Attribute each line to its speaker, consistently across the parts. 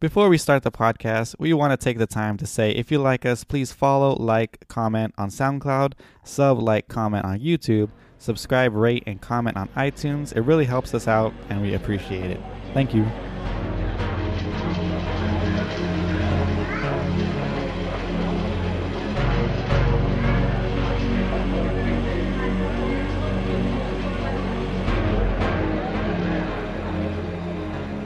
Speaker 1: Before we start the podcast, we want to take the time to say if you like us, please follow, like, comment on SoundCloud, sub, like, comment on YouTube, subscribe, rate, and comment on iTunes. It really helps us out and we appreciate it. Thank you.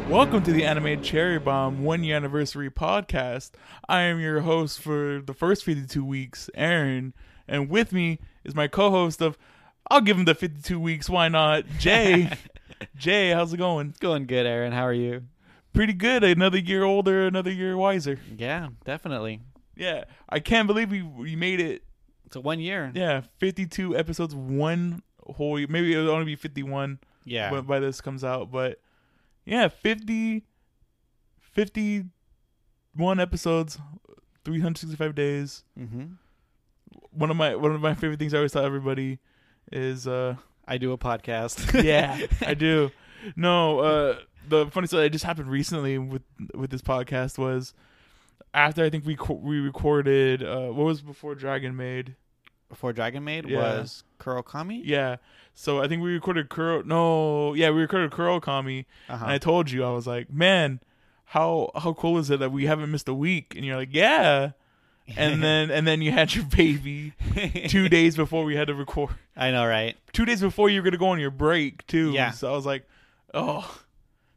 Speaker 2: Welcome to the Anime Cherry Bomb one year anniversary podcast. I am your host for the first 52 weeks, Aaron, and with me is my co host of I'll give him the 52 weeks, why not? Jay. Jay, how's it going?
Speaker 1: Going good, Aaron. How are you?
Speaker 2: Pretty good. Another year older, another year wiser.
Speaker 1: Yeah, definitely.
Speaker 2: Yeah, I can't believe we, we made it.
Speaker 1: It's a one year.
Speaker 2: Yeah, 52 episodes, one whole year. Maybe it'll only be 51
Speaker 1: Yeah.
Speaker 2: when, by this comes out, but yeah, 50, 51 episodes, 365 days.
Speaker 1: Mm-hmm.
Speaker 2: One of my one of my favorite things I always tell everybody is uh
Speaker 1: I do a podcast.
Speaker 2: yeah, I do. No, uh the funny story that just happened recently with with this podcast was after I think we co- we recorded uh what was before Dragon Maid.
Speaker 1: Before Dragon Maid
Speaker 2: Yeah.
Speaker 1: was Kurokami.
Speaker 2: Yeah. So I think we recorded Kuro no, yeah, we recorded Kuro Kami
Speaker 1: Uh-huh.
Speaker 2: And I told you, I was like, man, how how cool is it that we haven't missed a week? And you're like, yeah. And then and then you had your baby two days before we had to record.
Speaker 1: I know, right?
Speaker 2: Two days before you were gonna go on your break too.
Speaker 1: Yeah.
Speaker 2: So I was like, oh.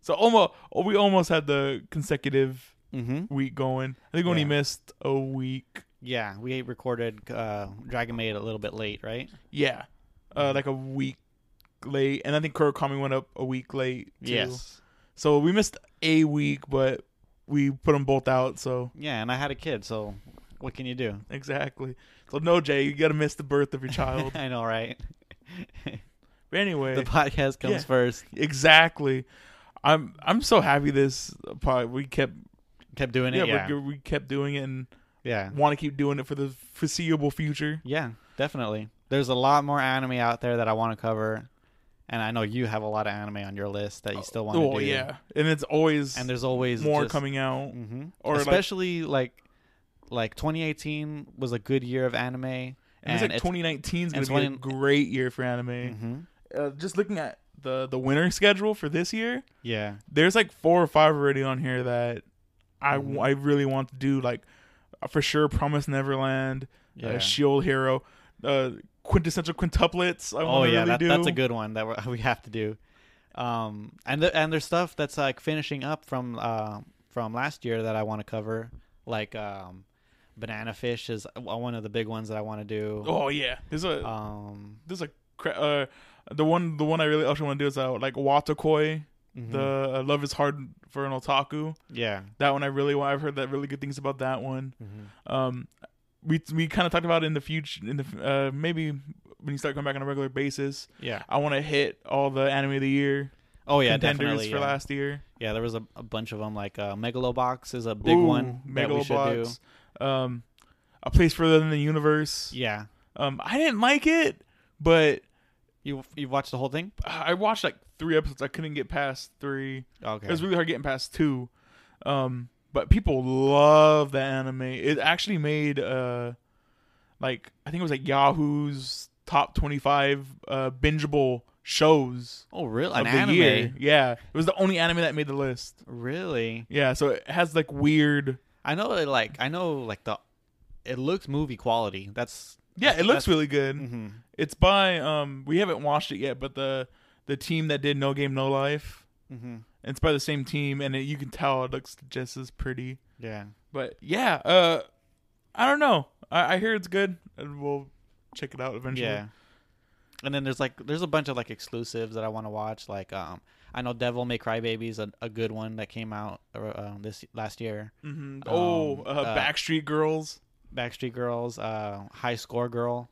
Speaker 2: So almost we almost had the consecutive
Speaker 1: Mm-hmm.
Speaker 2: week going. I think we only
Speaker 1: Yeah.
Speaker 2: missed a week.
Speaker 1: Yeah, we recorded uh, Dragon Maid a little bit late, right?
Speaker 2: Yeah. Uh, like a week late. And I think Kurokami went up a week late too. So we missed a week, but we put them both out. So
Speaker 1: Yeah, and I had a kid, so what can you do?
Speaker 2: Exactly. So no, Jay, you gotta miss the birth of your child.
Speaker 1: I know, right?
Speaker 2: but anyway,
Speaker 1: the podcast comes
Speaker 2: Yeah.
Speaker 1: first.
Speaker 2: exactly. I'm I'm so happy this part we kept
Speaker 1: Kept doing
Speaker 2: yeah,
Speaker 1: it. Yeah.
Speaker 2: We, we kept doing it and
Speaker 1: Yeah.
Speaker 2: want to keep doing it for the foreseeable future.
Speaker 1: Yeah, definitely. There's a lot more anime out there that I want to cover. And I know you have a lot of anime on your list that you still want to
Speaker 2: Oh
Speaker 1: do.
Speaker 2: yeah, and it's always
Speaker 1: And there's always
Speaker 2: more
Speaker 1: just-
Speaker 2: coming out.
Speaker 1: Mhm.
Speaker 2: Or, like-
Speaker 1: Especially like, like 2018 was a good year of anime. And,
Speaker 2: And it's like 2019 is
Speaker 1: and
Speaker 2: gonna
Speaker 1: it's
Speaker 2: be a
Speaker 1: when-
Speaker 2: great year for anime.
Speaker 1: Mhm.
Speaker 2: Uh, just looking at the the winter schedule for this year,
Speaker 1: Yeah.
Speaker 2: there's like four or five already on here that I,
Speaker 1: Mm.
Speaker 2: I really want to do like for sure Promise Neverland,
Speaker 1: Yeah.
Speaker 2: uh, Shield Hero, uh, quintessential quintuplets. I
Speaker 1: Oh
Speaker 2: want to
Speaker 1: yeah,
Speaker 2: really
Speaker 1: that,
Speaker 2: do.
Speaker 1: that's a good one that we're- we have to do. Um, and the, and there's stuff that's like finishing up from uh, from last year that I want to cover, like um, banana fish is uh, one of the big ones that I want to do.
Speaker 2: Oh yeah, there's a
Speaker 1: Um,
Speaker 2: there's a cra- uh, the one the one I really also want to do is uh, like Watakoi,
Speaker 1: mhm.
Speaker 2: the uh, Love Is Hard for an Otaku.
Speaker 1: yeah,
Speaker 2: That one I really want. I've heard that really good things about that one. Um, we we kind of talked about it in the future in the uh, maybe when you start coming back on a regular basis.
Speaker 1: yeah.
Speaker 2: I want to hit all the anime of the year
Speaker 1: Oh yeah,
Speaker 2: contenders
Speaker 1: definitely.
Speaker 2: for
Speaker 1: Yeah.
Speaker 2: last year.
Speaker 1: yeah, there was a, a bunch of them. Like uh, Megalobox is a big one that we should do.
Speaker 2: Megalobox, Um, a place further than the universe.
Speaker 1: Yeah,
Speaker 2: Um, I didn't like it, but
Speaker 1: you you watched the whole thing?
Speaker 2: I watched like three episodes. I couldn't get past three.
Speaker 1: Okay.
Speaker 2: It was really hard getting past two. Um, but people love the anime. It actually made uh, like I think it was like Yahoo's top twenty-five uh bingeable shows
Speaker 1: oh really? An
Speaker 2: of the
Speaker 1: anime?
Speaker 2: year. Yeah, it was the only anime that made the list.
Speaker 1: Really?
Speaker 2: Yeah, so it has like weird.
Speaker 1: I know it like I know like the it looks movie quality. That's
Speaker 2: Yeah, it looks
Speaker 1: that's-
Speaker 2: really good.
Speaker 1: mhm.
Speaker 2: It's by um we haven't watched it yet, but the the team that did No Game No Life.
Speaker 1: Mhm.
Speaker 2: It's by the same team, and it, you can tell it looks just as pretty.
Speaker 1: Yeah.
Speaker 2: But yeah, uh, I don't know. I, I hear it's good, and we'll check it out eventually.
Speaker 1: Yeah. And then there's like there's a bunch of like exclusives that I want to watch. Like um I know Devil May Cry Baby's a, a good one that came out uh, um, this last year.
Speaker 2: hmm Oh,
Speaker 1: Um,
Speaker 2: uh,
Speaker 1: uh,
Speaker 2: Backstreet Girls.
Speaker 1: Backstreet Girls, uh, High Score Girl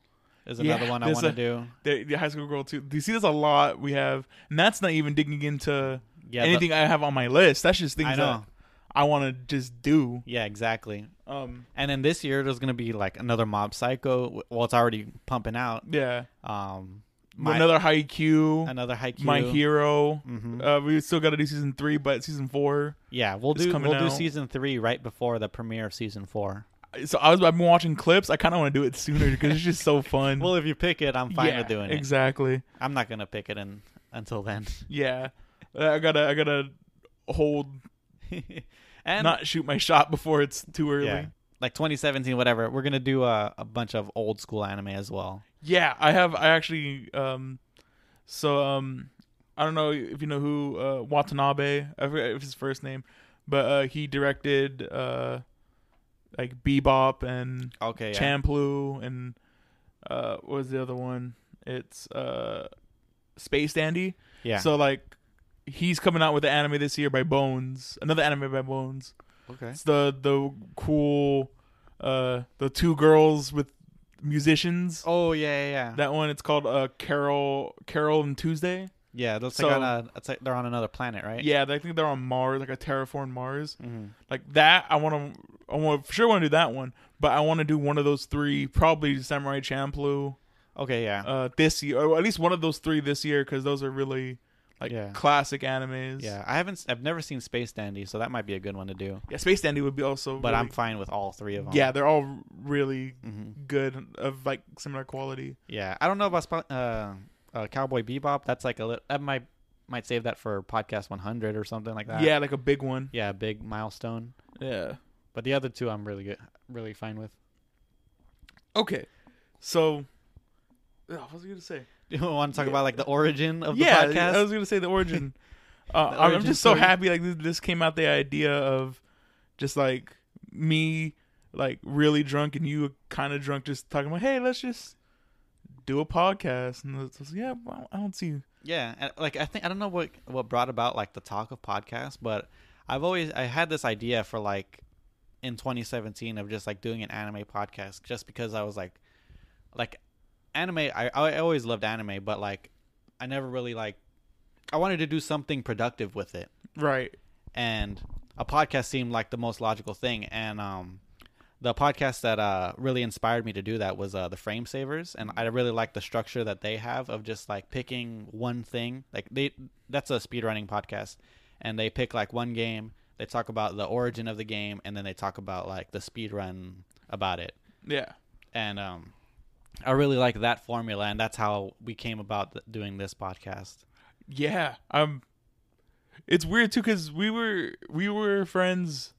Speaker 1: is
Speaker 2: Yeah,
Speaker 1: another one I
Speaker 2: there's
Speaker 1: want to
Speaker 2: a-
Speaker 1: do.
Speaker 2: The, the high school girl too. Do you see there's a lot we have, and that's not even digging into
Speaker 1: Yeah, the-
Speaker 2: anything I have on my list. That's just things
Speaker 1: I know.
Speaker 2: that I want to just do.
Speaker 1: Yeah, exactly.
Speaker 2: Um,
Speaker 1: And then this year there's gonna be like another Mob Psycho. Well, it's already pumping out.
Speaker 2: yeah,
Speaker 1: Um, My-
Speaker 2: another Haikyuu,
Speaker 1: Another Haikyuu.
Speaker 2: My Hero.
Speaker 1: Mhm.
Speaker 2: Uh, we still got to do season three, but season four.
Speaker 1: Yeah, we'll
Speaker 2: is
Speaker 1: do
Speaker 2: coming
Speaker 1: we'll do
Speaker 2: out.
Speaker 1: season three right before the premiere of season four.
Speaker 2: So I was, I've been watching clips. I kind of want to do it sooner because it's just so fun.
Speaker 1: Well, if you pick it, I'm fine
Speaker 2: Mm-hmm. Yeah,
Speaker 1: with doing it.
Speaker 2: Exactly.
Speaker 1: I'm not gonna pick it in, until then.
Speaker 2: Yeah, Uh, I gotta, I gotta hold,
Speaker 1: and
Speaker 2: not shoot my shot before it's too early.
Speaker 1: yeah,
Speaker 2: Yeah,
Speaker 1: like 2017, whatever. We're gonna do a, a bunch of old school anime as well.
Speaker 2: I have, I actually, um, so um, I don't know if you know who uh, Watanabe. I forget if his first name, but uh, he directed uh, like Bebop and
Speaker 1: Okay. Yeah.
Speaker 2: Champlu and uh, what was the other one? It's uh, Space Dandy.
Speaker 1: yeah.
Speaker 2: So like, he's coming out with an anime this year by Bones. Another anime by Bones.
Speaker 1: okay.
Speaker 2: It's the the cool uh the two girls with musicians.
Speaker 1: Oh yeah, yeah, yeah.
Speaker 2: That one it's called uh Carol Carol and Tuesday.
Speaker 1: yeah, that's
Speaker 2: so-
Speaker 1: like on a, it's like they're on another planet, right?
Speaker 2: Yeah, I think they're on Mars, like a terraformed Mars.
Speaker 1: hmm
Speaker 2: Like that I want to I want for sure want to do that one, but I want to do one of those three, probably Samurai Champloo
Speaker 1: Okay. Yeah.
Speaker 2: uh this year or at least one of those three this year cuz those are really like
Speaker 1: Yeah.
Speaker 2: classic animes.
Speaker 1: yeah. I haven't. s- I've never seen Space Dandy, so that might be a good one to do.
Speaker 2: Yeah, Space Dandy would be also
Speaker 1: But I'm
Speaker 2: really-
Speaker 1: fine with all three of them.
Speaker 2: Yeah, they're all really
Speaker 1: hmm
Speaker 2: good of like similar quality.
Speaker 1: Yeah, I don't know about Spo- uh, uh, Cowboy Bebop. That's like a little. I might might save that for podcast 100 or something like that.
Speaker 2: yeah, like a big one.
Speaker 1: yeah, big milestone.
Speaker 2: Yeah.
Speaker 1: But the other two, I'm really good, really fine with.
Speaker 2: Okay. So, oh, what was I going to say?
Speaker 1: Do you want to talk about like the origin of the
Speaker 2: yeah,
Speaker 1: podcast?
Speaker 2: I was going to say the origin. uh, I'm- I'm
Speaker 1: origin
Speaker 2: just so
Speaker 1: story.
Speaker 2: happy like this, this came out the idea of just like me like really drunk and you kind of drunk just talking about, "Hey, let's just do a podcast." And it's just, yeah, well, I don't see
Speaker 1: yeah, and, like I think I don't know what what brought about like the talk of podcast, but I've always I had this idea for like in 2017 of just like doing an anime podcast just because I was like like anime I, I always loved anime but like I never really like I wanted to do something productive with it
Speaker 2: right.
Speaker 1: and a podcast seemed like the most logical thing and um the podcast that uh really inspired me to do that was uh the frame savers and I really like the structure that they have of just like picking one thing like they that's a speedrunning podcast and they pick like one game they talk about the origin of the game and then they talk about like the speed run about it
Speaker 2: Yeah.
Speaker 1: and um I really like that formula and that's how we came about th- doing this podcast
Speaker 2: Yeah, um, it's weird too because we were we were friends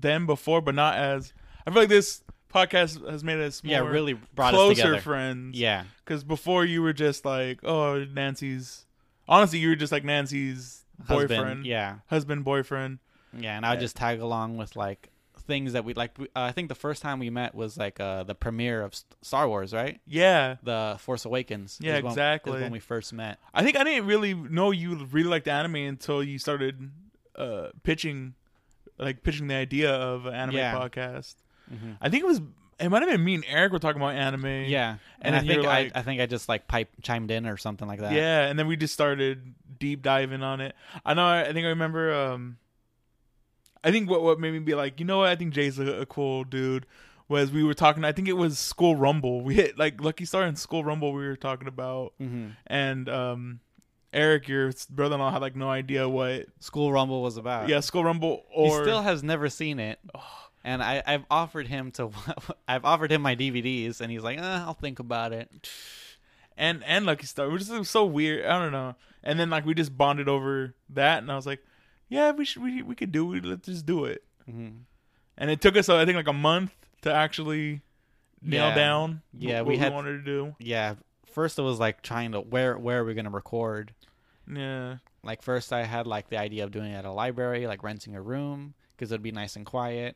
Speaker 2: then before, but not as. I feel like this podcast has made us more
Speaker 1: yeah really brought us
Speaker 2: closer
Speaker 1: together
Speaker 2: friends.
Speaker 1: yeah
Speaker 2: because before you were just like, oh, Nancy's. Honestly, you were just like Nancy's
Speaker 1: husband
Speaker 2: boyfriend,
Speaker 1: yeah
Speaker 2: husband, boyfriend.
Speaker 1: Yeah, and I would just tag along with like things that we like. we- Uh, I think the first time we met was like uh, the premiere of S- Star Wars, right?
Speaker 2: Yeah,
Speaker 1: The Force Awakens.
Speaker 2: Yeah,
Speaker 1: is when- is
Speaker 2: exactly.
Speaker 1: when we first met.
Speaker 2: I think I didn't really know you really liked anime until you started uh, pitching, like pitching the idea of an anime
Speaker 1: Yeah. Mm-hmm.
Speaker 2: podcast. I think it was. It might have been me and Eric were talking about anime.
Speaker 1: Yeah, and,
Speaker 2: And then
Speaker 1: I think
Speaker 2: you're like-
Speaker 1: I, I think I just like pipe chimed in or something like that.
Speaker 2: Yeah, and then we just started deep diving on it. I know. I think I remember. Um, I think what what made me be like, you know what? I think Jay's a, a cool dude. Was we were talking. I think it was School Rumble. We hit like Lucky Star and School Rumble. We were talking about
Speaker 1: hmm
Speaker 2: and um, Eric, your brother-in-law, had like no idea what.
Speaker 1: School Rumble was about.
Speaker 2: Yeah, School Rumble
Speaker 1: Uh, he
Speaker 2: or
Speaker 1: still has never seen it. And I, I've offered him to, I've offered him my DVDs, and he's like, eh, "I'll think about it."
Speaker 2: and and Lucky Star, which is so weird. I don't know. And then like we just bonded over that, and I was like, yeah, we should we we could do it. Let's just do it.
Speaker 1: hmm
Speaker 2: and it took us uh, I think like a month to actually nail
Speaker 1: Yeah.
Speaker 2: down
Speaker 1: Yeah,
Speaker 2: wh- what
Speaker 1: we had-
Speaker 2: wanted to do.
Speaker 1: Yeah, first it was like trying to where where are we going to record,
Speaker 2: Yeah,
Speaker 1: like first i had like the idea of doing it at a library like renting a room because it'd be nice and quiet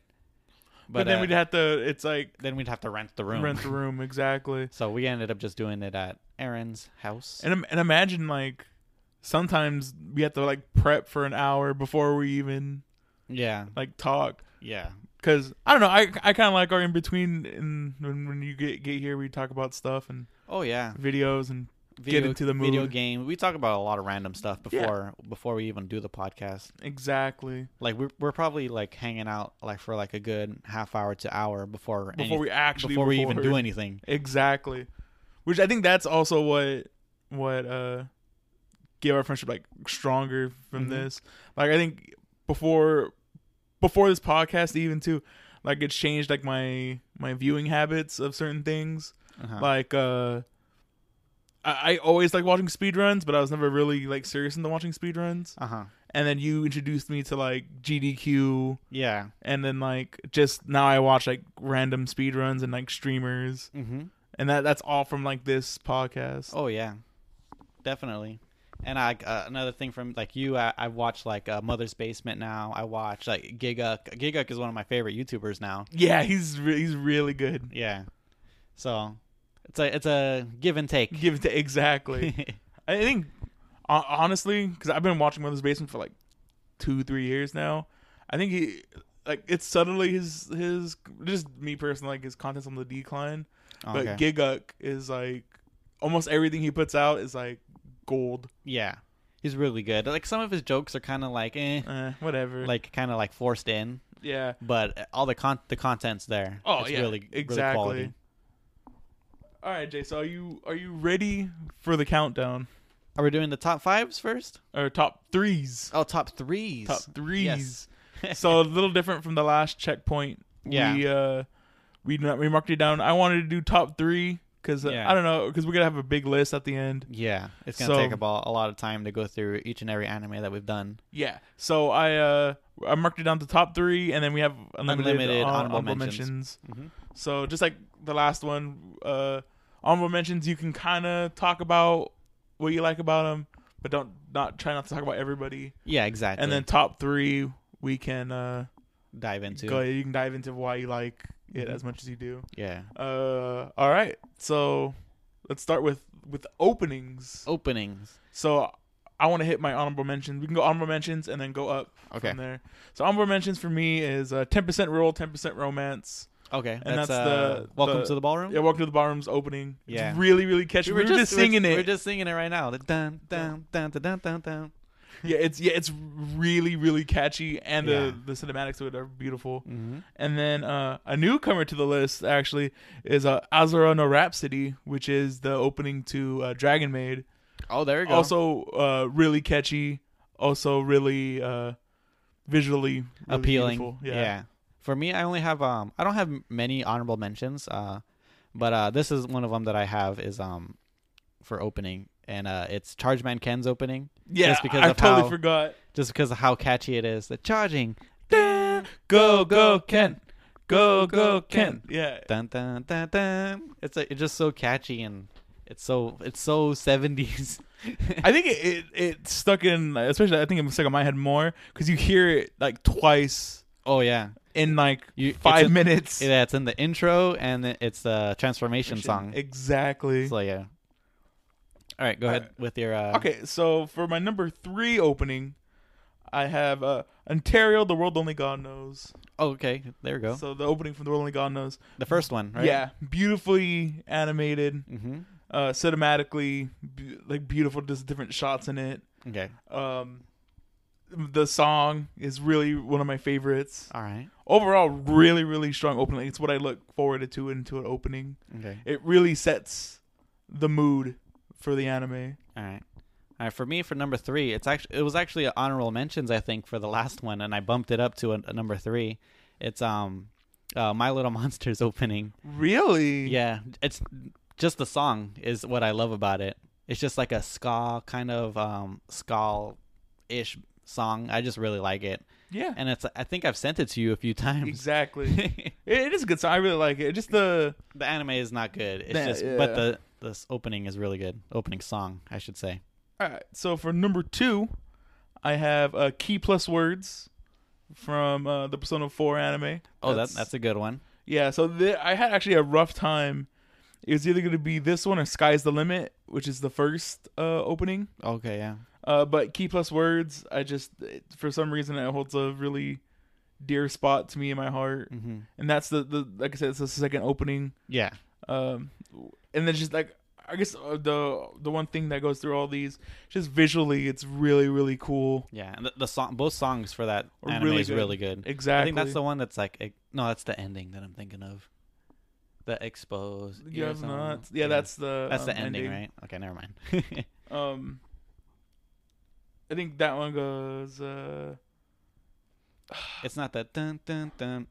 Speaker 2: but,
Speaker 1: but,
Speaker 2: then
Speaker 1: uh,
Speaker 2: we'd have to. It's like
Speaker 1: then we'd have to rent the room
Speaker 2: rent the room exactly,
Speaker 1: so we ended up just doing it at aaron's house
Speaker 2: and im- and imagine like sometimes we have to like prep for an hour before we even
Speaker 1: yeah
Speaker 2: like talk.
Speaker 1: yeah
Speaker 2: Cause I don't know, I I kind of like our in between, and when when you get get here, we talk about stuff and
Speaker 1: oh yeah
Speaker 2: videos and into the
Speaker 1: video
Speaker 2: mood.
Speaker 1: game we talk about a lot of random stuff before before we even do the podcast
Speaker 2: exactly
Speaker 1: like we're, we're probably like hanging out like for like a good half hour to hour before
Speaker 2: before we actually
Speaker 1: before we even do anything
Speaker 2: Exactly. Which I think that's also what what uh gave our friendship like stronger from
Speaker 1: Mhm.
Speaker 2: this. Like I think before before this podcast even too, like it's changed like my my viewing habits of certain things.
Speaker 1: Uh-huh.
Speaker 2: Like uh I, I always like watching speedruns, but I was never really like serious into watching speedruns.
Speaker 1: uh-huh.
Speaker 2: And then you introduced me to like GDQ
Speaker 1: Yeah.
Speaker 2: and then like just now I watch like random speedruns and like streamers.
Speaker 1: Mm-hmm.
Speaker 2: And that that's all from like this podcast.
Speaker 1: Oh yeah, definitely. And I uh, another thing from like you, I, I watch like uh, Mother's Basement now. I watch like Giguk. Giguk is one of my favorite YouTubers now.
Speaker 2: Yeah, he's re- he's really good.
Speaker 1: Yeah, so it's a it's a give and take.
Speaker 2: Give it to exactly. I think hon- honestly, because I've been watching Mother's Basement for like two, three years now. I think he like it's subtly his his just me personally like his content's on the decline. But
Speaker 1: Okay.
Speaker 2: Giguk is like almost everything he puts out is like gold.
Speaker 1: yeah, he's really good. Like some of his jokes are kind of like eh,
Speaker 2: Eh, whatever.
Speaker 1: like kind of like forced in,
Speaker 2: yeah.
Speaker 1: but all the con the content's there.
Speaker 2: Oh
Speaker 1: It's
Speaker 2: yeah.
Speaker 1: really
Speaker 2: exactly.
Speaker 1: Really quality.
Speaker 2: All right, Jay. So are you are you ready for the countdown
Speaker 1: Are we doing the top fives first?
Speaker 2: or top threes?
Speaker 1: Oh, top threes.
Speaker 2: top threes.
Speaker 1: Yes.
Speaker 2: so a little different from the last checkpoint.
Speaker 1: Yeah.
Speaker 2: We uh we not we marked it down. I wanted to do top three because uh,
Speaker 1: Yeah.
Speaker 2: I don't know because we're gonna have a big list at the end.
Speaker 1: Yeah, it's gonna
Speaker 2: So-
Speaker 1: take about a lot of time to go through each and every anime that we've done.
Speaker 2: Yeah. So I uh I marked it down to top three, and then we have unlimited,
Speaker 1: Unlimited
Speaker 2: hon-
Speaker 1: honorable
Speaker 2: mentions.
Speaker 1: mentions.
Speaker 2: Mm-hmm. So just like the last one, uh honorable mentions. You can kind of talk about what you like about them, but don't not try not to talk about everybody.
Speaker 1: Yeah, exactly.
Speaker 2: And then top three, we can uh
Speaker 1: dive into
Speaker 2: go. You can dive into why you like it as much as you do.
Speaker 1: yeah
Speaker 2: Uh, all right. So let's start with with openings.
Speaker 1: openings.
Speaker 2: So I want to hit my honorable mentions. We can go honorable mentions and then go up
Speaker 1: Okay,
Speaker 2: from there. So honorable mentions for me is uh, 10% rule, 10% romance.
Speaker 1: okay,
Speaker 2: And
Speaker 1: that's,
Speaker 2: that's
Speaker 1: uh,
Speaker 2: the-
Speaker 1: welcome
Speaker 2: the-
Speaker 1: to the ballroom.
Speaker 2: Yeah, welcome to the ballroom's opening.
Speaker 1: Yeah.
Speaker 2: It's really really catchy. We were, just, singing
Speaker 1: we
Speaker 2: it.
Speaker 1: We're just singing it right now. The dun dun dun dun dun dun dun.
Speaker 2: yeah, it's yeah, it's really really catchy and
Speaker 1: Yeah.
Speaker 2: the the cinematics of it are beautiful.
Speaker 1: Mm-hmm.
Speaker 2: And then uh, a newcomer to the list actually is uh, Azura no Rhapsody, which is the opening to uh, Dragon Maid.
Speaker 1: Oh, there you go.
Speaker 2: also uh really catchy also really uh visually really
Speaker 1: appealing.
Speaker 2: beautiful.
Speaker 1: yeah. For me, I only have um, I don't have m- many honorable mentions. Uh, but uh, this is one of them that I have is um, for opening, and uh, it's Charge Man Ken's opening.
Speaker 2: yeah
Speaker 1: Just because
Speaker 2: i
Speaker 1: of
Speaker 2: totally
Speaker 1: how-
Speaker 2: forgot
Speaker 1: just because of how catchy it is. The charging.
Speaker 2: Dun, go go ken go go ken yeah
Speaker 1: Dun dun dun dun. It's like, it's just so catchy and it's so it's so seventies.
Speaker 2: i think it, it it stuck in especially i think it stuck in my head more because you hear it like twice
Speaker 1: oh yeah,
Speaker 2: in like
Speaker 1: You- it's
Speaker 2: five
Speaker 1: a-
Speaker 2: minutes
Speaker 1: yeah. It's in the intro and it- it's the transformation song.
Speaker 2: exactly
Speaker 1: So yeah. All right, go ahead with your. Uh,
Speaker 2: okay so for my number three opening i have uh ontario the world only god knows
Speaker 1: Oh, okay, there we go.
Speaker 2: so the opening from the world only god knows
Speaker 1: the first one, right?
Speaker 2: Yeah, beautifully animated,
Speaker 1: Mm-hmm.
Speaker 2: uh, cinematically, be- like beautiful, just different shots in it.
Speaker 1: Okay.
Speaker 2: Um, the song is really one of my favorites.
Speaker 1: All right.
Speaker 2: Overall, really, really strong opening. It's what I look forward to into an opening.
Speaker 1: Okay.
Speaker 2: It really sets the mood for the anime.
Speaker 1: All right. All right. For me, for number three, it's actually it was actually an honorable mentions I think for the last one, and I bumped it up to a, a number three. It's um, uh, My Little Monsters opening.
Speaker 2: Really?
Speaker 1: Yeah, it's just the song is what I love about it. It's just like a ska kind of um ska ish song. I just really like it,
Speaker 2: Yeah.
Speaker 1: and it's I think I've sent it to you a few times.
Speaker 2: Exactly.
Speaker 1: the
Speaker 2: it is a good song. I really like it. Just the
Speaker 1: anime is not good. It's
Speaker 2: Nah,
Speaker 1: just
Speaker 2: yeah.
Speaker 1: but the this opening is really good. Opening song, I should say.
Speaker 2: All right. So for number two, I have uh, key plus words from uh, the Persona Four anime.
Speaker 1: Oh, that's that's a good one.
Speaker 2: yeah. So th- I had actually a rough time. It was either going to be this one or Sky's the Limit, which is the first uh, opening.
Speaker 1: Okay, yeah.
Speaker 2: Uh, but key plus words, I just it- for some reason it holds a really dear spot to me in my heart,
Speaker 1: Mm-hmm.
Speaker 2: and that's the the like I said, it's the second opening.
Speaker 1: Yeah.
Speaker 2: Um, and then just like I guess uh, the the one thing that goes through all these, just visually, it's really really cool.
Speaker 1: Yeah, and the, the song, both songs for that
Speaker 2: Are
Speaker 1: anime
Speaker 2: really
Speaker 1: is
Speaker 2: good.
Speaker 1: really good.
Speaker 2: Exactly.
Speaker 1: e, I think that's the one that's like, it, no, that's the ending that I'm thinking of. The exposed.
Speaker 2: You have not. Yeah, that's the
Speaker 1: that's the
Speaker 2: um,
Speaker 1: ending, right? Okay, never mind.
Speaker 2: Um, I think that one goes. Uh,
Speaker 1: it's not that dun dun dun.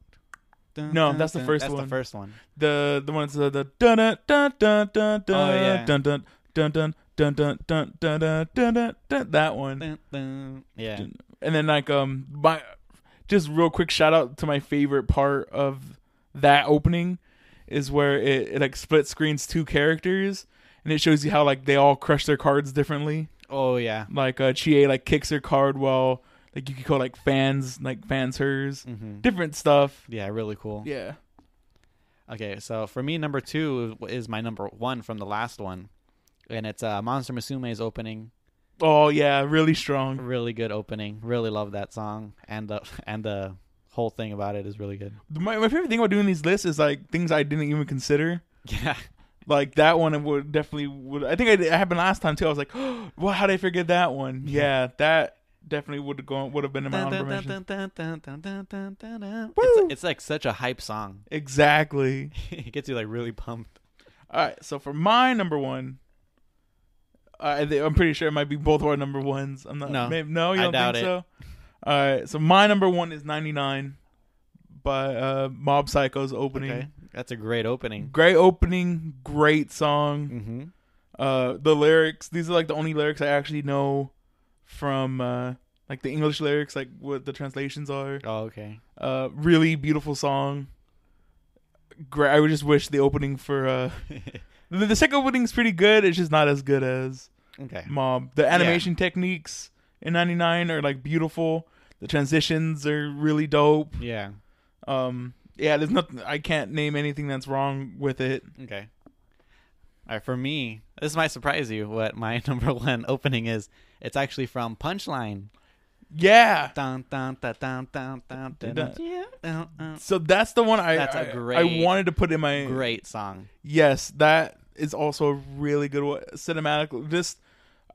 Speaker 1: dun
Speaker 2: No,
Speaker 1: dun,
Speaker 2: that's the
Speaker 1: dun.
Speaker 2: first
Speaker 1: that's
Speaker 2: one.
Speaker 1: the first one.
Speaker 2: the the one that's uh, the dun dun dun dun dun dun
Speaker 1: Oh, yeah.
Speaker 2: dun dun dun dun dun dun dun dun dun dun dun dun that one.
Speaker 1: Dun, dun. Yeah.
Speaker 2: Dun. And then like um my just real quick shout out to my favorite part of that opening is where it, it like split screens two characters and it shows you how like they all crush their cards differently.
Speaker 1: Oh yeah.
Speaker 2: Like uh Chie like kicks her card while like you could call like fans like fans hers.
Speaker 1: hmm
Speaker 2: Different stuff.
Speaker 1: Yeah, really cool.
Speaker 2: Yeah.
Speaker 1: Okay, so for me, number two is my number one from the last one, and it's uh, Monster Musume's opening.
Speaker 2: Oh yeah, really strong.
Speaker 1: Really good opening. Really love that song, and the and the whole thing about it is really good.
Speaker 2: My, my favorite thing about doing these lists is like things I didn't even consider.
Speaker 1: Yeah,
Speaker 2: Like that one, would definitely would. I think I, did- it happened last time too. I was like, oh, "Well, how did I forget that one?" Yeah, that definitely would have gone would have been in my
Speaker 1: Dun,
Speaker 2: honorable
Speaker 1: dun,
Speaker 2: mention.
Speaker 1: dun, dun, dun, dun, dun, dun, dun, dun.
Speaker 2: Woo!
Speaker 1: It's, it's like such a hype song.
Speaker 2: Exactly.
Speaker 1: it gets you like really pumped.
Speaker 2: All right. So for my number one, I thi- I'm pretty sure it might be both our number ones. I'm not.
Speaker 1: No.
Speaker 2: maybe, no, you
Speaker 1: I
Speaker 2: don't
Speaker 1: doubt
Speaker 2: think
Speaker 1: it.
Speaker 2: so. All right. So my number one is '99 by uh, Mob Psycho's opening.
Speaker 1: Okay, that's a great opening.
Speaker 2: Great opening. Great song.
Speaker 1: Mm-hmm.
Speaker 2: uh the lyrics these are like the only lyrics i actually know from uh like the english lyrics like what the translations are
Speaker 1: Oh, okay.
Speaker 2: uh really beautiful song great i would just wish the opening for uh the, the second opening's pretty good it's just not as good as
Speaker 1: okay.
Speaker 2: mob the animation techniques in 99 are like beautiful the transitions are really dope
Speaker 1: Yeah.
Speaker 2: um yeah there's nothing i can't name anything that's wrong with it
Speaker 1: Okay. All right, for me, this might surprise you what my number one opening is. It's actually from Punchline.
Speaker 2: yeah
Speaker 1: Dun, dun, dun, dun, dun, dun, dun, dun, yeah, dun, dun.
Speaker 2: so that's the one I
Speaker 1: That's a
Speaker 2: I- I
Speaker 1: great-
Speaker 2: wanted to put in my
Speaker 1: Great song.
Speaker 2: Yes, that is also a really good one. cinematic. Just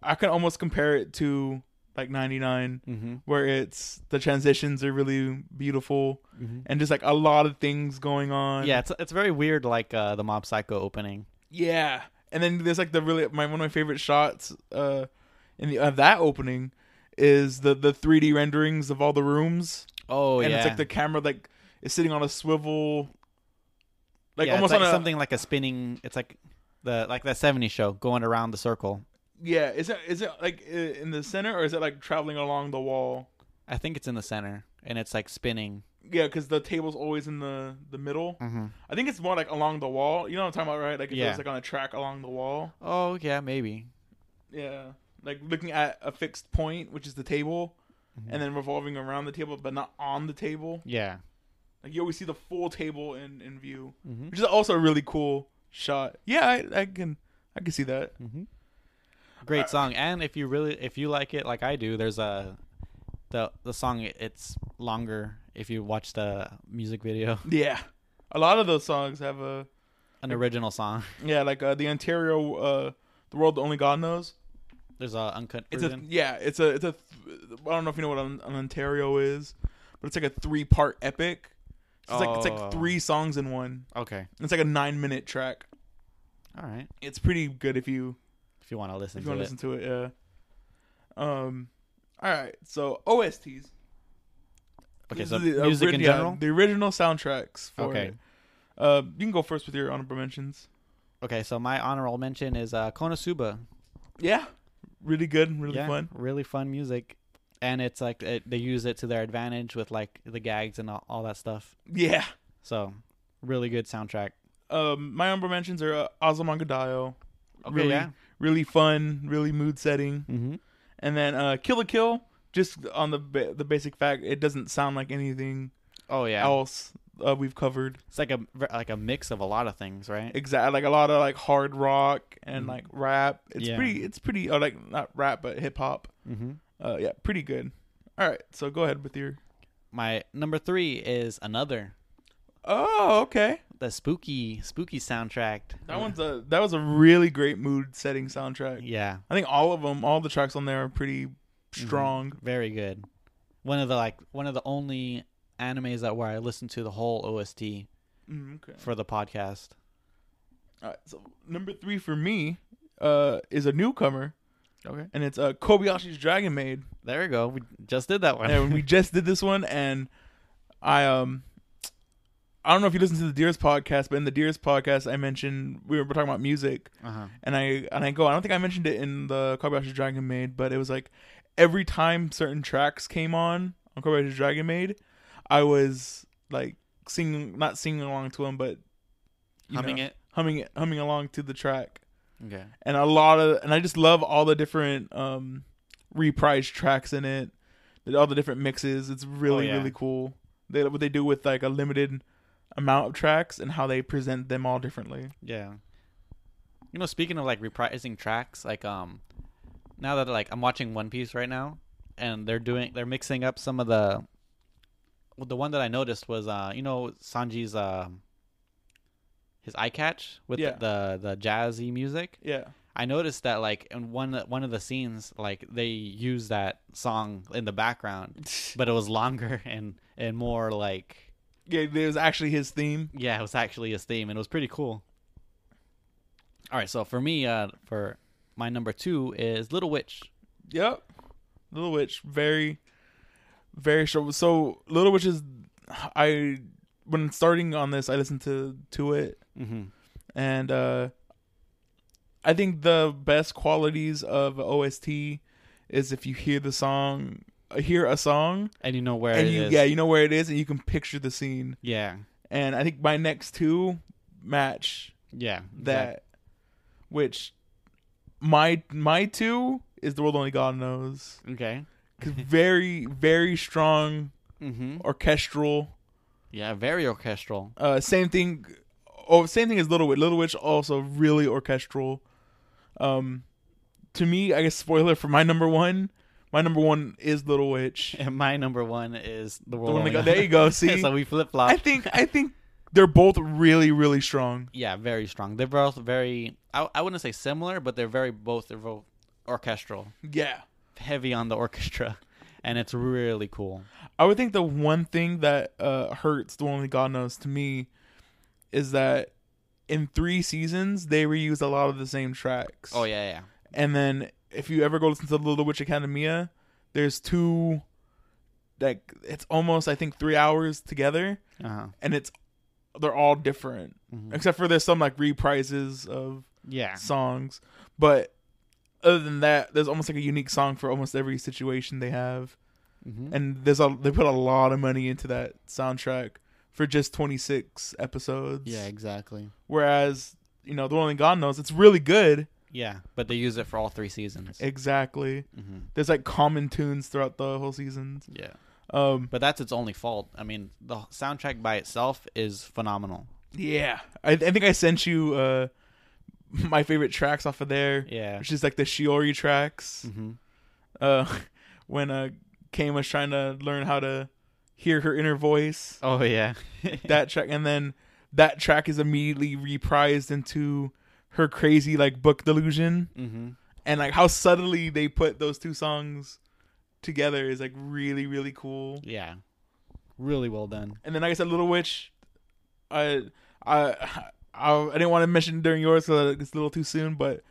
Speaker 2: I can almost compare it to like 99
Speaker 1: Mm-hmm.
Speaker 2: where it's the transitions are really beautiful
Speaker 1: Mhm.
Speaker 2: and just like a lot of things going on.
Speaker 1: Yeah, it's it's very weird, like uh, the Mob Psycho opening.
Speaker 2: Yeah. And then there's like the really my one of my favorite shots uh in the of that opening is the the 3D renderings of all the rooms
Speaker 1: Oh
Speaker 2: and
Speaker 1: yeah,
Speaker 2: it's like the camera like is sitting on a swivel like
Speaker 1: Yeah, it's
Speaker 2: almost
Speaker 1: like
Speaker 2: on a,
Speaker 1: something like a spinning. It's like the like that '70s show going around the circle.
Speaker 2: Yeah, is it is it like i- in the center or is it like traveling along the wall?
Speaker 1: I think it's in the center, and it's like spinning.
Speaker 2: Yeah, because the table's always in the the middle.
Speaker 1: Mm-hmm.
Speaker 2: I think it's more like along the wall. You know what I'm talking about, right? Like if
Speaker 1: Yeah.
Speaker 2: it's like on a track along the wall.
Speaker 1: Oh yeah, maybe.
Speaker 2: Yeah, like looking at a fixed point, which is the table, and then revolving around the table, but not on the table.
Speaker 1: Yeah.
Speaker 2: Like you always see the full table in in view,
Speaker 1: Mm-hmm.
Speaker 2: which is also a really cool shot. Yeah, I, I can I can see that.
Speaker 1: Mm-hmm.
Speaker 2: Uh,
Speaker 1: Great song, and if you really if you like it like I do, there's a the the song it's longer if you watch the music video,
Speaker 2: Yeah, a lot of those songs have a
Speaker 1: an original song.
Speaker 2: yeah like uh, the Ontario uh the world only God knows.
Speaker 1: There's a uncut
Speaker 2: It's a
Speaker 1: version.
Speaker 2: yeah. It's a it's a. Th- I don't know if you know what an, an Ontario is, but it's like a three part epic. So it's like it's
Speaker 1: Oh.
Speaker 2: like three songs in one.
Speaker 1: okay,
Speaker 2: It's like a nine minute track.
Speaker 1: all right.
Speaker 2: It's pretty good if you
Speaker 1: If you want to listen
Speaker 2: if you
Speaker 1: to
Speaker 2: want
Speaker 1: it,
Speaker 2: to listen to it. Yeah. Um. All right. So OSTs.
Speaker 1: okay.
Speaker 2: This
Speaker 1: So
Speaker 2: is the
Speaker 1: music in
Speaker 2: origi-
Speaker 1: general.
Speaker 2: The original soundtracks for
Speaker 1: Okay.
Speaker 2: it. Uh, you can go first with your honorable mentions.
Speaker 1: Okay, so my honorable mention is uh, Konosuba.
Speaker 2: Yeah. Really good. Really
Speaker 1: yeah,
Speaker 2: fun.
Speaker 1: really fun music, and it's like it, they use it to their advantage with like the gags and all, all that stuff.
Speaker 2: Yeah.
Speaker 1: So, really good soundtrack.
Speaker 2: Um, my honorable mentions are uh, Azumanga Daioh.
Speaker 1: Okay,
Speaker 2: really,
Speaker 1: yeah.
Speaker 2: really fun. Really mood setting.
Speaker 1: Mm-hmm.
Speaker 2: And then uh, Kill a Kill, just on the ba- the basic fact, it doesn't sound like anything
Speaker 1: Oh yeah,
Speaker 2: else uh, we've covered.
Speaker 1: it's like a like a mix of a lot of things, right?
Speaker 2: Exactly, like a lot of like hard rock and
Speaker 1: Mhm.
Speaker 2: like rap. It's
Speaker 1: Yeah.
Speaker 2: pretty. It's pretty. Or like not rap, but hip hop.
Speaker 1: Mm-hmm.
Speaker 2: Uh, yeah, pretty good. All right, so go ahead with your.
Speaker 1: My number three is another
Speaker 2: Oh, okay.
Speaker 1: the spooky spooky soundtrack.
Speaker 2: That one's a that was a really great mood setting soundtrack.
Speaker 1: yeah,
Speaker 2: I think all of them, all the tracks on there are pretty strong.
Speaker 1: very good. One of the like one of the only animes that where I listened to the whole OST
Speaker 2: Mm, okay.
Speaker 1: for the podcast.
Speaker 2: All right, so number three for me uh, is a newcomer,
Speaker 1: Okay.
Speaker 2: and it's uh, Kobayashi's Dragon Maid.
Speaker 1: There we go. We just did that one.
Speaker 2: and we just did this one and i um i don't know if you listen to the dearest podcast but in the dearest podcast i mentioned we were talking about music
Speaker 1: uh-huh.
Speaker 2: and i and i go i don't think i mentioned it in the kobayashi dragon maid but it was like every time certain tracks came on on kobayashi dragon maid i was like singing not singing along to them but you
Speaker 1: Humming
Speaker 2: know,
Speaker 1: it.
Speaker 2: humming it humming along to the track
Speaker 1: Okay.
Speaker 2: and a lot of and I just love all the different um reprised tracks in it, the- all the different mixes. It's really
Speaker 1: yeah.
Speaker 2: really cool. They what they do with like a limited amount of tracks and how they present them all differently.
Speaker 1: Yeah. You know, speaking of like reprising tracks, like um, now that like I'm watching One Piece right now, and they're doing they're mixing up some of the. Well, the one that I noticed was uh, you know, Sanji's um. His eye catch with
Speaker 2: Yeah.
Speaker 1: the, the jazzy music.
Speaker 2: Yeah,
Speaker 1: I noticed that like in one one of the scenes, like they used that song in the background, but it was longer and and more like
Speaker 2: yeah. There's actually his theme.
Speaker 1: yeah, it was actually his theme, and it was pretty cool. All right, so for me, uh, for my number two is Little Witch.
Speaker 2: Yep, Little Witch, very, very short. So Little Witch is, I when starting on this, I listened to to it
Speaker 1: Mm-hmm.
Speaker 2: and uh i think the best qualities of ost is if you hear the song hear a song
Speaker 1: And you know where
Speaker 2: and
Speaker 1: it
Speaker 2: you
Speaker 1: is.
Speaker 2: yeah you know where it is and you can picture the scene
Speaker 1: yeah,
Speaker 2: and i think my next two match
Speaker 1: yeah,
Speaker 2: that
Speaker 1: exact-
Speaker 2: which my my two is the world only god knows
Speaker 1: okay.
Speaker 2: 'Cause very very strong
Speaker 1: Mm-hmm.
Speaker 2: orchestral
Speaker 1: Yeah, very orchestral.
Speaker 2: Uh, same thing. Oh, same thing as Little Witch. Little Witch also really orchestral. Um, to me, I guess spoiler for my number one. My number one is Little Witch.
Speaker 1: And my number one is the
Speaker 2: The
Speaker 1: world.
Speaker 2: one
Speaker 1: Only Knows.
Speaker 2: that go- there you go. See,
Speaker 1: so we flip
Speaker 2: I
Speaker 1: flop.
Speaker 2: think I think they're both really really strong.
Speaker 1: Yeah, very strong. They're both very. I, I wouldn't say similar, but they're very both. They're both orchestral,
Speaker 2: Yeah,
Speaker 1: heavy on the orchestra, and it's really cool.
Speaker 2: I would think the one thing that uh, hurts the only God knows to me is that in three seasons they reused a lot of the same tracks.
Speaker 1: Oh yeah, yeah.
Speaker 2: And then if you ever go listen to Little Witch Academia, there's two like it's almost I think three hours together
Speaker 1: Uh-huh.
Speaker 2: and it's they're all different.
Speaker 1: Mhm.
Speaker 2: Except for there's some like reprises of
Speaker 1: Yeah.
Speaker 2: songs. But other than that, there's almost like a unique song for almost every situation they have.
Speaker 1: Mhm.
Speaker 2: And there's a they put a lot of money into that soundtrack for just twenty six episodes.
Speaker 1: Yeah, exactly.
Speaker 2: Whereas, you know, the only God knows it's really good.
Speaker 1: Yeah, but they use it for all three seasons.
Speaker 2: Exactly.
Speaker 1: hmm
Speaker 2: there's like common tunes throughout the whole seasons.
Speaker 1: Yeah,
Speaker 2: Um,
Speaker 1: but that's its only fault. I mean, the soundtrack by itself is phenomenal.
Speaker 2: yeah, I, I think I sent you uh my favorite tracks off of there,
Speaker 1: Yeah.
Speaker 2: which is like the Shiori tracks.
Speaker 1: hmm
Speaker 2: Uh, when uh Kane was trying to learn how to hear her inner voice,
Speaker 1: Oh yeah.
Speaker 2: that track, and then that track is immediately reprised into her crazy like book delusion,
Speaker 1: hmm
Speaker 2: and like how subtly they put those two songs together is like really really cool.
Speaker 1: Yeah. Really well done.
Speaker 2: And then, like I said, Little Witch, I, I, I, I didn't want to mention during yours because it's a little too soon, but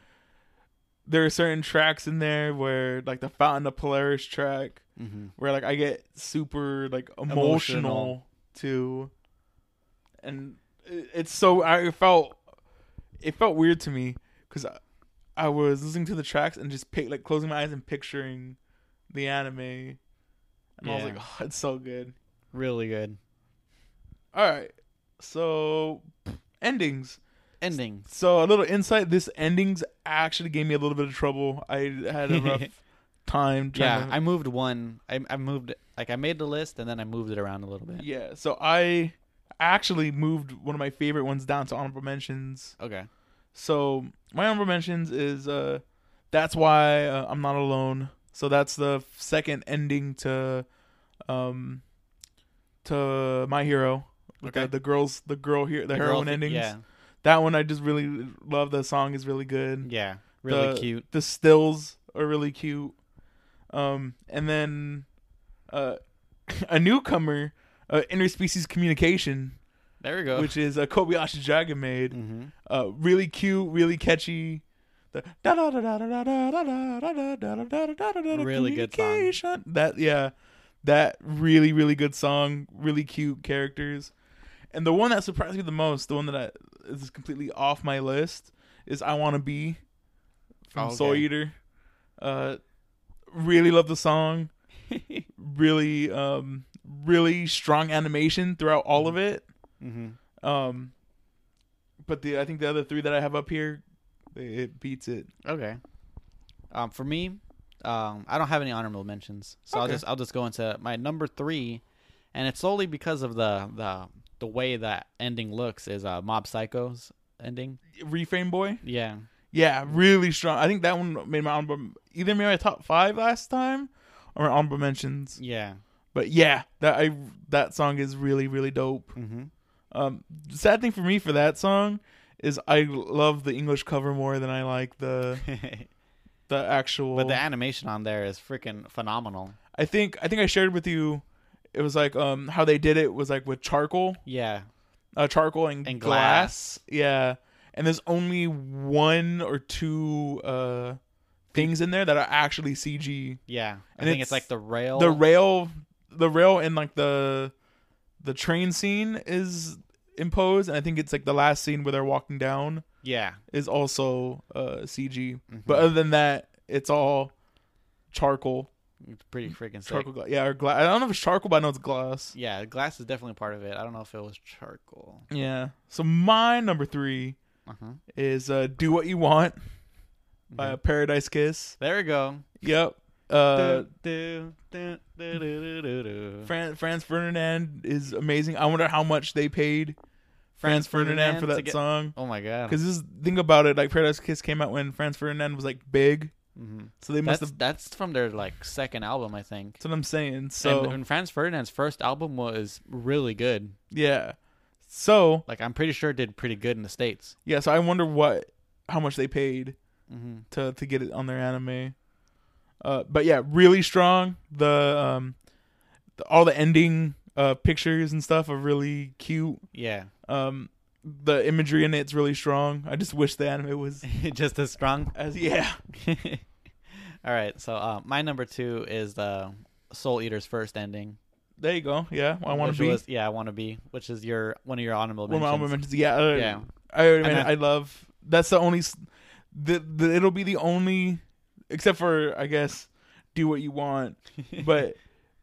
Speaker 2: there are certain tracks in there where, like the Fountain of Polaris track,
Speaker 1: hmm
Speaker 2: where like I get super like emotional,
Speaker 1: Emotional.
Speaker 2: too, and it- it's so I felt it felt weird to me because I, I was listening to the tracks and just pick like closing my eyes and picturing the anime, and I was
Speaker 1: Yeah.
Speaker 2: like, oh, it's so good.
Speaker 1: Really good
Speaker 2: All right. So endings.
Speaker 1: ending.
Speaker 2: So a little insight. This endings actually gave me a little bit of trouble. I had a rough time.
Speaker 1: Yeah,
Speaker 2: Trying
Speaker 1: I moved one. I I moved like I made the list and then I moved it around a little
Speaker 2: To,
Speaker 1: bit.
Speaker 2: yeah. So I actually moved one of my favorite ones down to honorable mentions.
Speaker 1: Okay.
Speaker 2: So my honorable mentions is uh, that's why uh, I'm not alone. So that's the second ending to, um, to my hero. With
Speaker 1: Okay.
Speaker 2: The, the girls, the girl here, the,
Speaker 1: The girl
Speaker 2: heroine
Speaker 1: thi-
Speaker 2: endings.
Speaker 1: Yeah.
Speaker 2: That one I just really love. The song is really good.
Speaker 1: Yeah. Really
Speaker 2: The-
Speaker 1: cute.
Speaker 2: The stills are really cute. Um, and then uh, a newcomer, uh, interspecies communication.
Speaker 1: There we go.
Speaker 2: which is a Kobayashi Dragon made.
Speaker 1: mm-hmm.
Speaker 2: Uh, really cute, really catchy. The da da da da da da da da da da da da da da da da
Speaker 1: Really good song.
Speaker 2: communication. That yeah, that really really good song. Really cute characters, and the one that surprised me the most, the one that I, is completely off my list, is "I Want to Be" from
Speaker 1: Okay.
Speaker 2: Soul Eater. Uh, really love the song. really, um, really strong animation throughout all of it.
Speaker 1: mm-hmm.
Speaker 2: Um, but the I think the other three that I have up here, it, it beats it.
Speaker 1: Okay. Um, for me, um, I don't have any honorable mentions, so I'll
Speaker 2: Okay.
Speaker 1: just I'll just go into my number three, and it's solely because of the the the way that ending looks is uh, Mob Psycho's ending.
Speaker 2: Reframe Boy,
Speaker 1: Yeah.
Speaker 2: yeah, really strong. I think that one made my honorable either made my top five last time or my honorable mentions.
Speaker 1: Yeah.
Speaker 2: But yeah, that I that song is really really dope.
Speaker 1: Mm-hmm.
Speaker 2: Um, the sad thing for me for that song is I love the English cover more than I like the the actual.
Speaker 1: but the animation on there is freaking phenomenal.
Speaker 2: I think I think I shared with you. It was like um how they did it was like with charcoal,
Speaker 1: Yeah.
Speaker 2: uh, charcoal and,
Speaker 1: And glass.
Speaker 2: glass. Yeah. And there's only one or two uh things in there that are actually CG.
Speaker 1: Yeah. I
Speaker 2: And
Speaker 1: think
Speaker 2: it's-
Speaker 1: it's, like the rail.
Speaker 2: The rail the rail and like the the train scene is imposed and I think it's like the last scene where they're walking down
Speaker 1: yeah.
Speaker 2: is also uh CG.
Speaker 1: Mhm.
Speaker 2: But other than that, it's all charcoal.
Speaker 1: It's pretty freaking sick.
Speaker 2: Charcoal gla- yeah, or glass. I don't know if it's charcoal, but I know it's glass.
Speaker 1: Yeah, glass is definitely part of it. I don't know if it was charcoal.
Speaker 2: Yeah. So my number 3
Speaker 1: Uh-huh.
Speaker 2: is uh Do What You Want by Paradise Kiss.
Speaker 1: There we go.
Speaker 2: Yep. Uh,
Speaker 1: Du- du- du- du- du- du- du.
Speaker 2: Fran- Franz Ferdinand is amazing. I wonder how much they paid
Speaker 1: Franz
Speaker 2: Franz,
Speaker 1: Ferdinand
Speaker 2: Ferdinand, for
Speaker 1: to
Speaker 2: that
Speaker 1: get-
Speaker 2: song.
Speaker 1: Oh my god.
Speaker 2: Because this think about it, like Paradise Kiss came out when Franz Ferdinand was like big,
Speaker 1: hmm
Speaker 2: so they must
Speaker 1: That's
Speaker 2: have.
Speaker 1: that's from their like second album, I think.
Speaker 2: That's what I'm saying.
Speaker 1: So
Speaker 2: So
Speaker 1: and, and Franz Ferdinand's first album was really good.
Speaker 2: yeah, so
Speaker 1: Like I'm pretty sure it did pretty good in the states.
Speaker 2: yeah, so I wonder what how much they paid
Speaker 1: Mm-hmm.
Speaker 2: to to get it on their anime. Uh, but yeah, really strong. The um, the, all the ending uh pictures and stuff are really cute.
Speaker 1: Yeah,
Speaker 2: Um, the imagery in it's really strong. I just wish the anime was
Speaker 1: just as strong.
Speaker 2: as yeah.
Speaker 1: All right, so uh, my number two is the Soul Eater's first ending.
Speaker 2: There you go. Yeah, I want
Speaker 1: which
Speaker 2: to be
Speaker 1: was- yeah, I want to be, which is your one of your honorable
Speaker 2: one of
Speaker 1: mentions.
Speaker 2: my honorable mentions. Yeah, uh,
Speaker 1: Yeah.
Speaker 2: I already
Speaker 1: And
Speaker 2: meant-
Speaker 1: I-
Speaker 2: I love. That's the only. s- The, the it'll be the only, except for I guess, do what you want. But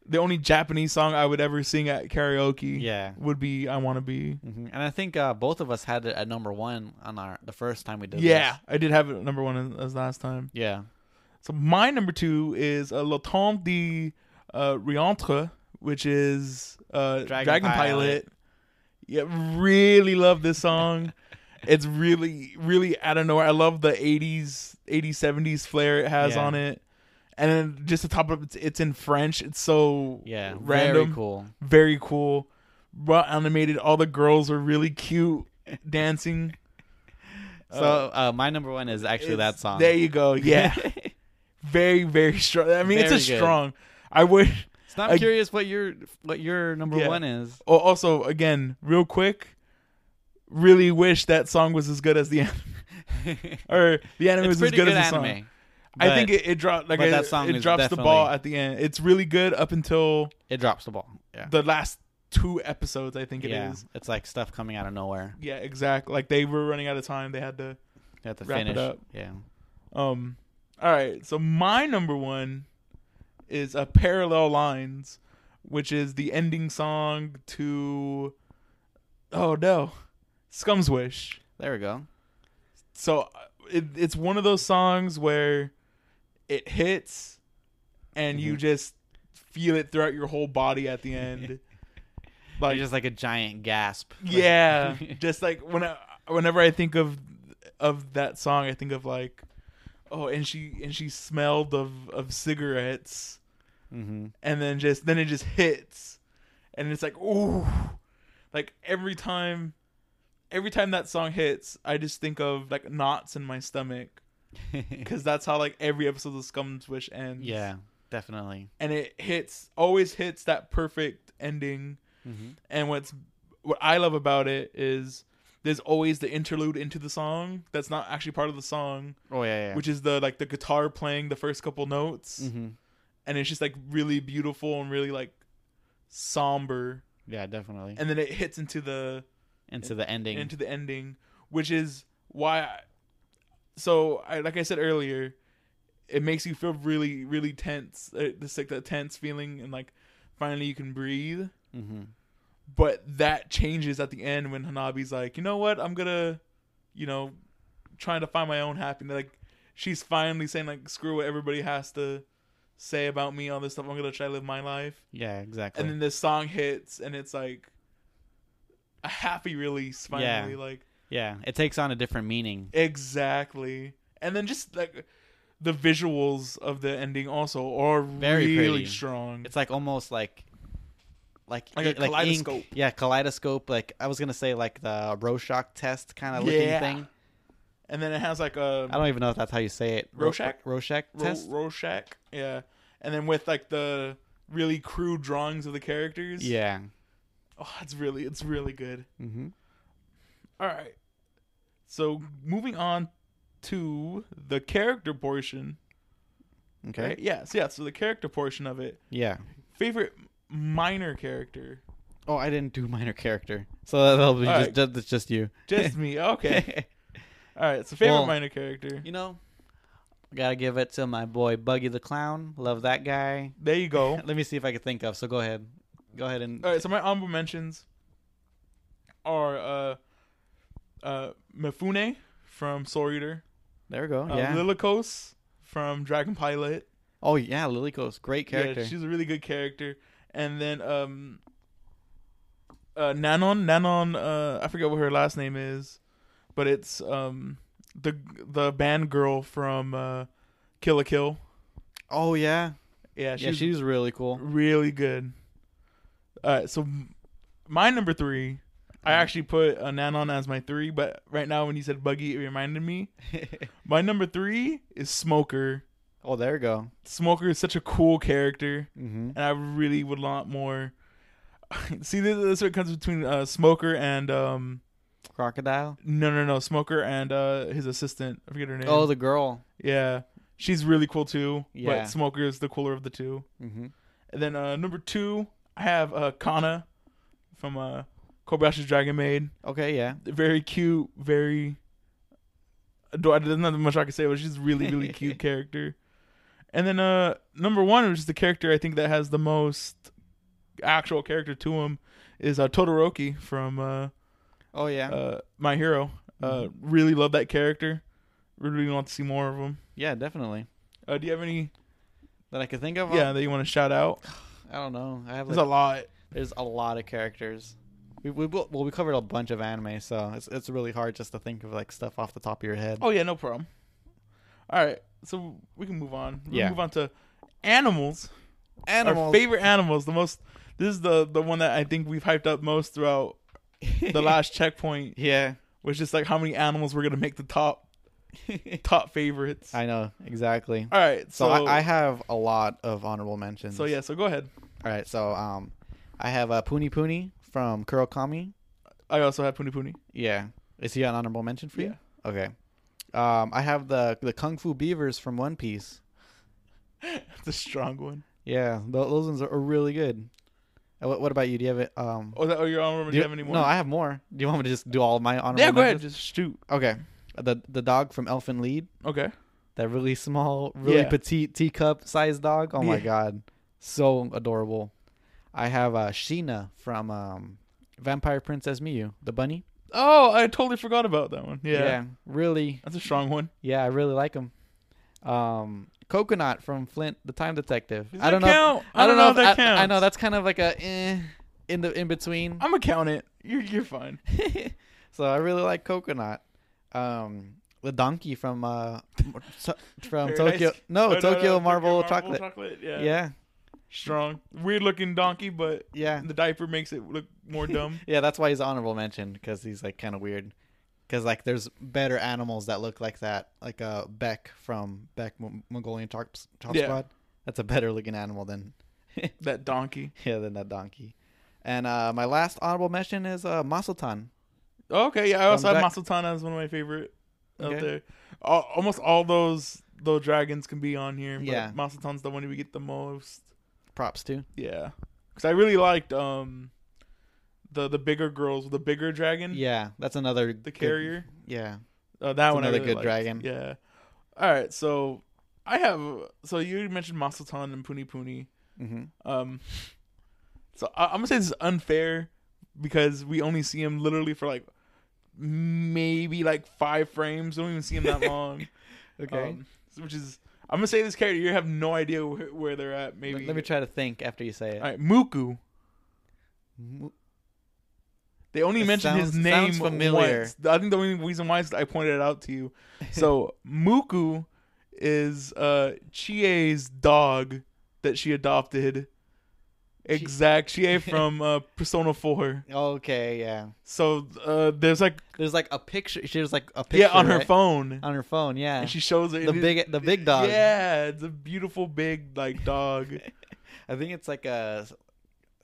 Speaker 2: the only Japanese song I would ever sing at karaoke.
Speaker 1: yeah,
Speaker 2: Would be I want to be.
Speaker 1: hmm and I think uh, both of us had it at number one on our the first time we did.
Speaker 2: Yeah,
Speaker 1: this.
Speaker 2: I did have it at number one as, as last time.
Speaker 1: yeah,
Speaker 2: So my number two is uh, Le Temps de uh, Rientre, which is uh, Dragon,
Speaker 1: Dragon
Speaker 2: Pilot.
Speaker 1: Pilot.
Speaker 2: Yeah, really love this song. it's really, really out of nowhere. I love the 80s, 80s, 70s flair it has
Speaker 1: Yeah.
Speaker 2: on it. And then just to top it up, it's, it's in French. It's so
Speaker 1: yeah,
Speaker 2: random,
Speaker 1: very cool.
Speaker 2: very cool. Well animated. All the girls are really cute dancing.
Speaker 1: So uh, my number one is actually that
Speaker 2: Oh. It's-
Speaker 1: song.
Speaker 2: There you go. Yeah. very, very strong. I mean,
Speaker 1: Very
Speaker 2: it's a
Speaker 1: good.
Speaker 2: strong. I would.
Speaker 1: so I'm
Speaker 2: I-
Speaker 1: curious what your what your number
Speaker 2: Yeah.
Speaker 1: one is.
Speaker 2: Oh, also, again, real quick, really wish that song was as good as the anime, or the anime
Speaker 1: it's
Speaker 2: was as
Speaker 1: pretty
Speaker 2: good,
Speaker 1: good,
Speaker 2: as the
Speaker 1: anime.
Speaker 2: song. I think
Speaker 1: but
Speaker 2: it, it dropped like
Speaker 1: but
Speaker 2: it,
Speaker 1: that song
Speaker 2: it
Speaker 1: is
Speaker 2: drops the
Speaker 1: definitely-
Speaker 2: ball at the end. It's really good up until
Speaker 1: it drops the ball. Yeah,
Speaker 2: the last two episodes. I think it is.
Speaker 1: yeah, it's like stuff coming out of nowhere.
Speaker 2: Yeah, exact. Like they were running out of time. They had to.
Speaker 1: You have to
Speaker 2: Wrap it
Speaker 1: finish.
Speaker 2: up.
Speaker 1: Yeah.
Speaker 2: Um. All right. So my number one is a parallel lines, which is the ending song to. Oh no, Scum's Wish.
Speaker 1: There we go.
Speaker 2: so uh, it, it's one of those songs where it hits and you
Speaker 1: Mhm.
Speaker 2: just feel it throughout your whole body at the end like
Speaker 1: It's just like a giant gasp.
Speaker 2: yeah just like when I, whenever i think of of that song i think of like oh and she and she smelled of of cigarettes
Speaker 1: mm-hmm.
Speaker 2: and then just then it just hits and it's like ooh like every time every time that song hits i just think of like knots in my stomach because that's how like every episode of Scum's Wish ends.
Speaker 1: yeah, definitely.
Speaker 2: and it hits always hits that perfect ending.
Speaker 1: Mm-hmm.
Speaker 2: And what's what I love about it is there's always the interlude into the song that's not actually part of the song,
Speaker 1: Oh yeah, yeah.
Speaker 2: which is the like the guitar playing the first couple notes,
Speaker 1: mm-hmm.
Speaker 2: and it's just like really beautiful and really like somber,
Speaker 1: yeah, definitely.
Speaker 2: and then it hits into the
Speaker 1: Into the ending.
Speaker 2: into the ending, which is why. I, so, I, like I said earlier, it makes you feel really, really tense. Uh, It's like that tense feeling, and like finally you can breathe.
Speaker 1: mm-hmm.
Speaker 2: But that changes at the end when Hanabi's like, you know what, I'm gonna, you know, trying to find my own happiness. Like she's finally saying like, screw what everybody has to say about me, all this stuff. I'm gonna try to live my life.
Speaker 1: Yeah, exactly.
Speaker 2: And then this song hits, and it's like a happy release finally. Like
Speaker 1: yeah, it takes on a different meaning.
Speaker 2: Exactly. And then just like the visuals of the ending also are
Speaker 1: Very
Speaker 2: really
Speaker 1: pretty.
Speaker 2: strong.
Speaker 1: It's like almost like, like
Speaker 2: Like a
Speaker 1: ink- ink.
Speaker 2: kaleidoscope.
Speaker 1: Yeah, kaleidoscope. Like I was gonna say, like the Rorschach test kind of
Speaker 2: Yeah.
Speaker 1: looking thing.
Speaker 2: and then it has like
Speaker 1: I
Speaker 2: a
Speaker 1: don't even know if that's how you say it. Ro-
Speaker 2: Rorschach?
Speaker 1: Rorschach
Speaker 2: Ro-
Speaker 1: test.
Speaker 2: Rorschach. Yeah. And then with like the really crude drawings of the characters.
Speaker 1: yeah.
Speaker 2: Oh, it's really it's really good.
Speaker 1: Mm-hmm.
Speaker 2: All right. So moving on to the character portion.
Speaker 1: Okay.
Speaker 2: Right? Yes, yeah. So the character portion of it.
Speaker 1: Yeah.
Speaker 2: Favorite minor character.
Speaker 1: Oh, I didn't do minor character, so that'll be
Speaker 2: All
Speaker 1: just, ju- that's just you.
Speaker 2: Just me. Okay. All right. So favorite
Speaker 1: Well,
Speaker 2: minor character.
Speaker 1: you know, gotta give it to my boy Buggy the Clown. Love that guy.
Speaker 2: There you go.
Speaker 1: Let me see if I can think of. So go ahead, go ahead and
Speaker 2: All right, so my honorable mentions are uh, uh, Mifune from Soul Eater,
Speaker 1: there we go.
Speaker 2: uh,
Speaker 1: Oh, yeah.
Speaker 2: Lilikos from Dragon Pilot.
Speaker 1: oh yeah, Lilikos, great character.
Speaker 2: Yeah, she's a really good character. And then um, uh, Nanon, Nanon, uh, I forget what her last name is, but it's um, the the band girl from uh, Kill a Kill.
Speaker 1: oh yeah,
Speaker 2: Yeah, she's,
Speaker 1: yeah, she's really cool.
Speaker 2: really good. All right, so m- my number three, I
Speaker 1: Uh-huh.
Speaker 2: actually put a Nanon as my three, but right now when you said Buggy, it reminded me. My number three is Smoker.
Speaker 1: oh, there we go.
Speaker 2: Smoker is such a cool character,
Speaker 1: Mm-hmm.
Speaker 2: and I really would want more. See, this, this is what comes between uh, Smoker and um,
Speaker 1: Crocodile.
Speaker 2: no, no, no, Smoker and uh, his assistant. I forget her name.
Speaker 1: Oh, the girl.
Speaker 2: yeah, she's really cool too.
Speaker 1: Yeah.
Speaker 2: But Smoker is the cooler of the two.
Speaker 1: Mm-hmm.
Speaker 2: And then uh, number two, I have uh, Kana from uh, Kobayashi's Dragon Maid.
Speaker 1: Okay, yeah,
Speaker 2: Very cute, very. ador- There's not much I can say, but she's a really, really cute character. And then uh, number one, which is the character I think that has the most actual character to him, is uh, Todoroki from uh,
Speaker 1: oh yeah, Mm-hmm.
Speaker 2: uh, My Hero. Uh, really love that character. Really want to see more of him.
Speaker 1: yeah, definitely.
Speaker 2: Uh, do you have any
Speaker 1: That I could think of.
Speaker 2: yeah that you want to shout out?
Speaker 1: I don't know. I have
Speaker 2: There's
Speaker 1: like,
Speaker 2: a lot.
Speaker 1: There's a lot of characters. We, we well we covered a bunch of anime, so it's it's really hard just to think of like stuff off the top of your head.
Speaker 2: Oh yeah, no problem. All right, so we can move on. We
Speaker 1: Yeah.
Speaker 2: can move on to animals. Our
Speaker 1: Animals.
Speaker 2: favorite animals. The most. This is the the one that I think we've hyped up most throughout the last checkpoint,
Speaker 1: yeah,
Speaker 2: was just like how many animals we're gonna make the top top favorites.
Speaker 1: I know exactly.
Speaker 2: All right,
Speaker 1: So
Speaker 2: so
Speaker 1: I, I have a lot of honorable mentions.
Speaker 2: so yeah, so go ahead.
Speaker 1: All right. So um, I have a Puni Puni from Kurokami.
Speaker 2: I also have Puni Puni.
Speaker 1: Yeah. Is he an honorable mention for you? Okay. Um, I have the the Kung Fu Beavers from One Piece.
Speaker 2: That's a strong one.
Speaker 1: Yeah, tho- those ones are, are really good. Uh, What, what about you? Do you have it? Um,
Speaker 2: Oh, that, oh, your honorable. Do you have any more?
Speaker 1: No, I have more. Do you want me to just do all my honorable?
Speaker 2: yeah, go ahead.
Speaker 1: mentions?
Speaker 2: Just shoot.
Speaker 1: Okay. The the dog from Elfin Lead,
Speaker 2: Okay.
Speaker 1: that really small, really
Speaker 2: Yeah.
Speaker 1: petite teacup sized dog. Oh my
Speaker 2: Yeah.
Speaker 1: god, so adorable. I have uh, Sheena from um, Vampire Princess Miyu, the bunny.
Speaker 2: Oh, I totally forgot about that one. Yeah,
Speaker 1: really.
Speaker 2: that's a strong one.
Speaker 1: Yeah, I really like him. Um, Coconut from Flint, the Time Detective.
Speaker 2: Does
Speaker 1: I don't
Speaker 2: that
Speaker 1: know.
Speaker 2: count?
Speaker 1: If, I don't know.
Speaker 2: if that
Speaker 1: if, I,
Speaker 2: counts.
Speaker 1: I know that's kind of like a eh, in the in between.
Speaker 2: I'm gonna count it. You're you're fine.
Speaker 1: so I really like Coconut. Um, the donkey from uh to- from
Speaker 2: Paradise-
Speaker 1: Tokyo. No,
Speaker 2: Oh,
Speaker 1: Tokyo, Marble Chocolate.
Speaker 2: Yeah.
Speaker 1: Yeah,
Speaker 2: Strong. Weird looking donkey, but
Speaker 1: yeah,
Speaker 2: the diaper makes it look more dumb.
Speaker 1: yeah. That's why he's honorable mention because he's like kind of weird. Because like there's better animals that look like that, like uh Beck from Beck Mo- Mongolian Chop, Chop
Speaker 2: Yeah.
Speaker 1: Squad. That's a better looking animal than
Speaker 2: that donkey.
Speaker 1: yeah than that donkey. And uh, my last honorable mention is uh, Masultan.
Speaker 2: Okay, yeah, I also
Speaker 1: From
Speaker 2: have
Speaker 1: back-
Speaker 2: Masultana as one of my favorite
Speaker 1: Okay.
Speaker 2: out there. Al almost all those those dragons can be on here, but
Speaker 1: Yeah.
Speaker 2: Masultana's the one we get the most.
Speaker 1: Props too.
Speaker 2: Yeah, because I really liked um the the bigger girls with the bigger dragon,
Speaker 1: Yeah, that's another
Speaker 2: the
Speaker 1: good-
Speaker 2: carrier.
Speaker 1: yeah,
Speaker 2: Uh, that
Speaker 1: It's
Speaker 2: one I
Speaker 1: another
Speaker 2: really
Speaker 1: good
Speaker 2: liked.
Speaker 1: dragon.
Speaker 2: Yeah. All right, so I have so you mentioned Masultan and Puni Puni.
Speaker 1: hmm
Speaker 2: Um, so I, I'm gonna say this is unfair because we only see him literally for like maybe like five frames. We don't even see him that long.
Speaker 1: Okay.
Speaker 2: Um, which is I'm gonna say this character. You have no idea where, where they're at.
Speaker 1: Let-
Speaker 2: Maybe.
Speaker 1: Let me try to think after you say it. Mm-hmm.
Speaker 2: All right, Muku.
Speaker 1: Mu-
Speaker 2: They only
Speaker 1: It
Speaker 2: mentioned his
Speaker 1: sounds-
Speaker 2: name
Speaker 1: sounds familiar.
Speaker 2: once. I think the only reason why is I pointed it out to you. So Muku is uh Chie's dog that she adopted. Exact Chie from uh, Persona Four.
Speaker 1: Okay, yeah.
Speaker 2: So uh, there's like
Speaker 1: There's like a picture. There's like a picture.
Speaker 2: yeah on her
Speaker 1: right?
Speaker 2: phone,
Speaker 1: On her phone, yeah.
Speaker 2: and she shows it.
Speaker 1: the
Speaker 2: and it-
Speaker 1: big, the big dog.
Speaker 2: Yeah, it's a beautiful big like dog.
Speaker 1: I think it's like a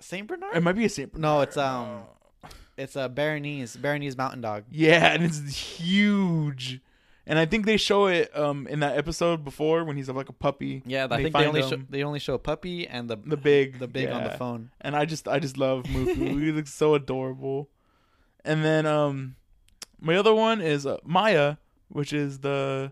Speaker 1: Saint Bernard.
Speaker 2: it might be a Saint.
Speaker 1: No, it's,
Speaker 2: Bernard.
Speaker 1: um, It's a Baronese, Baronese mountain dog.
Speaker 2: Yeah, and it's huge. And I think they show it um in that episode before when he's like a puppy.
Speaker 1: Yeah,
Speaker 2: They
Speaker 1: I think they
Speaker 2: find
Speaker 1: only show,
Speaker 2: them.
Speaker 1: they only show a puppy and the
Speaker 2: The big,
Speaker 1: the big on the
Speaker 2: yeah.
Speaker 1: phone.
Speaker 2: And I just I just love Muku. he looks so adorable. And then um my other one is uh, Maya, which is the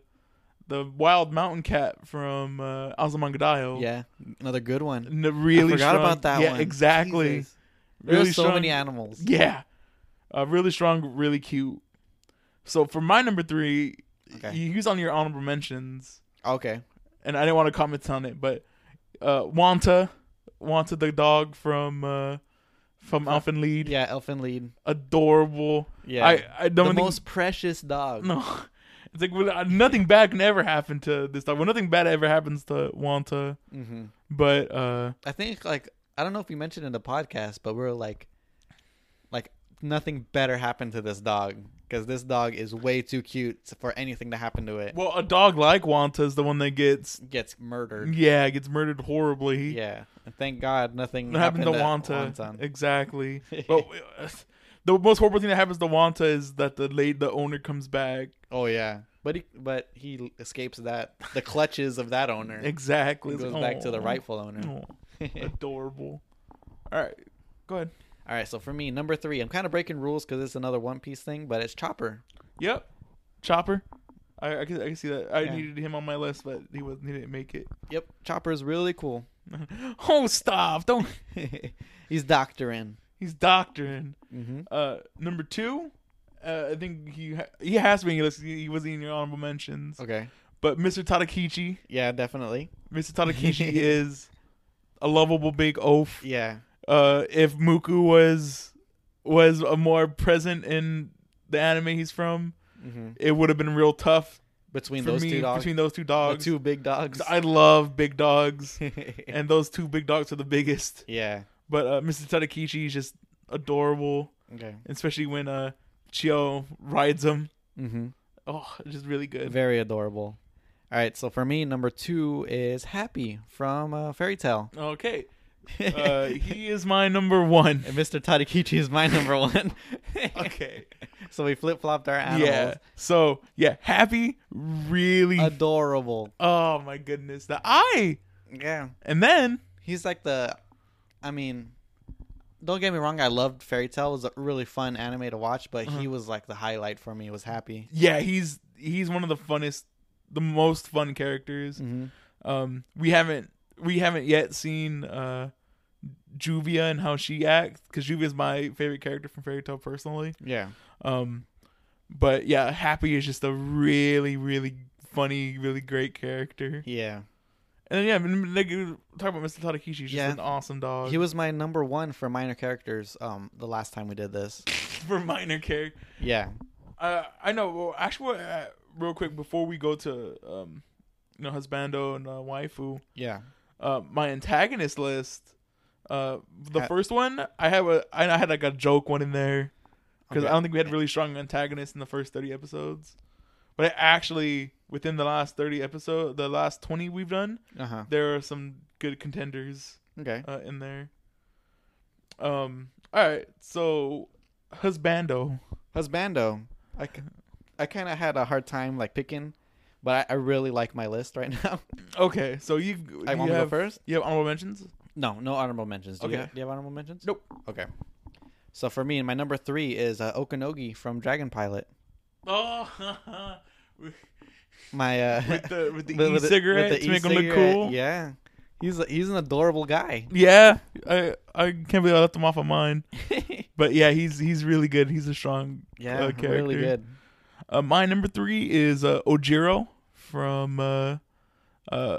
Speaker 2: the wild mountain cat from uh, Azumangadayo.
Speaker 1: Yeah, another good one.
Speaker 2: N- really
Speaker 1: I forgot
Speaker 2: strong-
Speaker 1: about that
Speaker 2: yeah,
Speaker 1: one.
Speaker 2: exactly.
Speaker 1: Jesus.
Speaker 2: Really
Speaker 1: There's so
Speaker 2: strong-
Speaker 1: many animals.
Speaker 2: Yeah. Uh, really strong, really cute. So for my number three,
Speaker 1: Okay.
Speaker 2: he was on your honorable mentions,
Speaker 1: Okay.
Speaker 2: and I didn't want to comment on it, but uh, Wanta, Wanta the dog from uh, from Elf and Lead,
Speaker 1: Yeah, elfin lead.
Speaker 2: adorable.
Speaker 1: Yeah.
Speaker 2: I I
Speaker 1: the
Speaker 2: don't think,
Speaker 1: most precious dog.
Speaker 2: no. It's like well, uh, nothing bad can ever happen to this dog. Well, nothing bad ever happens to Wanta,
Speaker 1: hmm
Speaker 2: but uh,
Speaker 1: I think like I don't know if you mentioned in the podcast, but we're like, like nothing better happened to this dog because this dog is way too cute for anything to happen to it.
Speaker 2: well, a dog like Wanta is the one that gets
Speaker 1: Gets murdered.
Speaker 2: yeah gets murdered horribly.
Speaker 1: Yeah. And thank God nothing
Speaker 2: What happened to Wanta.
Speaker 1: Wonton.
Speaker 2: Exactly. but uh, the most horrible thing that happens to Wanta is that the late the owner comes back.
Speaker 1: Oh yeah. But he but he escapes that the clutches of that owner.
Speaker 2: Exactly.
Speaker 1: He
Speaker 2: It's
Speaker 1: goes
Speaker 2: like,
Speaker 1: back to the
Speaker 2: "Aw,
Speaker 1: rightful owner.
Speaker 2: aw, adorable. All right. Go ahead.
Speaker 1: All right, so for me, number three, I'm kind of breaking rules because it's another One Piece thing, but it's Chopper.
Speaker 2: Yep. Chopper. I I can, I can see that. I
Speaker 1: Yeah.
Speaker 2: needed him on my list, but he wasn't. He didn't make it.
Speaker 1: Yep, Chopper is really cool.
Speaker 2: oh, stop! Don't.
Speaker 1: He's doctoring.
Speaker 2: He's doctoring.
Speaker 1: Mm-hmm.
Speaker 2: Uh, number two. Uh, I think he ha- he has to be in your list. He he wasn't in your honorable mentions.
Speaker 1: Okay.
Speaker 2: But Mr. Tadakichi.
Speaker 1: Yeah, definitely.
Speaker 2: Mr. Tadakishi is a lovable big oaf.
Speaker 1: Yeah.
Speaker 2: Uh, if Muku was was a more present in the anime he's from,
Speaker 1: Mm-hmm.
Speaker 2: it would have been real tough
Speaker 1: Between
Speaker 2: for
Speaker 1: those
Speaker 2: me
Speaker 1: two dogs,
Speaker 2: between those two
Speaker 1: the
Speaker 2: dogs.
Speaker 1: two big dogs.
Speaker 2: I love big dogs, and those two big dogs are the biggest.
Speaker 1: yeah.
Speaker 2: But uh, Mr. Tadakishi is just adorable,
Speaker 1: Okay.
Speaker 2: especially when uh, Chio rides him.
Speaker 1: Mm-hmm.
Speaker 2: Oh, just really good.
Speaker 1: Very adorable. All right, so for me, number two is Happy from uh, Fairy Tale.
Speaker 2: Okay, uh, he is my number one.
Speaker 1: And Mr. Tadakichi is my number one.
Speaker 2: Okay.
Speaker 1: so we flip flopped our animals.
Speaker 2: Yeah. So yeah, happy, really.
Speaker 1: Adorable.
Speaker 2: oh my goodness, the eye,
Speaker 1: Yeah.
Speaker 2: and then
Speaker 1: He's like the, I mean, don't get me wrong. I loved Fairy Tale. It was a really fun anime to watch, but he was like the highlight for me. Was Happy.
Speaker 2: yeah, he's he's one of the funnest, the most fun characters.
Speaker 1: Mm-hmm.
Speaker 2: Um, we haven't we haven't yet seen uh, Juvia and how she acts because Juvia's my favorite character from Fairy Tale personally.
Speaker 1: Yeah.
Speaker 2: Um, but yeah, happy is just a really really funny, really great character.
Speaker 1: Yeah.
Speaker 2: And then, yeah, like, talk about Mr. Tadakishi. He's just
Speaker 1: Yeah.
Speaker 2: an awesome dog.
Speaker 1: He was my number one for minor characters. Um, the last time we did this.
Speaker 2: for minor character.
Speaker 1: Yeah.
Speaker 2: Uh, I know. Well, actually, uh, real quick before we go to um, you know, husbando and uh, waifu,
Speaker 1: Yeah.
Speaker 2: uh, my antagonist list. Uh, the
Speaker 1: Ha-
Speaker 2: first one I have a I, I had like a joke one in there because
Speaker 1: Okay.
Speaker 2: I don't think we had really strong antagonists in the first thirty episodes, but I actually within the last thirty episode, the last twenty we've done,
Speaker 1: Uh huh.
Speaker 2: uh, there are some good contenders
Speaker 1: Okay.
Speaker 2: uh, in there. Um, All right, so husbando.
Speaker 1: Husbando. I, c- I kind of had a hard time like picking, but I, I really like my list right now.
Speaker 2: Okay, so you.
Speaker 1: I want
Speaker 2: you
Speaker 1: me to go
Speaker 2: have,
Speaker 1: first?
Speaker 2: You have honorable mentions.
Speaker 1: no, no honorable mentions. Do, you
Speaker 2: Okay.
Speaker 1: have, do you have honorable mentions?
Speaker 2: Nope.
Speaker 1: Okay. So for me, my number three is uh, Okanogi from Dragon Pilot.
Speaker 2: Oh, with
Speaker 1: My uh,
Speaker 2: the with the
Speaker 1: with- with
Speaker 2: e-cigarette
Speaker 1: with the
Speaker 2: to make him look
Speaker 1: e-cigarette,
Speaker 2: cool.
Speaker 1: Yeah, he's a, he's an adorable guy.
Speaker 2: Yeah, I I can't believe I left him off of mine. But yeah, he's he's really good. He's a strong
Speaker 1: yeah,
Speaker 2: uh, character.
Speaker 1: really good.
Speaker 2: Uh, my number three is uh, Ojiro from uh, uh,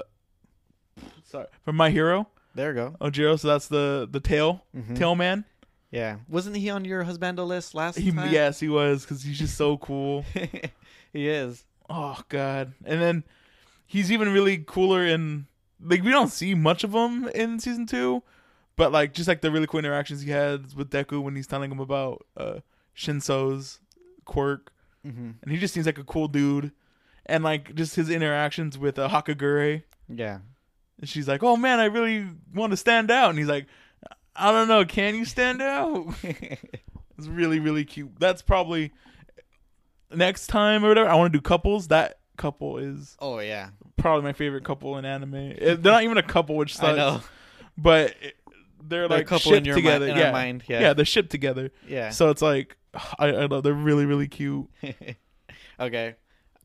Speaker 2: sorry from My Hero
Speaker 1: There you go.
Speaker 2: Ojiro. So that's the the tail
Speaker 1: Mhm.
Speaker 2: tail man.
Speaker 1: Yeah, wasn't he on your husbando list last
Speaker 2: He,
Speaker 1: time?
Speaker 2: yes, he was because he's just so cool.
Speaker 1: he is.
Speaker 2: Oh god! And then he's even really cooler in like we don't see much of him in season two, but like just like the really cool interactions he had with Deku when he's telling him about uh, Shinso's quirk,
Speaker 1: hmm
Speaker 2: and he just seems like a cool dude, and like just his interactions with uh, Hakagure,
Speaker 1: Yeah,
Speaker 2: and she's like, "Oh man, I really want to stand out," and he's like, "I don't know, can you stand out?" It's really, really cute. That's probably next time or whatever. I want to do couples. That couple is
Speaker 1: oh yeah,
Speaker 2: probably my favorite couple in anime. Eh, They're not even a couple, which sucks.
Speaker 1: I know.
Speaker 2: But it- they're
Speaker 1: They're
Speaker 2: like
Speaker 1: a couple
Speaker 2: shipped
Speaker 1: in your
Speaker 2: together.
Speaker 1: mind, in
Speaker 2: yeah.
Speaker 1: our mind.
Speaker 2: yeah,
Speaker 1: Yeah,
Speaker 2: they're shipped together.
Speaker 1: yeah.
Speaker 2: So it's like I, I love. They're really, really cute.
Speaker 1: okay,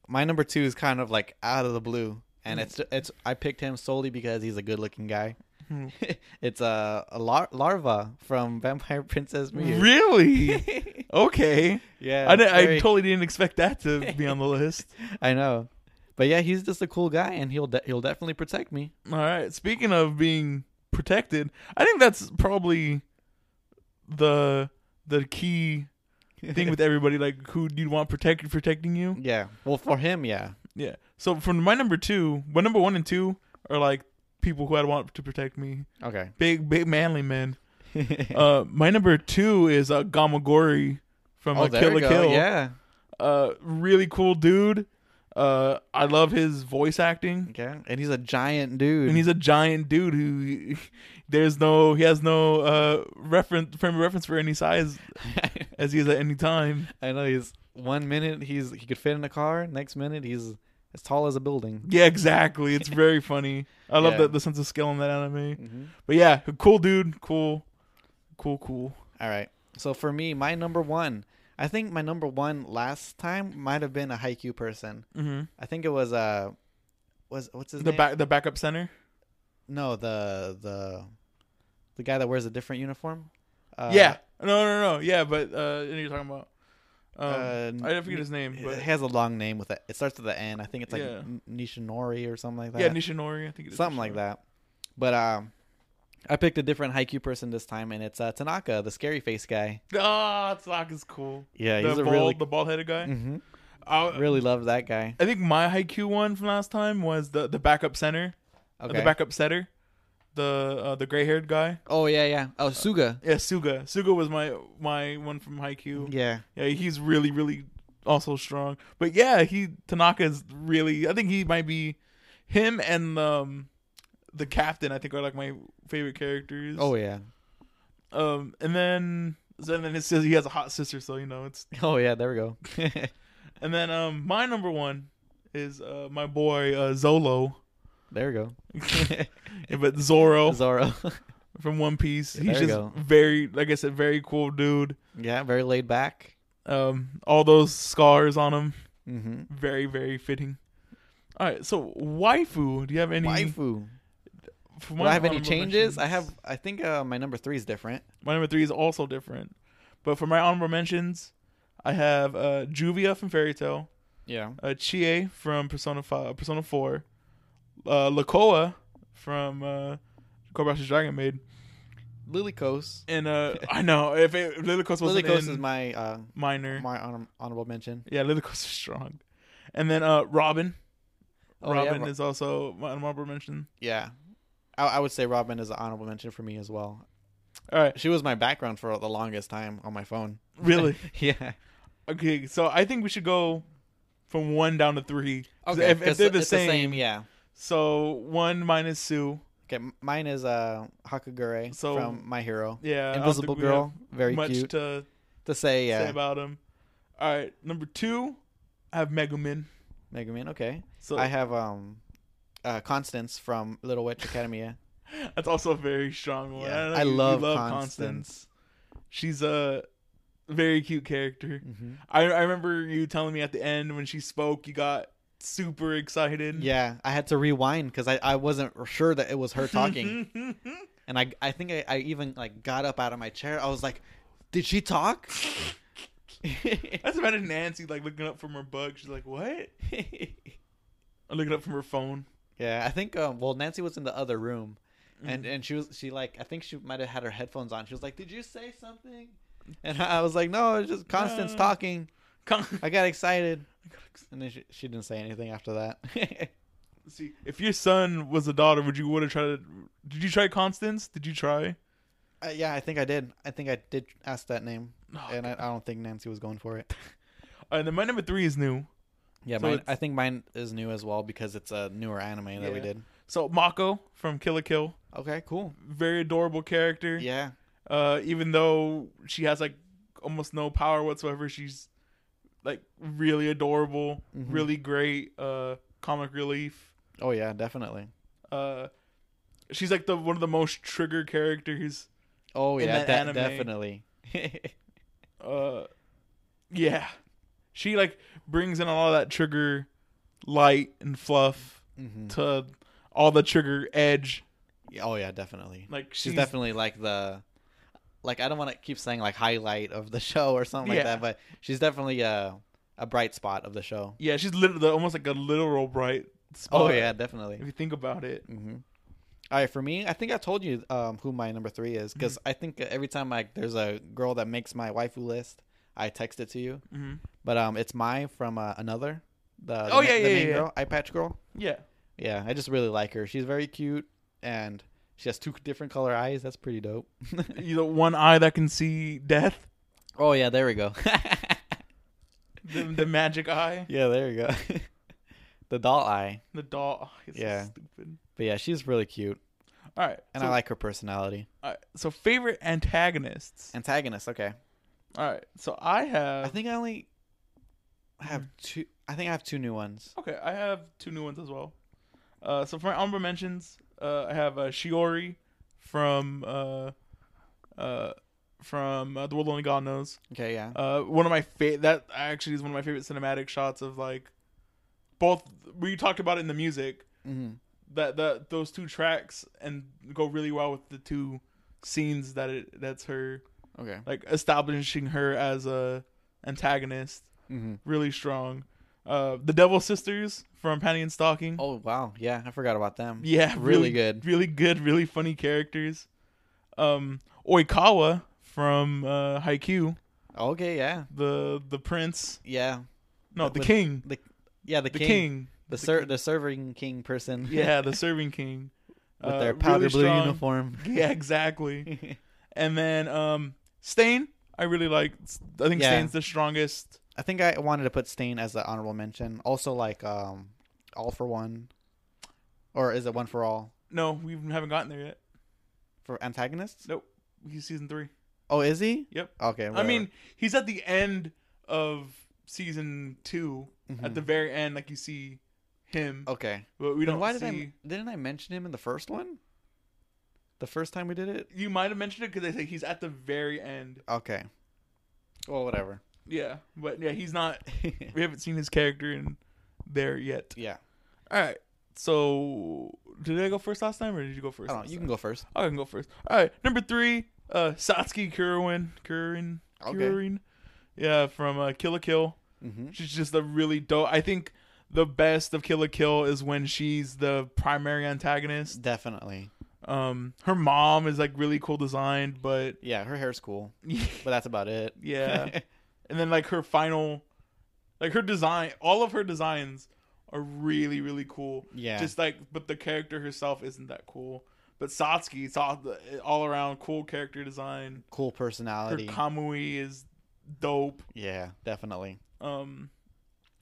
Speaker 1: my number two is kind of like out of the blue,
Speaker 2: Mm.
Speaker 1: and it's it's I picked him solely because he's a good-looking guy.
Speaker 2: Hmm.
Speaker 1: it's uh, a lar- larva from Vampire Princess Miu.
Speaker 2: Really? okay.
Speaker 1: yeah,
Speaker 2: I, didn't, I
Speaker 1: very-
Speaker 2: totally didn't expect that to be on the list.
Speaker 1: I know, but yeah, he's just a cool guy, and he'll de- he'll definitely protect me.
Speaker 2: All right. Speaking of being protected, I think that's probably the the key thing with everybody. Like, who do you want protect protecting you?
Speaker 1: Yeah, well, for him, yeah,
Speaker 2: Yeah. So from my number two, my number one and two are like people who I'd want to protect me.
Speaker 1: okay,
Speaker 2: Big, big manly men. Uh, my number two is uh, Gamagori from uh,
Speaker 1: Oh, there
Speaker 2: Kill
Speaker 1: you go.
Speaker 2: la Kill.
Speaker 1: yeah,
Speaker 2: Uh, really cool dude. Uh, I love his voice acting.
Speaker 1: okay, and he's a giant dude.
Speaker 2: and he's a giant dude who there's no he has no uh reference frame of reference for any size as he is at any time
Speaker 1: I know he's one minute he's he could fit in a car, next minute he's as tall as a building.
Speaker 2: yeah exactly it's very funny i love
Speaker 1: Yeah.
Speaker 2: that the sense of scale in that anime
Speaker 1: Mm-hmm.
Speaker 2: but yeah a cool dude cool cool cool
Speaker 1: All right. So for me, my number one, I think my number one last time might have been a Haikyuu person.
Speaker 2: mm-hmm.
Speaker 1: I think it was uh was what's his
Speaker 2: the
Speaker 1: name?
Speaker 2: back the backup center
Speaker 1: no, the the the guy that wears a different uniform. Uh,
Speaker 2: yeah no no no yeah but uh you know you're talking about um,
Speaker 1: Uh,
Speaker 2: i forget his name but
Speaker 1: It has a long name with it. It starts with the N. I think it's like
Speaker 2: Yeah.
Speaker 1: N- Nishinori or something like that.
Speaker 2: yeah nishinori i think it is
Speaker 1: something like
Speaker 2: Nishinori.
Speaker 1: that. But um, I picked a different haiku person this time, and it's uh, Tanaka, the scary face guy.
Speaker 2: ah Tsak is cool
Speaker 1: Yeah,
Speaker 2: the
Speaker 1: he's a
Speaker 2: bald
Speaker 1: really,
Speaker 2: the bald-headed guy
Speaker 1: Mhm.
Speaker 2: I-
Speaker 1: really love that guy.
Speaker 2: I think my haiku one from last time was the the backup center, uh,
Speaker 1: Okay.
Speaker 2: the backup setter, the uh, the gray haired guy.
Speaker 1: oh yeah, yeah.
Speaker 2: Uh,
Speaker 1: Oh Suga.
Speaker 2: Yeah, Suga. Suga was my my one from haiku.
Speaker 1: Yeah,
Speaker 2: Yeah, he's really really also strong. But yeah, he Tanaka's really. I think he might be him and um the captain. I think are like my favorite characters.
Speaker 1: Oh yeah.
Speaker 2: um, and then and then his sis- he has a hot sister, so you know it's.
Speaker 1: Oh yeah. There we go.
Speaker 2: And then um, my number one is uh my boy uh Zolo,
Speaker 1: there we go.
Speaker 2: Yeah, but Zoro.
Speaker 1: Zoro.
Speaker 2: from One Piece.
Speaker 1: Yeah,
Speaker 2: He's
Speaker 1: there you
Speaker 2: just
Speaker 1: go.
Speaker 2: very, like I said, very cool dude.
Speaker 1: yeah, very laid back.
Speaker 2: Um, all those scars on him,
Speaker 1: Mm-hmm.
Speaker 2: very, very fitting. All right, so waifu, do you have any?
Speaker 1: Waifu.
Speaker 2: for
Speaker 1: Do
Speaker 2: my
Speaker 1: I have any
Speaker 2: honorable
Speaker 1: changes? I have.
Speaker 2: mentions-
Speaker 1: I think uh, my number three is different.
Speaker 2: My number three is also different, but for my honorable mentions, I have uh, Juvia from Fairy Tale,
Speaker 1: Yeah.
Speaker 2: uh, Chie from Persona Five, Persona Four, uh, Lakoa from uh, Kobayashi Dragon Maid,
Speaker 1: Lilikos.
Speaker 2: and uh, I know if it, Lilikos wasn't
Speaker 1: Lilikos
Speaker 2: in
Speaker 1: is my uh,
Speaker 2: minor,
Speaker 1: my honor- honorable mention.
Speaker 2: Yeah, Lilicos is strong. And then uh Robin.
Speaker 1: Oh, yeah,
Speaker 2: Robin
Speaker 1: Ro-
Speaker 2: is also my honorable mention.
Speaker 1: Yeah. I, I would say Robin is an honorable mention for me as well.
Speaker 2: All right,
Speaker 1: She was my background for the longest time on my phone.
Speaker 2: really?
Speaker 1: yeah.
Speaker 2: okay, so I think we should go from one down to three. 'Cause If, if
Speaker 1: 'Cause
Speaker 2: they're the
Speaker 1: it's
Speaker 2: same,
Speaker 1: yeah.
Speaker 2: So one minus Sue,
Speaker 1: Okay, m- mine is uh, Hakagure
Speaker 2: So-
Speaker 1: from My Hero.
Speaker 2: Yeah, I don't
Speaker 1: Invisible
Speaker 2: think we have
Speaker 1: Girl, very
Speaker 2: much
Speaker 1: cute. To,
Speaker 2: to
Speaker 1: say, yeah,
Speaker 2: say about him. All right, number two, I have Megumin.
Speaker 1: Mega Man. Okay,
Speaker 2: So
Speaker 1: I have um, uh, Constance from Little Witch Academia.
Speaker 2: that's also a very strong one.
Speaker 1: Yeah,
Speaker 2: don't know
Speaker 1: I
Speaker 2: if you- you
Speaker 1: love
Speaker 2: Constance. She's a very cute character.
Speaker 1: mm-hmm.
Speaker 2: I, I remember you telling me at the end when she spoke, you got super excited.
Speaker 1: Yeah, I had to rewind because I, I wasn't sure that it was her talking, and I I think I, I even like got up out of my chair. I was like, did she talk?
Speaker 2: I just imagine Nancy like looking up from her book. She's like, "What?" Or looking up from her phone.
Speaker 1: yeah, I think um, well Nancy was in the other room, and and she was she like I think she might have had her headphones on. She was like, did you say something? And I was like, no, it's just Constance
Speaker 2: No.
Speaker 1: talking.
Speaker 2: Con-
Speaker 1: I got excited, and then she, she didn't say anything after that.
Speaker 2: See, if your son was a daughter, would you would have tried? to- Did you try Constance? Did you try?
Speaker 1: uh, yeah, I think I did. I think I did ask that name,
Speaker 2: Oh,
Speaker 1: and I, I don't think Nancy was going for it.
Speaker 2: All right, then my number three is new.
Speaker 1: Yeah,
Speaker 2: So
Speaker 1: mine,
Speaker 2: it's-
Speaker 1: I think mine is new as well because it's a newer anime that we
Speaker 2: Yeah.
Speaker 1: did.
Speaker 2: So Mako from Kill la Kill,
Speaker 1: Okay, cool.
Speaker 2: very adorable character.
Speaker 1: Yeah,
Speaker 2: Uh, even though she has like almost no power whatsoever, she's like really adorable,
Speaker 1: Mhm.
Speaker 2: really great. Uh, comic relief.
Speaker 1: Oh yeah, definitely.
Speaker 2: Uh, she's like the one of the most trigger characters.
Speaker 1: Oh
Speaker 2: In
Speaker 1: yeah,
Speaker 2: that
Speaker 1: de-
Speaker 2: anime.
Speaker 1: definitely.
Speaker 2: uh yeah she like brings in all that trigger light and fluff
Speaker 1: Mhm.
Speaker 2: to all the trigger edge
Speaker 1: Yeah, Oh yeah, definitely.
Speaker 2: like
Speaker 1: she's, definitely like the, like I don't want to keep saying like highlight of the show or something
Speaker 2: Yeah.
Speaker 1: like that, but she's definitely a a bright spot of the show.
Speaker 2: yeah she's literally almost like a literal bright spot
Speaker 1: oh yeah,
Speaker 2: if
Speaker 1: definitely.
Speaker 2: you think about it
Speaker 1: Mm-hmm. All right, for me, I think I told you um, who my number three is because
Speaker 2: Mm-hmm.
Speaker 1: I think every time like there's a girl that makes my waifu list, I text it to you.
Speaker 2: hmm
Speaker 1: But um, it's my from uh, another. The, the
Speaker 2: Oh,
Speaker 1: ma-
Speaker 2: yeah,
Speaker 1: the
Speaker 2: yeah,
Speaker 1: main
Speaker 2: yeah.
Speaker 1: girl, eye patch girl.
Speaker 2: yeah
Speaker 1: Yeah, I just really like her. She's very cute, and she has two different color eyes. That's pretty dope.
Speaker 2: you know one eye that can see death
Speaker 1: oh yeah, there we go.
Speaker 2: the, the magic eye
Speaker 1: yeah, there we go. the doll eye.
Speaker 2: the doll eye is
Speaker 1: Yeah.
Speaker 2: so stupid
Speaker 1: But yeah, she's really cute,
Speaker 2: all right
Speaker 1: and
Speaker 2: so,
Speaker 1: I like her personality.
Speaker 2: all right, so favorite antagonists
Speaker 1: Antagonist. Okay,
Speaker 2: all right so i have
Speaker 1: I think I only have two. I think I have two new ones.
Speaker 2: Okay, I have two new ones as well. Uh, so for my honorable mentions, uh, I have uh, Shiori from uh, uh, from uh, The World Only God Knows.
Speaker 1: Okay, yeah.
Speaker 2: Uh, one of my fa- that actually is one of my favorite cinematic shots of like both. We talked about it in the music
Speaker 1: hmm
Speaker 2: that that those two tracks and go really well with the two scenes that it that's her
Speaker 1: Okay.
Speaker 2: like establishing her as a antagonist
Speaker 1: hmm
Speaker 2: really strong. Uh, the Devil Sisters from Panty and Stocking.
Speaker 1: Oh wow, yeah, I forgot about them.
Speaker 2: Yeah,
Speaker 1: Really good.
Speaker 2: really good, really funny characters. Um, Oikawa from uh, Haikyuu,
Speaker 1: Okay, yeah,
Speaker 2: the the prince,
Speaker 1: yeah,
Speaker 2: no, the
Speaker 1: With-
Speaker 2: king,
Speaker 1: the yeah the,
Speaker 2: the
Speaker 1: king,
Speaker 2: king,
Speaker 1: the
Speaker 2: The
Speaker 1: ser-
Speaker 2: king.
Speaker 1: the serving king person.
Speaker 2: yeah, the serving king,
Speaker 1: with
Speaker 2: Uh,
Speaker 1: their
Speaker 2: really
Speaker 1: powder blue
Speaker 2: strong.
Speaker 1: uniform.
Speaker 2: Yeah, exactly. And then um, Stain, I really like. I think
Speaker 1: Yeah.
Speaker 2: Stain's the strongest.
Speaker 1: I think I wanted to put Stain as an honorable mention. Also, like um, All for One, or is it One for All
Speaker 2: No, we haven't gotten there yet.
Speaker 1: for antagonists?
Speaker 2: Nope, he's season three.
Speaker 1: Oh, is he?
Speaker 2: Yep.
Speaker 1: Okay.
Speaker 2: I mean, he's at the end of season 2 At
Speaker 1: Mhm.
Speaker 2: the very end, like you see him,
Speaker 1: okay.
Speaker 2: but we
Speaker 1: Oh, Then
Speaker 2: don't
Speaker 1: why
Speaker 2: see.
Speaker 1: did I didn't I mention him in the first one? The first time we did it.
Speaker 2: You might have mentioned it because they say he's at the very end.
Speaker 1: Okay. Well, whatever.
Speaker 2: Yeah, but yeah, he's not. We haven't seen his character in there yet.
Speaker 1: yeah.
Speaker 2: All right. So did I go first last time, or did you go
Speaker 1: I
Speaker 2: first?
Speaker 1: don't. know.
Speaker 2: last
Speaker 1: Oh, You
Speaker 2: time?
Speaker 1: can go first.
Speaker 2: I can go first. All right, number three, uh, Satsuki Kurin, Kurin,
Speaker 1: Okay.
Speaker 2: Kurin, yeah, from uh, Kill a Kill.
Speaker 1: Mm-hmm.
Speaker 2: She's just a really dope. I think the best of Kill a Kill is when she's the primary antagonist.
Speaker 1: Definitely.
Speaker 2: Um, her mom is like really cool designed, but
Speaker 1: Yeah, her hair's cool, but that's about it.
Speaker 2: yeah. and then like her final, like her design, all of her designs are really really cool.
Speaker 1: yeah.
Speaker 2: Just like, but the character herself isn't that cool. But Satsuki, it's all all around cool character design.
Speaker 1: cool
Speaker 2: Her
Speaker 1: personality.
Speaker 2: Kamui is dope.
Speaker 1: yeah, definitely.
Speaker 2: Um,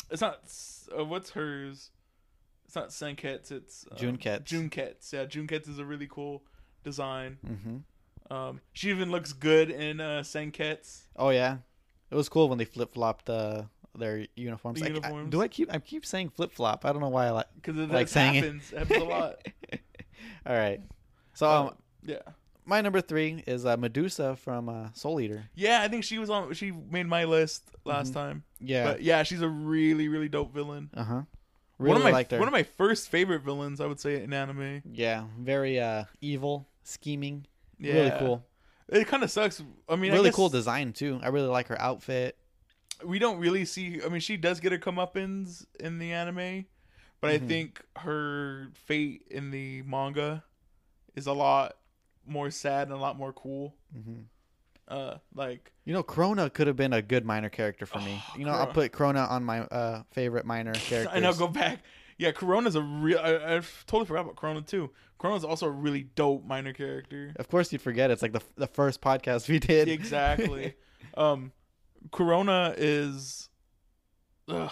Speaker 2: it's not uh, what's hers. It's not Sunkets. It's uh,
Speaker 1: Junkets.
Speaker 2: Junkets. Yeah, Junkets is a really cool design.
Speaker 1: Mm-hmm.
Speaker 2: Um, she even looks good in uh, Senkets.
Speaker 1: Oh yeah, it was cool when they flip flopped uh, their uniforms.
Speaker 2: The
Speaker 1: I- I-
Speaker 2: uniforms.
Speaker 1: do I keep? I keep saying flip flop. I don't know why. I like.
Speaker 2: Because it
Speaker 1: Like
Speaker 2: that
Speaker 1: saying it.
Speaker 2: happens. happens a lot.
Speaker 1: All right. So um,
Speaker 2: Um, yeah.
Speaker 1: my number three is uh, Medusa from uh, Soul Eater.
Speaker 2: Yeah, I think she was on. She made my list last
Speaker 1: Mhm.
Speaker 2: time.
Speaker 1: Yeah.
Speaker 2: But yeah, she's a really, really dope villain.
Speaker 1: uh huh. Really
Speaker 2: one of my
Speaker 1: liked her.
Speaker 2: one of my first favorite villains, I would say, in anime.
Speaker 1: yeah, very uh, evil, scheming.
Speaker 2: Yeah,
Speaker 1: Really cool.
Speaker 2: It kind of sucks. I mean, I
Speaker 1: really
Speaker 2: guess
Speaker 1: cool design too. I really like her outfit.
Speaker 2: We don't really see. I mean, she does get her comeuppance in the anime, but
Speaker 1: Mhm.
Speaker 2: I think her fate in the manga is a lot more sad and a lot more cool.
Speaker 1: hmm
Speaker 2: Uh, like
Speaker 1: You know, Krona could have been a good minor character for me.
Speaker 2: Oh,
Speaker 1: you know, I'll
Speaker 2: Krona.
Speaker 1: put Krona on my uh, favorite minor characters.
Speaker 2: And I'll go back. Yeah, Corona's a real. I, I totally forgot about Corona too. Corona's also a really dope minor character.
Speaker 1: Of course, you'd forget. It's like the the first podcast we did.
Speaker 2: exactly. Um, Corona is, ugh,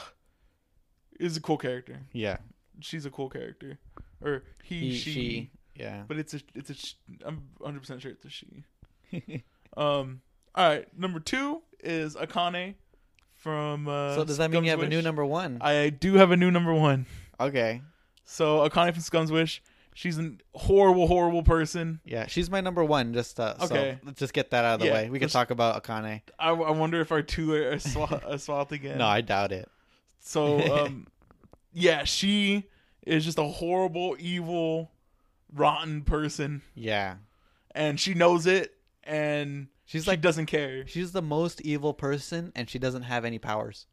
Speaker 2: is a cool character.
Speaker 1: yeah.
Speaker 2: She's a cool character, or he,
Speaker 1: He,
Speaker 2: she.
Speaker 1: she. Yeah.
Speaker 2: But it's a it's a. sh- I'm 100 percent sure it's a she. Um. All right. Number two is Akane, from. Uh,
Speaker 1: so does that mean you have a new
Speaker 2: Scumswish.
Speaker 1: number one?
Speaker 2: I do have a new number one.
Speaker 1: okay.
Speaker 2: So Akane from Scum's Wish, she's a horrible, horrible person.
Speaker 1: Yeah, she's my number one. Just uh,
Speaker 2: Okay.
Speaker 1: So let's just get that out of the
Speaker 2: Yeah,
Speaker 1: way. We can
Speaker 2: let's-
Speaker 1: talk about Akane.
Speaker 2: I, I wonder if our two are, are, swa- are swapped again.
Speaker 1: No, I doubt it.
Speaker 2: So, um, yeah, she is just a horrible, evil, rotten person,
Speaker 1: Yeah.
Speaker 2: and she knows it, and
Speaker 1: She's
Speaker 2: she
Speaker 1: like
Speaker 2: doesn't care.
Speaker 1: she's the most evil person, and she doesn't have any powers.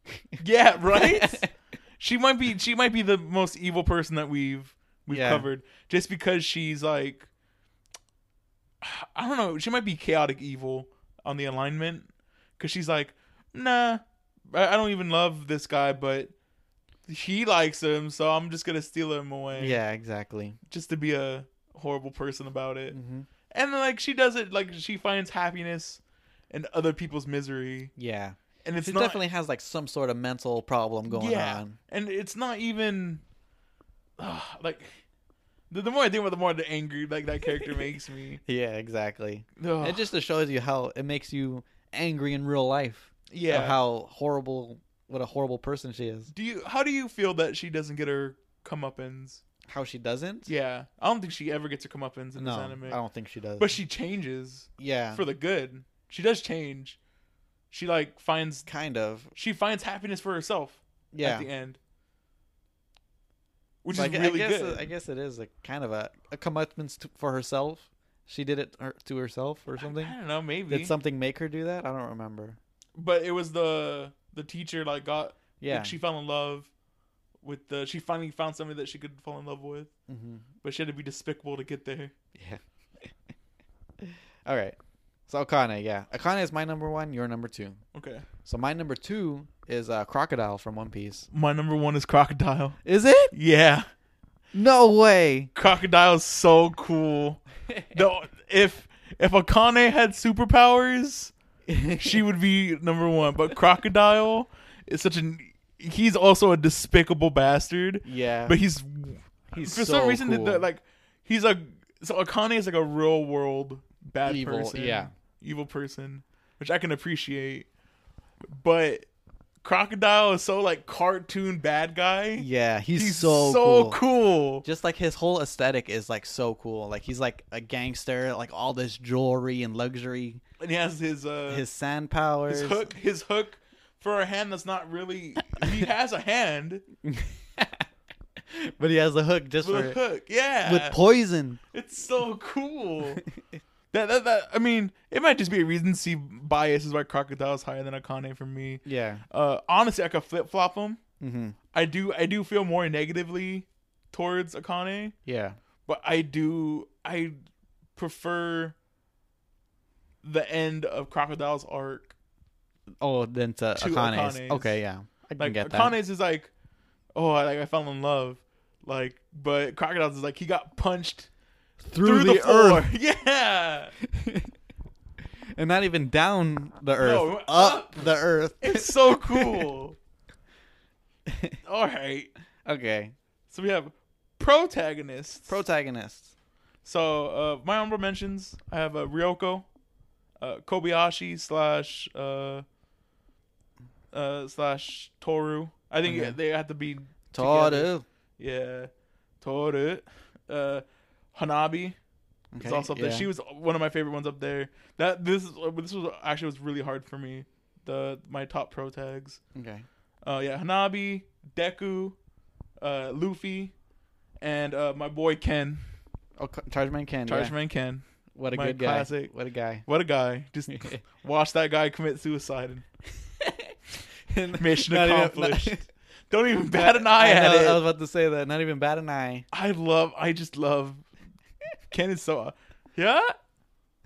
Speaker 2: yeah, right. she might be she might be the most evil person that we've we've
Speaker 1: Yeah.
Speaker 2: covered just because she's like I don't know, she might be chaotic evil on the alignment cuz she's like, "Nah, I, I don't even love this guy, but he likes him, so I'm just going to steal him away."
Speaker 1: yeah, exactly.
Speaker 2: Just to be a horrible person about it.
Speaker 1: hmm
Speaker 2: And then, like she does it like she finds happiness in other people's misery.
Speaker 1: Yeah,
Speaker 2: And it's
Speaker 1: she
Speaker 2: not
Speaker 1: definitely has like some sort of mental problem going
Speaker 2: Yeah.
Speaker 1: on.
Speaker 2: and it's not even Ugh, like the, the more I think about it, the more the angry like that character makes me.
Speaker 1: Yeah, exactly.
Speaker 2: Ugh,
Speaker 1: It just uh, shows you how it makes you angry in real life. of
Speaker 2: yeah.
Speaker 1: how horrible, what a horrible person she is.
Speaker 2: do you how do you feel that she doesn't get her comeuppance?
Speaker 1: How she doesn't.
Speaker 2: Yeah, I don't think she ever gets her comeuppance in
Speaker 1: no,
Speaker 2: this anime.
Speaker 1: I don't think she does.
Speaker 2: But she changes
Speaker 1: yeah,
Speaker 2: for the good. She does change. She like finds
Speaker 1: kind of.
Speaker 2: she finds happiness for herself
Speaker 1: Yeah,
Speaker 2: at the end, which
Speaker 1: Like,
Speaker 2: is
Speaker 1: I-
Speaker 2: really
Speaker 1: I guess uh,
Speaker 2: good.
Speaker 1: I guess it is a kind of a a commitment to, for herself. She did it her, to herself or something.
Speaker 2: I don't know, maybe.
Speaker 1: Did something make her do that? I don't remember.
Speaker 2: but it was the the teacher like got
Speaker 1: Yeah.
Speaker 2: Like she fell in love with the. She finally found somebody that she could fall in love with,
Speaker 1: hmm
Speaker 2: but she had to be despicable to get there.
Speaker 1: Yeah. All right. So Akane, yeah, Akane is my number one. Your number two.
Speaker 2: Okay.
Speaker 1: So my number two is uh, Crocodile from One Piece.
Speaker 2: My number one is Crocodile.
Speaker 1: Is it?
Speaker 2: Yeah.
Speaker 1: No way.
Speaker 2: Crocodile's so cool. No, if if Akane had superpowers, she would be number one. But Crocodile is such an. He's also a despicable bastard,
Speaker 1: yeah.
Speaker 2: but he's
Speaker 1: he's
Speaker 2: for
Speaker 1: so
Speaker 2: some reason
Speaker 1: cool.
Speaker 2: that like he's a so Akane is like a real world bad
Speaker 1: Evil,
Speaker 2: person,
Speaker 1: yeah.
Speaker 2: evil person, which I can appreciate. But Crocodile is so like cartoon bad guy.
Speaker 1: yeah, he's,
Speaker 2: He's,
Speaker 1: so,
Speaker 2: so
Speaker 1: cool.
Speaker 2: cool.
Speaker 1: Just like his whole aesthetic is like so cool. Like he's like a gangster, like all this jewelry and luxury,
Speaker 2: and he has his uh
Speaker 1: his
Speaker 2: his,
Speaker 1: sand powers.
Speaker 2: hook his hook for a hand that's not really he has a hand
Speaker 1: but he has a hook just
Speaker 2: with
Speaker 1: for
Speaker 2: a hook. Yeah,
Speaker 1: with poison.
Speaker 2: It's so cool. that, that that I mean, it might just be a recency bias is why Crocodile's higher than Akane for me.
Speaker 1: Yeah.
Speaker 2: Uh, honestly, I could flip flop them.
Speaker 1: Mm-hmm.
Speaker 2: I do I do feel more negatively towards Akane,
Speaker 1: Yeah.
Speaker 2: but I do I prefer the end of Crocodile's arc.
Speaker 1: Oh, then to,
Speaker 2: To
Speaker 1: Akane's.
Speaker 2: Akane's.
Speaker 1: Okay, yeah. I can
Speaker 2: Like
Speaker 1: get that.
Speaker 2: Akane's is like, oh, I, like I fell in love. Like, but Crocodile's is like he got punched
Speaker 1: through,
Speaker 2: through,
Speaker 1: the,
Speaker 2: the, floor. Yeah.
Speaker 1: earth. and not even down the earth.
Speaker 2: No, it went
Speaker 1: up,
Speaker 2: up.
Speaker 1: the earth.
Speaker 2: It's so cool. All right.
Speaker 1: okay.
Speaker 2: So we have protagonists.
Speaker 1: Protagonists.
Speaker 2: so uh, my honorable mentions, I have uh, Ryoko, uh, Kobayashi slash uh, uh, slash Toru. I think
Speaker 1: Okay.
Speaker 2: they have to be together.
Speaker 1: Toru.
Speaker 2: Yeah, Toru. Uh, Hanabi.
Speaker 1: Okay.
Speaker 2: It's also up there.
Speaker 1: yeah.
Speaker 2: She was one of my favorite ones up there. That this is this was actually was really hard for me. The my top pro tags.
Speaker 1: Okay.
Speaker 2: Uh, yeah, Hanabi, Deku, uh, Luffy, and uh, my boy Ken,
Speaker 1: Oh, Ca- Chargeman Ken. yeah.
Speaker 2: Chargeman Ken.
Speaker 1: What a
Speaker 2: my
Speaker 1: good guy.
Speaker 2: classic.
Speaker 1: What a guy.
Speaker 2: What a guy! Just watch that guy commit suicide. And Mission
Speaker 1: Not even- not-
Speaker 2: accomplished. don't even bat an eye at
Speaker 1: know,
Speaker 2: it.
Speaker 1: I was about to say that. Not even bat an eye.
Speaker 2: I love. I just love. Ken is so. Yeah.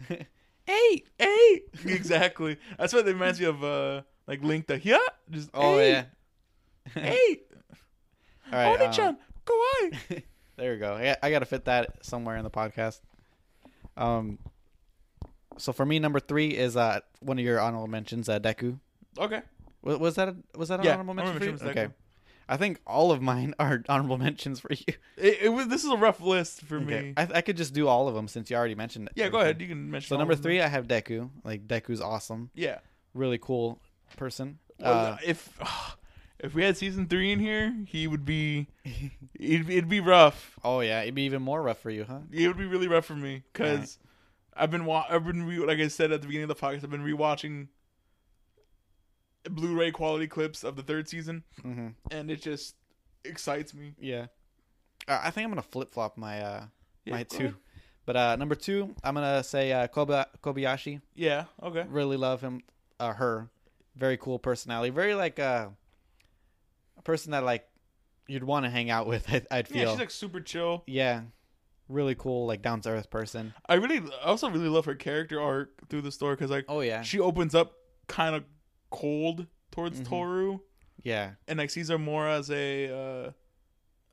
Speaker 1: Hey.
Speaker 2: Hey. Exactly. That's what it reminds me of. Uh, like Link the yeah. Just
Speaker 1: Oh
Speaker 2: hey,
Speaker 1: yeah.
Speaker 2: Hey.
Speaker 1: All right.
Speaker 2: Oni-chan,
Speaker 1: um,
Speaker 2: go away.
Speaker 1: there we go. I, I got to fit that somewhere in the podcast. Um. So for me, number three is uh one of your honorable mentions, uh, Deku.
Speaker 2: Okay.
Speaker 1: Was, was that was that an
Speaker 2: Yeah,
Speaker 1: honorable mention?
Speaker 2: honorable
Speaker 1: For you?
Speaker 2: mention was
Speaker 1: Okay.
Speaker 2: Deku.
Speaker 1: I think all of mine are honorable mentions for you.
Speaker 2: It, it was. This is a rough list for
Speaker 1: Okay.
Speaker 2: me.
Speaker 1: I, I could just do all of them since you already mentioned.
Speaker 2: yeah. Go
Speaker 1: everything.
Speaker 2: ahead. You can mention.
Speaker 1: So
Speaker 2: all
Speaker 1: number
Speaker 2: of them.
Speaker 1: three, I have Deku. Like Deku's awesome,
Speaker 2: Yeah.
Speaker 1: really cool person. Uh,
Speaker 2: Well, if if we had season three in here, he would be. It'd, it'd be rough.
Speaker 1: Oh yeah, it'd be even more rough for you, huh?
Speaker 2: It would be really rough for me because I've been wa- I've been re- like I said at the beginning of the podcast, I've been rewatching Blu-ray quality clips of the third season,
Speaker 1: Mm-hmm.
Speaker 2: and it just excites me.
Speaker 1: Yeah. Uh, I think I'm gonna flip flop my uh
Speaker 2: Yeah,
Speaker 1: my
Speaker 2: go
Speaker 1: two,
Speaker 2: ahead.
Speaker 1: but uh number two, I'm gonna say uh, Koba- Kobayashi.
Speaker 2: Yeah. Okay.
Speaker 1: Really love him, uh, her. Very cool personality. Very like uh, a person that like you'd want to hang out with. I- I'd
Speaker 2: Yeah,
Speaker 1: feel.
Speaker 2: she's like super chill.
Speaker 1: yeah. Really cool, like down to earth person.
Speaker 2: I really, I also really love her character arc through the story because like
Speaker 1: Oh yeah,
Speaker 2: she opens up kind of cold towards
Speaker 1: Mhm.
Speaker 2: Toru,
Speaker 1: yeah,
Speaker 2: and like sees her more as a uh,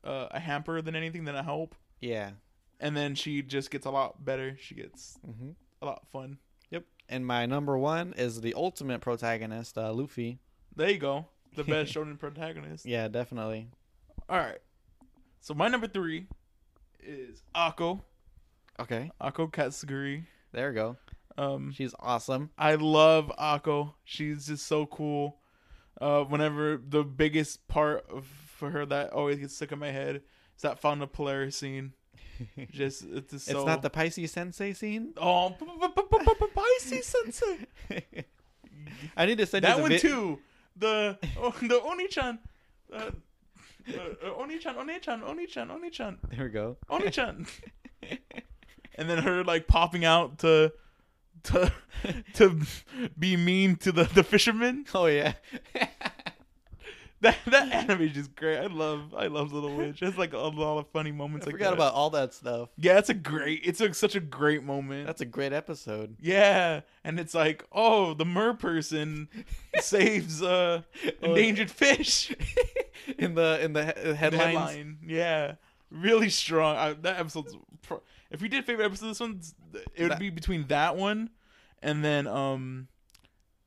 Speaker 2: uh, a hamper than anything than a help.
Speaker 1: yeah.
Speaker 2: And then she just gets a lot better. She gets
Speaker 1: Mm-hmm.
Speaker 2: a lot fun.
Speaker 1: Yep. And my number one is the ultimate protagonist, uh, Luffy.
Speaker 2: There you go. The best shonen protagonist.
Speaker 1: Yeah, definitely.
Speaker 2: All right. So my number three is Ako.
Speaker 1: Okay,
Speaker 2: Ako Katsuguri.
Speaker 1: there we go.
Speaker 2: Um,
Speaker 1: She's awesome.
Speaker 2: I love Ako. She's just so cool. Uh, whenever the biggest part of, for her that always gets stuck in my head is that Fountain of Polaris scene. Just it's just so.
Speaker 1: It's not the Pisces sensei scene.
Speaker 2: oh p- p- p- p- p- Pisces sensei.
Speaker 1: I need to send
Speaker 2: That
Speaker 1: you the
Speaker 2: one
Speaker 1: vi-
Speaker 2: too. The oh, the Oni-chan. Uh, uh, uh, Oni-chan, Oni-chan, Oni-chan, Oni-chan.
Speaker 1: There we go.
Speaker 2: Oni-chan. and then her like popping out to to to be mean to the, the fisherman.
Speaker 1: Oh yeah.
Speaker 2: That that anime is just great. I love I love Little Witch. It's like a lot of funny moments.
Speaker 1: I
Speaker 2: like
Speaker 1: forgot
Speaker 2: that.
Speaker 1: about all that stuff.
Speaker 2: Yeah, it's a great. It's like such a great moment.
Speaker 1: That's a great episode.
Speaker 2: yeah, and it's like oh the mer person saves uh endangered fish.
Speaker 1: in the in the he- headlines.
Speaker 2: Headline. Yeah, really strong. I, that episode's. Pro- if we did favorite episode, this one it would
Speaker 1: That-
Speaker 2: be between that one and then um,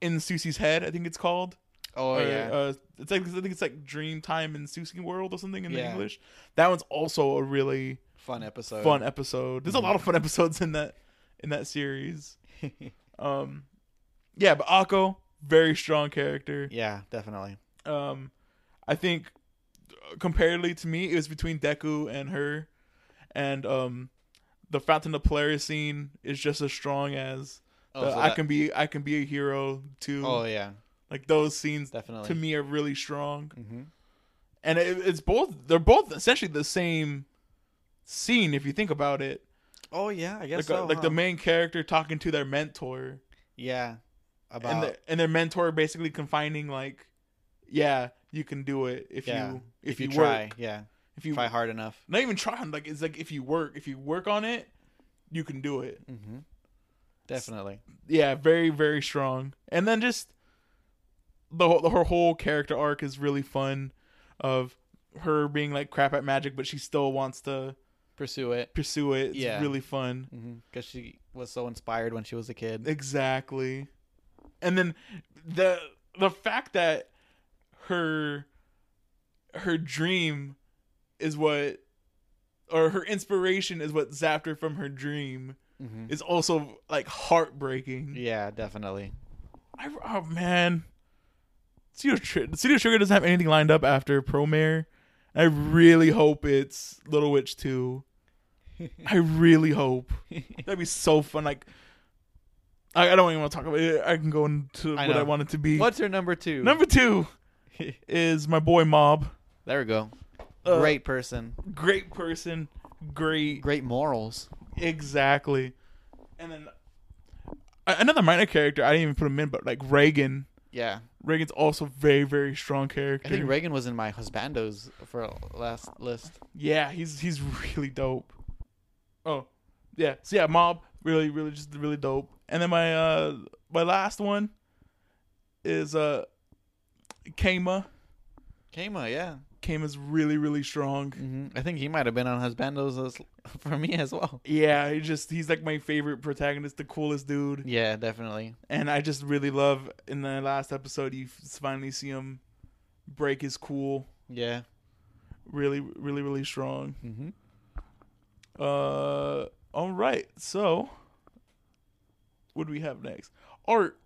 Speaker 2: in Susie's head. I think it's called.
Speaker 1: Oh
Speaker 2: Or,
Speaker 1: yeah.
Speaker 2: uh, it's like I think it's like Dream Time in Susie World or something in the
Speaker 1: Yeah. Uh,
Speaker 2: English. That one's also a really
Speaker 1: fun episode.
Speaker 2: fun episode. There's a lot of fun episodes in that in that series. Um, yeah, but Akko, very strong character.
Speaker 1: yeah, definitely.
Speaker 2: Um, I think uh, comparatively to me, it was between Deku and her, and um, the Fountain of Polaris scene is just as strong as
Speaker 1: Oh,
Speaker 2: the
Speaker 1: so
Speaker 2: I
Speaker 1: that-
Speaker 2: can be I can be a hero too.
Speaker 1: oh yeah,
Speaker 2: Like those scenes
Speaker 1: definitely.
Speaker 2: to me are really strong,
Speaker 1: hmm
Speaker 2: and it, it's both they're both essentially the same scene if you think about it.
Speaker 1: Oh yeah, I guess
Speaker 2: Like,
Speaker 1: so.
Speaker 2: uh, like
Speaker 1: huh?
Speaker 2: the main character talking to their mentor.
Speaker 1: yeah. About
Speaker 2: and, the, and their mentor basically confining like yeah you can do it if
Speaker 1: yeah,
Speaker 2: you
Speaker 1: if, you,
Speaker 2: work,
Speaker 1: try, yeah,
Speaker 2: if you
Speaker 1: try hard enough.
Speaker 2: not even try like it's like if you work if you work on it you can do it
Speaker 1: Mm-hmm. Definitely.
Speaker 2: yeah very very strong and then just the whole, the her whole character arc is really fun of her being like crap at magic but she still wants to
Speaker 1: Pursue it.
Speaker 2: pursue it it's
Speaker 1: Yeah.
Speaker 2: really fun
Speaker 1: Because she was so inspired when she was a kid.
Speaker 2: Exactly. And then the the fact that her her dream is what, or her inspiration is what zapped her from her dream.
Speaker 1: Mhm.
Speaker 2: Is also like heartbreaking.
Speaker 1: Yeah, definitely.
Speaker 2: I, oh man, Studio, Tr- Studio Sugar doesn't have anything lined up after Promare. I really hope it's Little Witch Two. I really hope that'd be so fun. Like, I, I don't even want to talk about it. I can go into
Speaker 1: I
Speaker 2: what I
Speaker 1: know.
Speaker 2: want it to be.
Speaker 1: What's your number two?
Speaker 2: number two is my boy Mob.
Speaker 1: there we go.
Speaker 2: Uh,
Speaker 1: great person,
Speaker 2: great person, great
Speaker 1: great morals.
Speaker 2: exactly. And then a- another minor character. I didn't even put him in, but like Reagan.
Speaker 1: Yeah,
Speaker 2: Reagan's also very very strong character.
Speaker 1: I think Reagan was in my husbandos for last list.
Speaker 2: Yeah, he's he's really dope. Oh, yeah. So yeah, mob really really just really dope. And then my uh my last one is uh Kama.
Speaker 1: Kama, yeah.
Speaker 2: Kama's really really strong.
Speaker 1: hmm I think he might have been on husbandos as, for me as well.
Speaker 2: Yeah, he just he's like my favorite protagonist, the coolest dude.
Speaker 1: Yeah, definitely.
Speaker 2: And I just really love in the last episode you finally see him break his cool.
Speaker 1: Yeah.
Speaker 2: Really really really strong.
Speaker 1: Mm-hmm.
Speaker 2: Uh, all right. So, what do we have next? Art.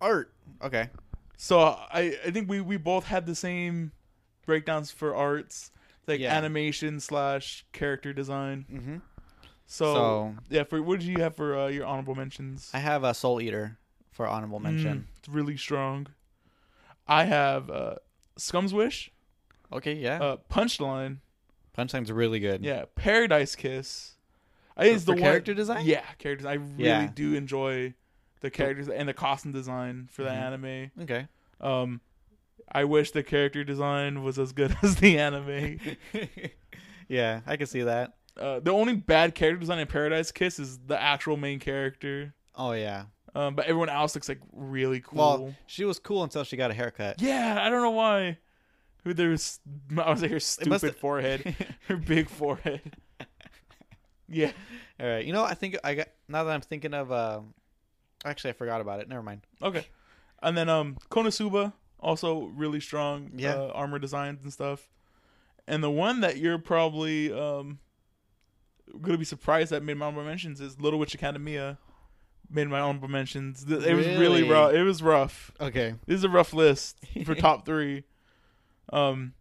Speaker 1: Art. Okay.
Speaker 2: So I I think we we both had the same breakdowns for arts, like
Speaker 1: Yeah.
Speaker 2: animation slash character design.
Speaker 1: Mm-hmm.
Speaker 2: So,
Speaker 1: So-
Speaker 2: yeah, for what did you have for uh, your honorable mentions?
Speaker 1: I have a Soul Eater for honorable mention.
Speaker 2: Mm, it's really strong. I have uh, Scum's Wish,
Speaker 1: Okay, yeah.
Speaker 2: uh, Punchline,
Speaker 1: Punchline's really good.
Speaker 2: yeah, Paradise Kiss. I think
Speaker 1: For-
Speaker 2: it's the
Speaker 1: for
Speaker 2: one,
Speaker 1: character design?
Speaker 2: Yeah, characters. I really
Speaker 1: Yeah.
Speaker 2: do enjoy the characters and the costume design for the
Speaker 1: Mhm.
Speaker 2: anime.
Speaker 1: Okay.
Speaker 2: Um, I wish the character design was as good as the anime.
Speaker 1: yeah, I can see that.
Speaker 2: Uh, the only bad character design in Paradise Kiss is the actual main character.
Speaker 1: Oh yeah.
Speaker 2: Um, but everyone else looks like really cool.
Speaker 1: Well, she was cool until she got a haircut.
Speaker 2: yeah, I don't know why. Who there's I was like her stupid
Speaker 1: must-
Speaker 2: forehead, her big forehead. Yeah,
Speaker 1: All right. You know, I think I got now that I'm thinking of. um actually, I forgot about it. Never mind.
Speaker 2: okay. And then um, Konosuba also really strong.
Speaker 1: Yeah.
Speaker 2: uh, armor designs and stuff. And the one that you're probably um gonna be surprised that made my honorable mentions is Little Witch Academia. Made my honorable mentions. Th- It was really
Speaker 1: Really?
Speaker 2: rough. It was rough.
Speaker 1: Okay.
Speaker 2: This is a rough list for top three. Um,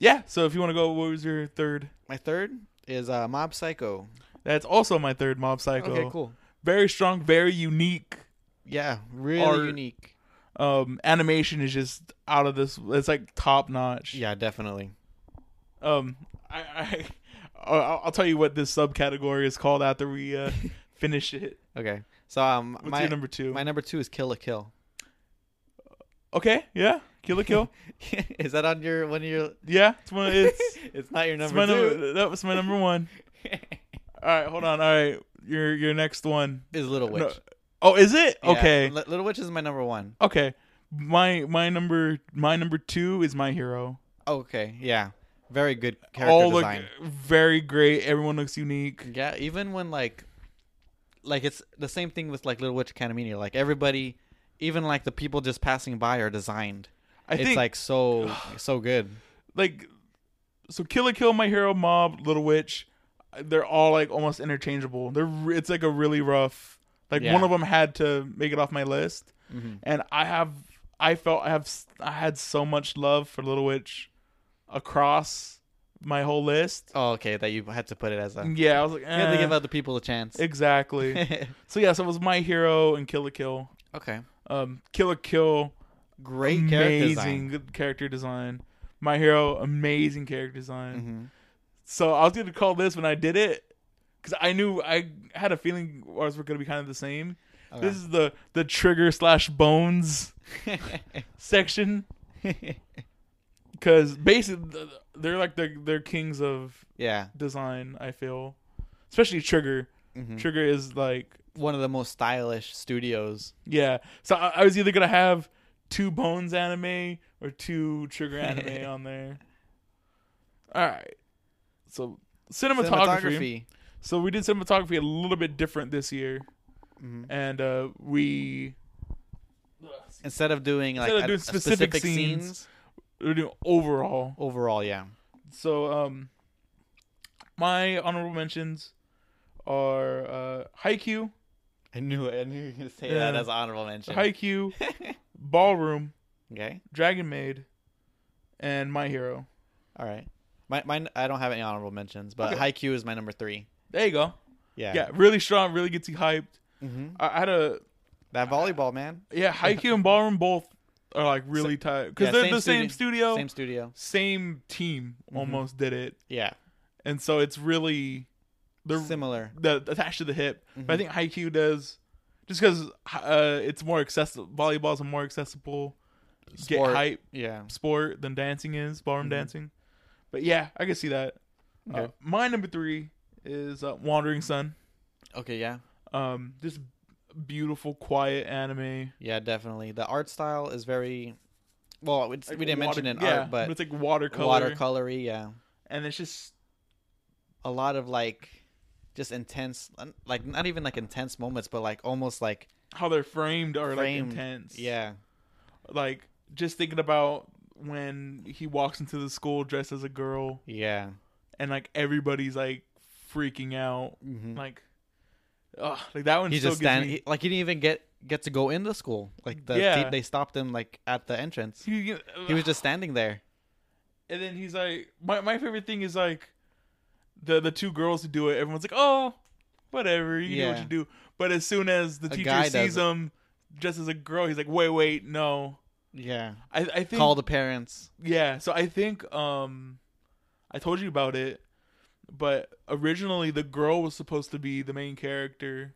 Speaker 2: yeah. So if you want to go, what was your third?
Speaker 1: My third is uh, Mob Psycho.
Speaker 2: That's also my third Mob Psycho.
Speaker 1: Okay, cool.
Speaker 2: Very strong, very unique.
Speaker 1: Yeah, really
Speaker 2: Art.
Speaker 1: unique.
Speaker 2: Um, animation is just out of this. It's like top notch.
Speaker 1: Yeah, definitely.
Speaker 2: Um, I, I I'll, I'll tell you what this subcategory is called after we uh, finish it.
Speaker 1: Okay. So um,
Speaker 2: What's
Speaker 1: my
Speaker 2: your number two?
Speaker 1: my number two is Kill a Kill.
Speaker 2: okay, yeah, Kill a Kill.
Speaker 1: is that on your one of your?
Speaker 2: yeah, it's one. It's, it's
Speaker 1: it's not your
Speaker 2: my
Speaker 1: number two.
Speaker 2: number. That was my number one. All right, hold on. All right, your your next one.
Speaker 1: is Little Witch.
Speaker 2: No. Oh, is it?
Speaker 1: Yeah,
Speaker 2: Okay.
Speaker 1: Li- Little Witch is my number one.
Speaker 2: Okay. My my number my number two is my hero.
Speaker 1: Okay. Yeah. Very good character
Speaker 2: All look
Speaker 1: design.
Speaker 2: very great. Everyone looks unique.
Speaker 1: Yeah, even when like like it's the same thing with like Little Witch Academia. Like everybody even like the people just passing by are designed.
Speaker 2: I
Speaker 1: it's
Speaker 2: think like,
Speaker 1: like so so good.
Speaker 2: so. Kill a Kill, my hero, Mob, Little Witch. They're all like almost interchangeable. They're re- it's like a really rough. Like
Speaker 1: Yeah.
Speaker 2: one of them had to make it off my list,
Speaker 1: Mhm.
Speaker 2: and I have I felt I have s- I had so much love for Little Witch across my whole list.
Speaker 1: Oh, okay, that you had to put it as a you
Speaker 2: Yeah, I was like,
Speaker 1: had to
Speaker 2: eh,
Speaker 1: give other people a chance.
Speaker 2: exactly.
Speaker 1: okay.
Speaker 2: So yeah, so it was My Hero and Kill a Kill. Um, Kill a Kill,
Speaker 1: Great character
Speaker 2: amazing
Speaker 1: design.
Speaker 2: good character design. My Hero, amazing character design.
Speaker 1: Mhm.
Speaker 2: So I was gonna call this when I did it because I knew I had a feeling ours were gonna be kind of the same.
Speaker 1: Okay.
Speaker 2: This is the the trigger slash bones section because basically th- they're like the they're kings of
Speaker 1: yeah.
Speaker 2: design. I feel, especially Trigger.
Speaker 1: Mhm.
Speaker 2: Trigger is like
Speaker 1: One of the most stylish studios.
Speaker 2: Yeah. So I, I was either gonna have two Bones anime or two Trigger anime on there. All right. So
Speaker 1: Cinematography.
Speaker 2: cinematography. So we did cinematography a little bit different this year,
Speaker 1: Mhm.
Speaker 2: and uh, we
Speaker 1: Instead of doing like
Speaker 2: Instead of
Speaker 1: a-
Speaker 2: doing
Speaker 1: a
Speaker 2: specific scenes.
Speaker 1: scenes
Speaker 2: we're doing overall.
Speaker 1: overall, yeah.
Speaker 2: So um, My honorable mentions are uh, Haikyuu,
Speaker 1: I knew it. I knew you were gonna say
Speaker 2: Yeah.
Speaker 1: that as honorable mention.
Speaker 2: Haikyuu, Ballroom,
Speaker 1: okay.
Speaker 2: Dragon Maid, and My Hero.
Speaker 1: All right. My mine. I don't have any honorable mentions, but
Speaker 2: Okay.
Speaker 1: Haikyuu is my number three.
Speaker 2: There you go.
Speaker 1: Yeah.
Speaker 2: Yeah, really strong, really gets you hyped.
Speaker 1: hmm
Speaker 2: I I had a
Speaker 1: That volleyball man.
Speaker 2: yeah, Haikyuu and Ballroom both are like really tight because
Speaker 1: yeah,
Speaker 2: they're
Speaker 1: same
Speaker 2: the same studio,
Speaker 1: Same Mm-hmm.
Speaker 2: same,
Speaker 1: studio.
Speaker 2: team almost did it,
Speaker 1: Yeah.
Speaker 2: and so it's really they're
Speaker 1: Similar.
Speaker 2: the attached to the hip. But I
Speaker 1: Mm-hmm.
Speaker 2: think Haikyuu does just because uh, it's more accessible. Volleyball's a more accessible
Speaker 1: Sport.
Speaker 2: get hype
Speaker 1: Yeah.
Speaker 2: sport than dancing is ballroom dancing. But yeah, I can see that. Uh,
Speaker 1: Okay.
Speaker 2: my number three is uh, Wandering Sun.
Speaker 1: Okay. Yeah.
Speaker 2: Um, just beautiful, quiet anime.
Speaker 1: Yeah. Definitely. The art style is very. Well, it's,
Speaker 2: Like
Speaker 1: we didn't
Speaker 2: water-
Speaker 1: mention it in
Speaker 2: yeah,
Speaker 1: art, but
Speaker 2: it's like watercolor,
Speaker 1: watercolory. Yeah.
Speaker 2: and it's just
Speaker 1: a lot of like just intense like not even like intense moments but like almost like
Speaker 2: how they're framed are
Speaker 1: Framed,
Speaker 2: like intense.
Speaker 1: yeah
Speaker 2: like just thinking about when he walks into the school dressed as a girl,
Speaker 1: yeah
Speaker 2: and like everybody's like freaking out,
Speaker 1: mm-hmm.
Speaker 2: like, ugh, like that one.
Speaker 1: he
Speaker 2: still
Speaker 1: just
Speaker 2: gives
Speaker 1: stand
Speaker 2: me-
Speaker 1: he- like he didn't even get get to go in the school like the
Speaker 2: Yeah.
Speaker 1: te- they stopped him like at the entrance
Speaker 2: He,
Speaker 1: he was just standing there
Speaker 2: and then he's like, my my favorite thing is like, the the two girls who do it. Everyone's like, oh, whatever, you do
Speaker 1: Yeah.
Speaker 2: what you do. But as soon as the
Speaker 1: A
Speaker 2: teacher
Speaker 1: guy does
Speaker 2: sees
Speaker 1: it.
Speaker 2: him just as a girl, he's like, wait, wait, no.
Speaker 1: yeah
Speaker 2: I I think
Speaker 1: call the parents
Speaker 2: yeah. So I think um, I told you about it, but originally the girl was supposed to be the main character.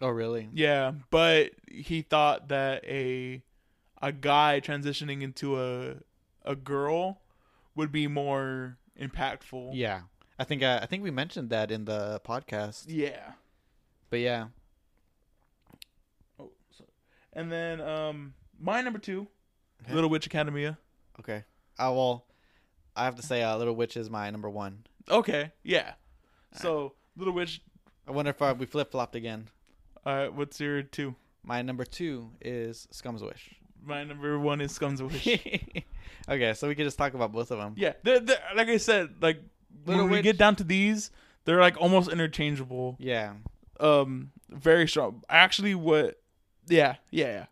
Speaker 1: oh really
Speaker 2: Yeah, but he thought that a a guy transitioning into a a girl would be more impactful.
Speaker 1: yeah i think uh, i think we mentioned that in the podcast
Speaker 2: Yeah.
Speaker 1: but yeah
Speaker 2: Oh, so. and then um my number 2, Little Witch Academia.
Speaker 1: okay uh, well i have to say uh, little witch is my number one
Speaker 2: Okay, yeah. So, Little Witch
Speaker 1: i wonder if uh, we flip-flopped again
Speaker 2: uh what's your 2?
Speaker 1: my number two is scum's wish
Speaker 2: My number 1 is Scum's Wish.
Speaker 1: okay, so we could just talk about both of them.
Speaker 2: yeah. They're, they're, like I said, like
Speaker 1: Little
Speaker 2: when we
Speaker 1: Witch-
Speaker 2: get down to these, they're like almost interchangeable.
Speaker 1: Yeah.
Speaker 2: um very strong actually what yeah yeah yeah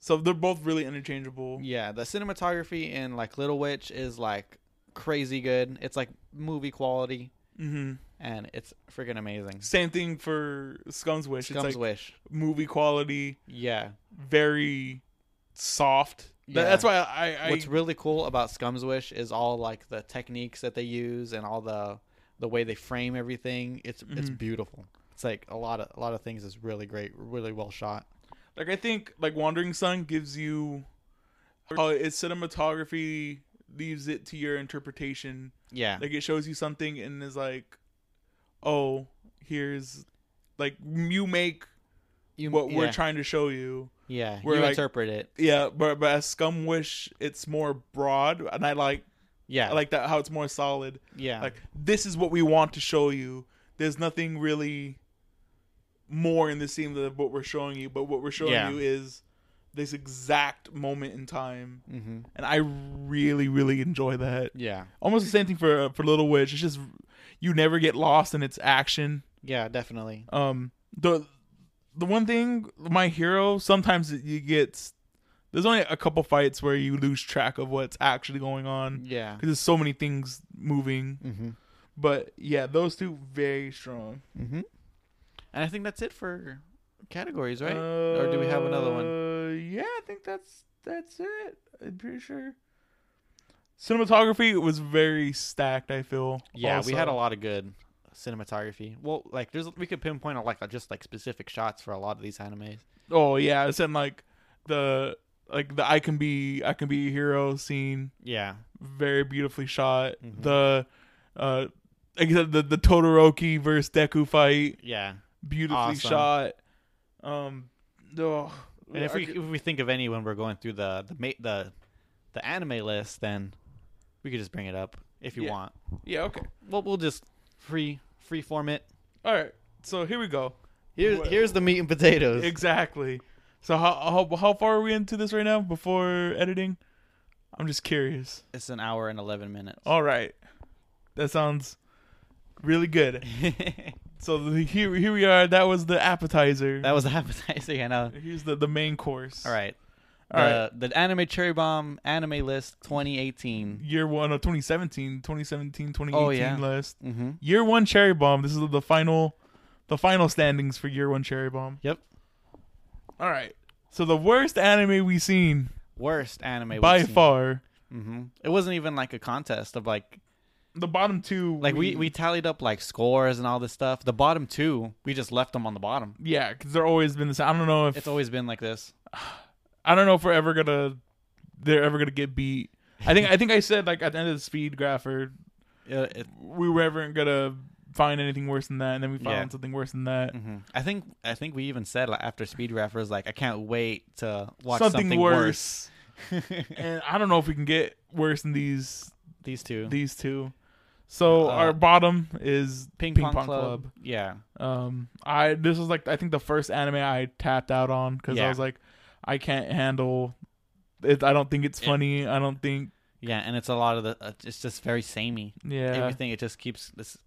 Speaker 2: so they're both really interchangeable
Speaker 1: Yeah, the cinematography in like Little Witch is like crazy good. It's like movie quality
Speaker 2: hmm
Speaker 1: and it's freaking amazing.
Speaker 2: same thing for scum's wish
Speaker 1: Scum's
Speaker 2: it's like
Speaker 1: Wish.
Speaker 2: movie quality
Speaker 1: Yeah.
Speaker 2: very soft Tha-
Speaker 1: Yeah.
Speaker 2: that's why i, I
Speaker 1: What's really cool about Scum's Wish is all like the techniques that they use and all the the way they frame everything. It's it's
Speaker 2: Mhm.
Speaker 1: beautiful. It's like a lot of a lot of things is really great, really well shot.
Speaker 2: like i think like wandering sun gives you how its cinematography leaves it to your interpretation
Speaker 1: Yeah.
Speaker 2: like it shows you something and is like oh here's like you make
Speaker 1: You
Speaker 2: what we're
Speaker 1: yeah,
Speaker 2: trying to show you
Speaker 1: Yeah,
Speaker 2: we're
Speaker 1: you
Speaker 2: like-
Speaker 1: interpret it.
Speaker 2: Yeah, but but as Scum Wish, it's more broad, and I like
Speaker 1: Yeah.
Speaker 2: I like that how it's more solid.
Speaker 1: yeah.
Speaker 2: Like this is what we want to show you. There's nothing really more in the scene than what we're showing you, but what we're showing
Speaker 1: Yeah.
Speaker 2: you is this exact moment in time,
Speaker 1: mhm.
Speaker 2: and I really really enjoy that.
Speaker 1: Yeah.
Speaker 2: Almost the same thing for uh, for Little Witch. It's just you never get lost in its action.
Speaker 1: Yeah, definitely.
Speaker 2: Um, the the one thing, my hero, sometimes you get there's only a couple fights where you lose track of what's actually going on
Speaker 1: Yeah.
Speaker 2: because there's so many things moving.
Speaker 1: Mm-hmm.
Speaker 2: But yeah, those two very strong.
Speaker 1: Mm-hmm. And I think that's it for categories, right? or do we have another one?
Speaker 2: Uh, Yeah, I think that's that's it. I'm pretty sure. Cinematography was very stacked. I feel.
Speaker 1: Yeah, we had a
Speaker 2: also.
Speaker 1: lot of good cinematography. Well, like there's we could pinpoint on like just like specific shots for a lot of these animes.
Speaker 2: Oh yeah, it's in like the like the I can be I can be a hero scene.
Speaker 1: Yeah.
Speaker 2: very beautifully shot.
Speaker 1: Mhm.
Speaker 2: The uh like I said, the the Todoroki versus Deku fight,
Speaker 1: Yeah.
Speaker 2: beautifully
Speaker 1: Awesome.
Speaker 2: shot. Um oh,
Speaker 1: And if
Speaker 2: I
Speaker 1: we
Speaker 2: could-
Speaker 1: if we think of any when we're going through the the ma- the the anime list, then we could just bring it up if you
Speaker 2: Yeah.
Speaker 1: want.
Speaker 2: Yeah, okay.
Speaker 1: Well, we'll just free free form it.
Speaker 2: All right. So here we go.
Speaker 1: Here's
Speaker 2: Well-
Speaker 1: here's the meat and potatoes.
Speaker 2: Exactly. So how how how far are we into this right now before editing? I'm just curious.
Speaker 1: Oh. it's an hour and eleven minutes.
Speaker 2: All right. That sounds really good. So the, here, here we are. That was the appetizer.
Speaker 1: that was appetizing. I know.
Speaker 2: Here's the, the main course.
Speaker 1: All right.
Speaker 2: All right.
Speaker 1: the, the anime cherry bomb anime list 2018.
Speaker 2: Year one of 2017, 2017, 2018
Speaker 1: Oh, yeah.
Speaker 2: list.
Speaker 1: Mm-hmm.
Speaker 2: Year one cherry bomb. This is the final, the final standings for year one cherry bomb.
Speaker 1: Yep.
Speaker 2: All right. So the worst anime we seen
Speaker 1: Worst anime
Speaker 2: by
Speaker 1: we've seen.
Speaker 2: far.
Speaker 1: hmm It wasn't even like a contest of like
Speaker 2: The bottom two.
Speaker 1: like we we tallied up like scores and all this stuff. The bottom two, we just left them on the bottom.
Speaker 2: yeah, because they're always been the same. I don't know if
Speaker 1: It's always been like this.
Speaker 2: I don't know if we're ever gonna they're ever gonna get beat. I think I think I said like at the end of the speed graph or
Speaker 1: Uh, it-
Speaker 2: we were ever gonna find anything worse than that, and then we found
Speaker 1: Yeah.
Speaker 2: something worse than that.
Speaker 1: mhm. I think I think we even said like, after Speed Rappers, like I can't wait to watch
Speaker 2: something,
Speaker 1: something, worse.
Speaker 2: worse. and I don't know if we can get worse than these
Speaker 1: These two,
Speaker 2: these two. So
Speaker 1: Uh,
Speaker 2: our bottom is
Speaker 1: Ping, Pong, Club. Yeah,
Speaker 2: Um, I this was like I think the first anime I tapped out on because I
Speaker 1: Yeah.
Speaker 2: was like, I can't handle it. I don't think it's
Speaker 1: It-
Speaker 2: funny. I don't think
Speaker 1: yeah, and it's a lot of the. Uh, it's just very samey.
Speaker 2: yeah.
Speaker 1: Everything it just keeps this.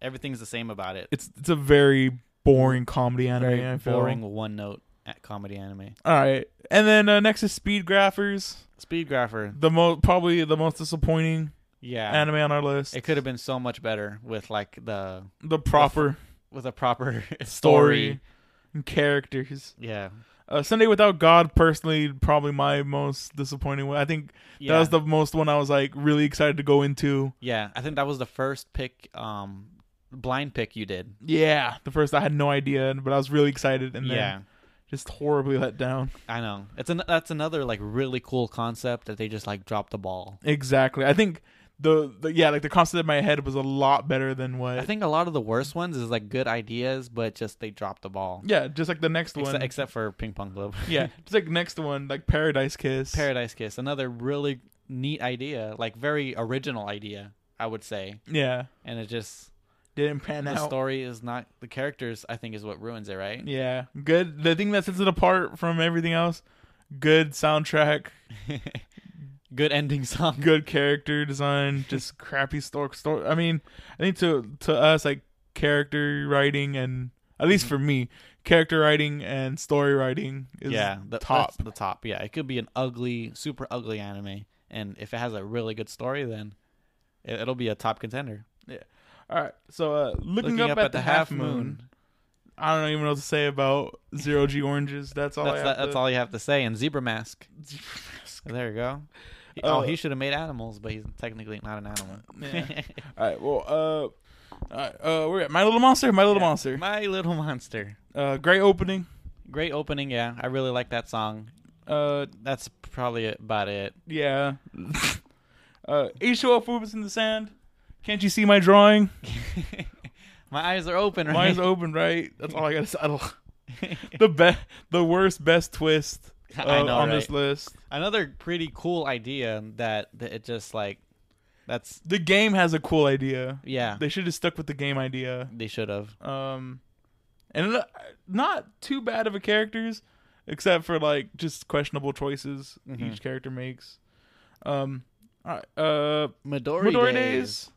Speaker 1: Everything's the same about it.
Speaker 2: it's it's a very boring comedy anime.
Speaker 1: Very
Speaker 2: I feel.
Speaker 1: boring one note at comedy anime.
Speaker 2: All right, and then uh, next is Speed Graphers,
Speaker 1: Speed Grapher.
Speaker 2: the most probably the most disappointing
Speaker 1: Yeah.
Speaker 2: anime on our list.
Speaker 1: it could have been so much better with like the
Speaker 2: the proper
Speaker 1: with a proper
Speaker 2: story
Speaker 1: story.
Speaker 2: and characters.
Speaker 1: Yeah.
Speaker 2: Uh, Sunday Without God, personally, probably my most disappointing one. I think
Speaker 1: Yeah.
Speaker 2: that was the most one I was like really excited to go into.
Speaker 1: yeah. I think that was the first pick, um, blind pick you did.
Speaker 2: Yeah, the first I had no idea, but I was really excited and then
Speaker 1: yeah.
Speaker 2: just horribly let down.
Speaker 1: I know. It's an that's another like really cool concept that they just like dropped the ball.
Speaker 2: Exactly. I think the, the yeah, like the concept in my head was a lot better than what
Speaker 1: I think a lot of the worst ones is like good ideas, but just they dropped the ball.
Speaker 2: Yeah, just like the next one.
Speaker 1: Except, except for Ping Pong Globe.
Speaker 2: yeah, just like next one, like Paradise Kiss.
Speaker 1: Paradise Kiss, another really neat idea, like very original idea, I would say.
Speaker 2: yeah,
Speaker 1: And it just
Speaker 2: didn't pan
Speaker 1: the
Speaker 2: out.
Speaker 1: story is not the characters. I think is what ruins it, right?
Speaker 2: Yeah, good. The thing that sets it apart from everything else, good soundtrack,
Speaker 1: good ending song.
Speaker 2: good character design, just crappy story. Story. I mean, I think to to us like character writing and at least for me, character writing and story writing is
Speaker 1: yeah, the
Speaker 2: top.
Speaker 1: that's The top. Yeah, it could be an ugly, super ugly anime, and if it has a really good story, then it, it'll be a top contender.
Speaker 2: All right, so uh, looking, up, at, the half moon, I don't even know what to say about zero G oranges. That's all.
Speaker 1: that's
Speaker 2: I
Speaker 1: that,
Speaker 2: have
Speaker 1: that's all you have to say. And zebra mask.
Speaker 2: to-
Speaker 1: There you go. He-
Speaker 2: Uh,
Speaker 1: oh, he should have made animals, but he's technically not an animal.
Speaker 2: Yeah. All right. Well, uh, all right, uh, we're at My Little Monster. My Little
Speaker 1: Yeah.
Speaker 2: Monster.
Speaker 1: My little monster.
Speaker 2: Uh, great opening.
Speaker 1: Great opening. Yeah, I really like that song.
Speaker 2: Uh,
Speaker 1: That's probably about it.
Speaker 2: yeah. uh, Isho Fubus in the sand. Can't you see my drawing?
Speaker 1: My eyes are open. Right?
Speaker 2: Mine's open, right? That's all I gotta say. I don't- the best, the worst, best twist uh,
Speaker 1: I know,
Speaker 2: on
Speaker 1: right?
Speaker 2: this list.
Speaker 1: Another pretty cool idea that, that it just like that's
Speaker 2: The game has a cool idea.
Speaker 1: yeah
Speaker 2: They should have stuck with the game idea.
Speaker 1: they should have
Speaker 2: Um, and not- not too bad of a characters, except for like just questionable choices
Speaker 1: Mhm.
Speaker 2: each character makes. Um, all right, uh,
Speaker 1: Midori,
Speaker 2: Midori
Speaker 1: days.
Speaker 2: days.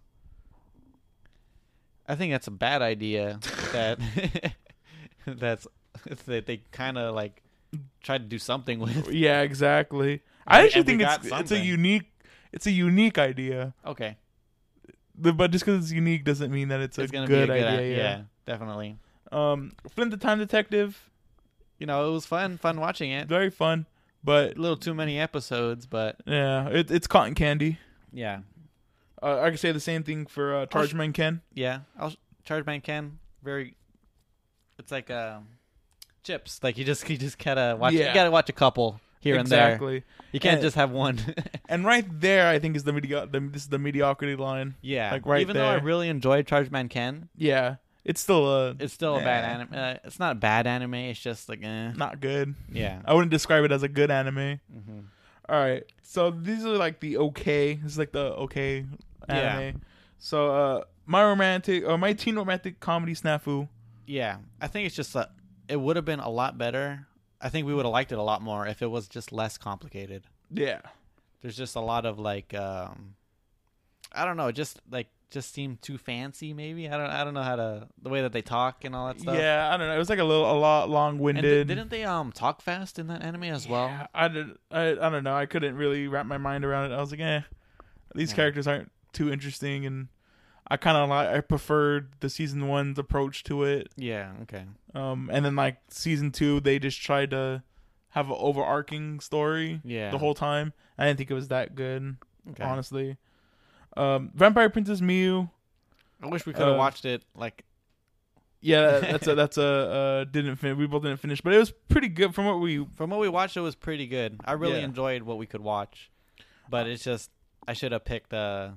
Speaker 1: I think that's a bad idea. That that's that they kind of like tried to do something with.
Speaker 2: Yeah, exactly. I
Speaker 1: we-
Speaker 2: actually
Speaker 1: and we
Speaker 2: think it's
Speaker 1: got
Speaker 2: it's a
Speaker 1: something.
Speaker 2: unique it's a unique idea.
Speaker 1: Okay,
Speaker 2: The- But just because it's unique doesn't mean that it's,
Speaker 1: it's
Speaker 2: a,
Speaker 1: gonna
Speaker 2: good
Speaker 1: be a good
Speaker 2: idea.
Speaker 1: idea.
Speaker 2: yeah.
Speaker 1: Yeah, definitely.
Speaker 2: Um, Flint the Time Detective,
Speaker 1: You know, it was fun, fun watching it.
Speaker 2: very fun, but
Speaker 1: A little too many episodes, but
Speaker 2: yeah, it, it's cotton candy.
Speaker 1: yeah,
Speaker 2: Uh, I could say the same thing for uh,
Speaker 1: I'll sh-
Speaker 2: Targe Man Ken.
Speaker 1: yeah. I'll charge man Ken. Very, it's like um, chips. Like you just you just gotta watch.
Speaker 2: Yeah.
Speaker 1: You gotta watch a couple here and there.
Speaker 2: exactly.
Speaker 1: You can't
Speaker 2: And-
Speaker 1: just have one.
Speaker 2: And right there, I think is the, medio- the this is the mediocrity line.
Speaker 1: yeah,
Speaker 2: Like, right
Speaker 1: Even though I
Speaker 2: there.
Speaker 1: really enjoyed Charge Man Ken,
Speaker 2: Yeah, it's still uh,
Speaker 1: it's still a bad
Speaker 2: Yeah.
Speaker 1: anime. Uh, it's not a bad anime. It's just like, eh.
Speaker 2: not good.
Speaker 1: yeah.
Speaker 2: I wouldn't describe it as a good anime.
Speaker 1: Mm-hmm.
Speaker 2: All right, so these are like the okay. This is like the okay anime. So uh, my romantic or my teen romantic comedy snafu.
Speaker 1: Yeah, I think it's just that it would have been a lot better. I think we would have liked it a lot more if it was just less complicated.
Speaker 2: Yeah,
Speaker 1: There's just a lot of like, um, I don't know, just like just seemed too fancy. Maybe I don't I don't know how to the way that they talk and all that stuff.
Speaker 2: Yeah, I don't know. It was like a little, a lot
Speaker 1: And
Speaker 2: long-winded.
Speaker 1: di- didn't they um talk fast in that anime as well?
Speaker 2: Yeah, I did. I, I don't know. I couldn't really wrap my mind around it. I was like, eh, these
Speaker 1: Yeah.
Speaker 2: characters aren't too interesting, and I kind of like I preferred the season one's approach to it.
Speaker 1: Yeah. Okay.
Speaker 2: Um, and then like season two, they just tried to have an overarching story
Speaker 1: Yeah.
Speaker 2: the whole time. I didn't think it was that good,
Speaker 1: Okay.
Speaker 2: honestly. Um, Vampire Princess Miu.
Speaker 1: I wish we could have
Speaker 2: uh,
Speaker 1: watched it like
Speaker 2: Yeah, that's a that's a uh, didn't fin- we both didn't finish, but it was pretty good from what we.
Speaker 1: from what we watched. It was pretty good. I really
Speaker 2: Yeah.
Speaker 1: enjoyed what we could watch, but it's just I should have picked uh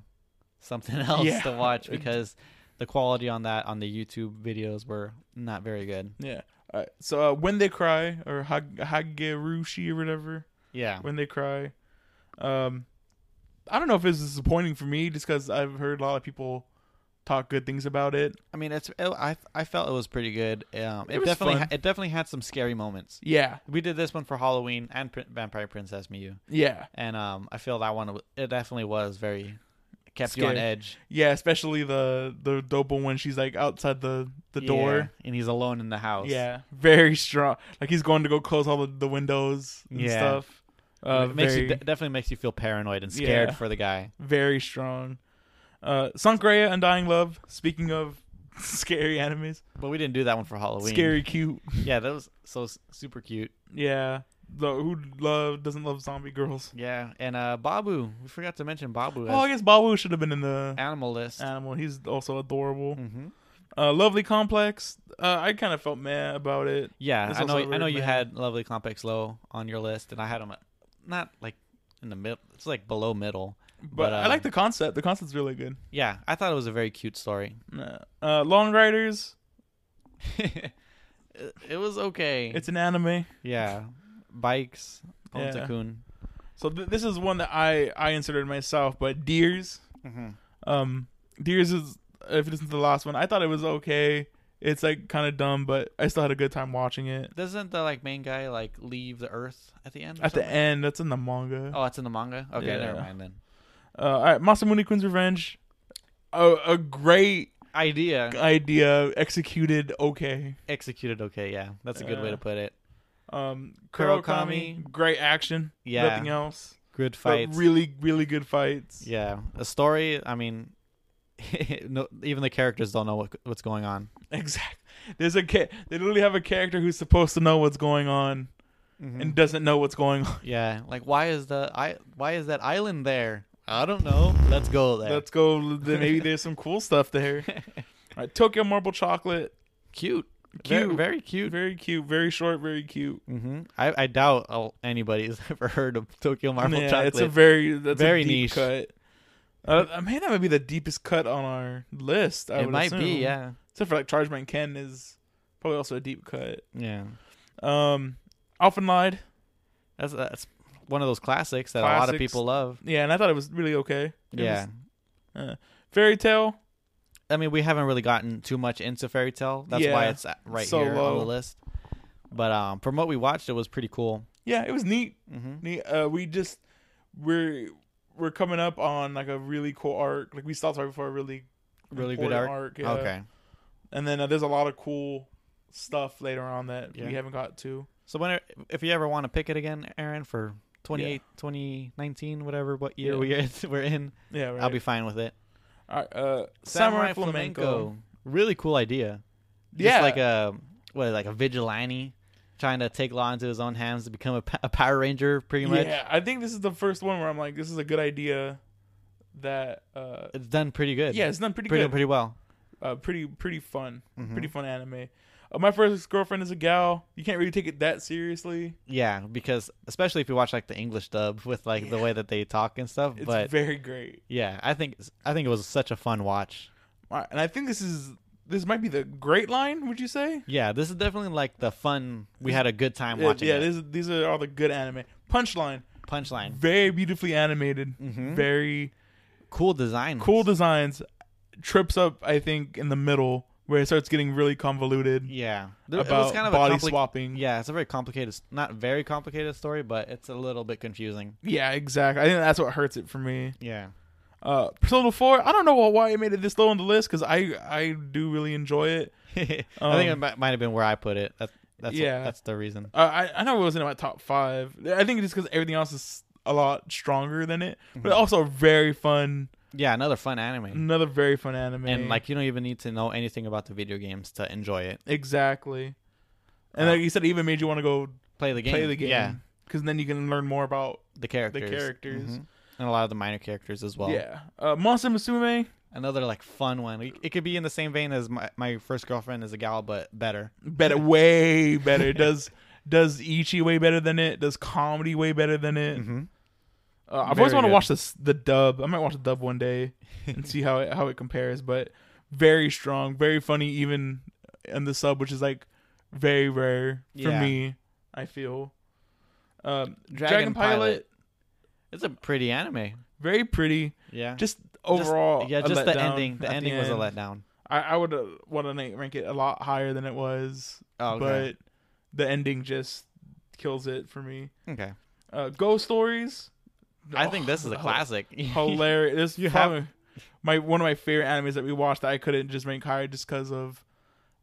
Speaker 1: something else
Speaker 2: Yeah.
Speaker 1: to watch because the quality on that on the YouTube videos were not very good.
Speaker 2: Yeah. Uh, so uh, when they cry or Hag- Hagerushi or whatever.
Speaker 1: Yeah.
Speaker 2: when they cry. Um, I don't know if it's disappointing for me, just because I've heard a lot of people talk good things about it.
Speaker 1: I mean, it's it, I I felt it was pretty good. Um,
Speaker 2: It
Speaker 1: it,
Speaker 2: was
Speaker 1: definitely
Speaker 2: fun.
Speaker 1: ha- it definitely had some scary moments.
Speaker 2: Yeah,
Speaker 1: We did this one for Halloween and Prin Vampire Princess Miu,
Speaker 2: yeah,
Speaker 1: and um, I feel that one w- it definitely was very kept you on
Speaker 2: Scary.
Speaker 1: edge.
Speaker 2: yeah. Especially the the dopa when she's like outside the the
Speaker 1: Yeah,
Speaker 2: door.
Speaker 1: and he's alone in the house.
Speaker 2: Yeah, very strong. Like he's going to go close all the, the windows and
Speaker 1: Yeah.
Speaker 2: stuff. Uh,
Speaker 1: it makes
Speaker 2: very,
Speaker 1: you de- definitely makes you feel paranoid and scared
Speaker 2: Yeah.
Speaker 1: for the guy.
Speaker 2: very strong. Uh, Sankreya, Undying Love. Speaking of scary animes,
Speaker 1: But we didn't do that one for Halloween.
Speaker 2: scary cute.
Speaker 1: Yeah, that was so s- super cute.
Speaker 2: Yeah, the, who love doesn't love zombie girls?
Speaker 1: Yeah, and uh, Babu, we forgot to mention Babu as
Speaker 2: Oh, Uh, I guess Babu should have been in the
Speaker 1: animal list.
Speaker 2: animal. He's also adorable.
Speaker 1: hmm
Speaker 2: Uh, Lovely Complex. Uh, I kind of felt mad about it.
Speaker 1: Yeah,
Speaker 2: It's
Speaker 1: I know.
Speaker 2: also
Speaker 1: I know
Speaker 2: weird,
Speaker 1: you
Speaker 2: man.
Speaker 1: had lovely complex low on your list, and I had them not like in the middle. It's like below middle.
Speaker 2: But,
Speaker 1: But,
Speaker 2: I like
Speaker 1: um,
Speaker 2: the concept. The concept's really good.
Speaker 1: Yeah, I thought it was a very cute story.
Speaker 2: Nah. Uh, Long Riders.
Speaker 1: it, it was okay.
Speaker 2: It's an anime.
Speaker 1: yeah, bikes,
Speaker 2: Yeah.
Speaker 1: Pontakun.
Speaker 2: So th- this is one that I I inserted myself. But Deers.
Speaker 1: Mm-hmm.
Speaker 2: Um, Deers is if it isn't the last one. I thought it was okay. It's like kind of dumb, but I still had a good time watching it.
Speaker 1: Doesn't the like main guy like leave the Earth at the end? or
Speaker 2: At the
Speaker 1: something?
Speaker 2: end, that's in the manga.
Speaker 1: Oh, it's in the manga. Okay, never
Speaker 2: Yeah.
Speaker 1: mind then.
Speaker 2: Uh, all right, Masamune Kun's Revenge. A, a great
Speaker 1: Idea
Speaker 2: idea executed okay.
Speaker 1: executed okay. Yeah, that's a good way
Speaker 2: Yeah.
Speaker 1: to put it.
Speaker 2: Um,
Speaker 1: Kurokami.
Speaker 2: Kurokami, great action.
Speaker 1: Yeah.
Speaker 2: Nothing else.
Speaker 1: Good
Speaker 2: But
Speaker 1: fights.
Speaker 2: really, really good fights.
Speaker 1: yeah, a story. I mean, no, even the characters don't know what, what's going on.
Speaker 2: Exactly. There's a ca- they literally have a character who's supposed to know what's going on
Speaker 1: Mm.
Speaker 2: and doesn't know what's going on.
Speaker 1: Yeah, like why is the I why is that island there? I don't know. Let's go there.
Speaker 2: Let's go. Then maybe there's some cool stuff there. All right, Tokyo Marble Chocolate.
Speaker 1: cute,
Speaker 2: Cute.
Speaker 1: very, very cute.
Speaker 2: Very cute. Very short. Very cute.
Speaker 1: hmm I, I doubt uh, anybody's ever heard of Tokyo Marble
Speaker 2: yeah,
Speaker 1: Chocolate.
Speaker 2: it's a very that's
Speaker 1: Very
Speaker 2: a deep
Speaker 1: niche.
Speaker 2: cut. Uh, I mean, that might be the deepest cut on our list. I
Speaker 1: it
Speaker 2: would
Speaker 1: might be,
Speaker 2: assume.
Speaker 1: yeah,
Speaker 2: Except for like Charge Man Ken is probably also a deep cut.
Speaker 1: yeah.
Speaker 2: Um, often lied.
Speaker 1: That's that's one of those classics that a lot of
Speaker 2: Classics.
Speaker 1: people love.
Speaker 2: Yeah, and I thought it was really okay. It
Speaker 1: yeah,
Speaker 2: was- fairy tale.
Speaker 1: I mean we haven't really gotten too much into Fairy Tale. That's why
Speaker 2: Yeah,
Speaker 1: it's at- right
Speaker 2: so
Speaker 1: here on
Speaker 2: low.
Speaker 1: the list. But um, from what we watched, it was pretty cool.
Speaker 2: Yeah, it was neat.
Speaker 1: hmm
Speaker 2: Neat. Uh, we just we're we're coming up on like a really cool arc. Like we stopped right before a really
Speaker 1: Really good
Speaker 2: important
Speaker 1: art.
Speaker 2: yeah.
Speaker 1: Okay.
Speaker 2: and then uh, there's a lot of cool stuff later on that
Speaker 1: Yeah.
Speaker 2: we haven't got to.
Speaker 1: So when if you ever want to pick it again, Aaron, for 28,
Speaker 2: Yeah.
Speaker 1: 2019, whatever, what year
Speaker 2: Yeah.
Speaker 1: we are, we're in,
Speaker 2: Yeah, right.
Speaker 1: I'll be fine with it.
Speaker 2: All right, uh, Samurai, flamenco.
Speaker 1: really cool idea.
Speaker 2: Yeah.
Speaker 1: just like a what, like a vigilante trying to take law into his own hands to become a, pa- a Power Ranger, pretty much.
Speaker 2: Yeah, I think this is the first one where I'm like, this is a good idea. That uh,
Speaker 1: It's done pretty good.
Speaker 2: yeah, it's done pretty,
Speaker 1: pretty
Speaker 2: good.
Speaker 1: pretty well.
Speaker 2: uh, pretty pretty fun,
Speaker 1: Mhm.
Speaker 2: pretty fun anime. Uh, my first girlfriend is a gal. You can't really take it that seriously.
Speaker 1: Yeah, because especially if you watch like the English dub with like the
Speaker 2: Yeah.
Speaker 1: way that they talk and stuff,
Speaker 2: It's
Speaker 1: but.
Speaker 2: very great,
Speaker 1: yeah, I think I think it was such a fun watch.
Speaker 2: All right, and I think this is this might be the great line. Would you say?
Speaker 1: Yeah, this is definitely like the fun. We had a good time
Speaker 2: Yeah,
Speaker 1: watching.
Speaker 2: yeah
Speaker 1: it.
Speaker 2: this, these are all the good anime. Punchline,
Speaker 1: punchline.
Speaker 2: very beautifully animated,
Speaker 1: Mhm.
Speaker 2: very
Speaker 1: Cool design.
Speaker 2: cool designs. Trips up, I think, in the middle where it starts getting really convoluted
Speaker 1: Yeah. There- it was
Speaker 2: about
Speaker 1: kind of a
Speaker 2: body
Speaker 1: compli-
Speaker 2: swapping.
Speaker 1: Yeah, it's a very complicated, s- not very complicated story, but it's a little bit confusing.
Speaker 2: yeah, exactly. I think that's what hurts it for me.
Speaker 1: Yeah.
Speaker 2: Uh, Persona 4, I don't know why it made it this low on the list because I, I do really enjoy it.
Speaker 1: I think it mi- might have been where I put it. That's that's
Speaker 2: Um, Yeah.
Speaker 1: that's the reason.
Speaker 2: Uh, I, I know it wasn't in my top five. I think it's because everything else is a lot stronger than it, but also a very fun,
Speaker 1: Yeah, another fun anime.
Speaker 2: another very fun anime.
Speaker 1: And like you don't even need to know anything about the video games to enjoy it.
Speaker 2: exactly. And like you said, it even made you want to go
Speaker 1: Play the game.
Speaker 2: play the game.
Speaker 1: Yeah,
Speaker 2: Because then you can learn more about
Speaker 1: the characters.
Speaker 2: characters.
Speaker 1: Mhm. And a lot of the minor characters as well.
Speaker 2: yeah. Uh, Monster Musume,
Speaker 1: Another like fun one. It- It could be in the same vein as my, my first girlfriend is a gal, but better.
Speaker 2: better, way better. does does Ichi way better than it? Does comedy way better than it?
Speaker 1: Mhm.
Speaker 2: Uh, I've
Speaker 1: Very
Speaker 2: always want to
Speaker 1: good.
Speaker 2: watch this the dub. I might watch the dub one day and see how it how it compares. But very strong, very funny, even in the sub, which is like very rare for
Speaker 1: Yeah.
Speaker 2: me. I feel. Um, Dragon,
Speaker 1: Dragon
Speaker 2: Pilot,
Speaker 1: Pilot. It's a pretty anime.
Speaker 2: very pretty.
Speaker 1: Yeah.
Speaker 2: Just overall,
Speaker 1: yeah,
Speaker 2: a
Speaker 1: just the
Speaker 2: letdown
Speaker 1: ending. The
Speaker 2: at
Speaker 1: ending was
Speaker 2: end.
Speaker 1: a letdown.
Speaker 2: I, I would uh, want to rank it a lot higher than it was,
Speaker 1: Oh, okay.
Speaker 2: but the ending just kills it for me.
Speaker 1: okay.
Speaker 2: Uh, Ghost Stories.
Speaker 1: I think this is a
Speaker 2: Oh,
Speaker 1: classic.
Speaker 2: hilarious. This
Speaker 1: You
Speaker 2: you
Speaker 1: have-
Speaker 2: have my one of my favorite animes that we watched that I couldn't just rank higher just because of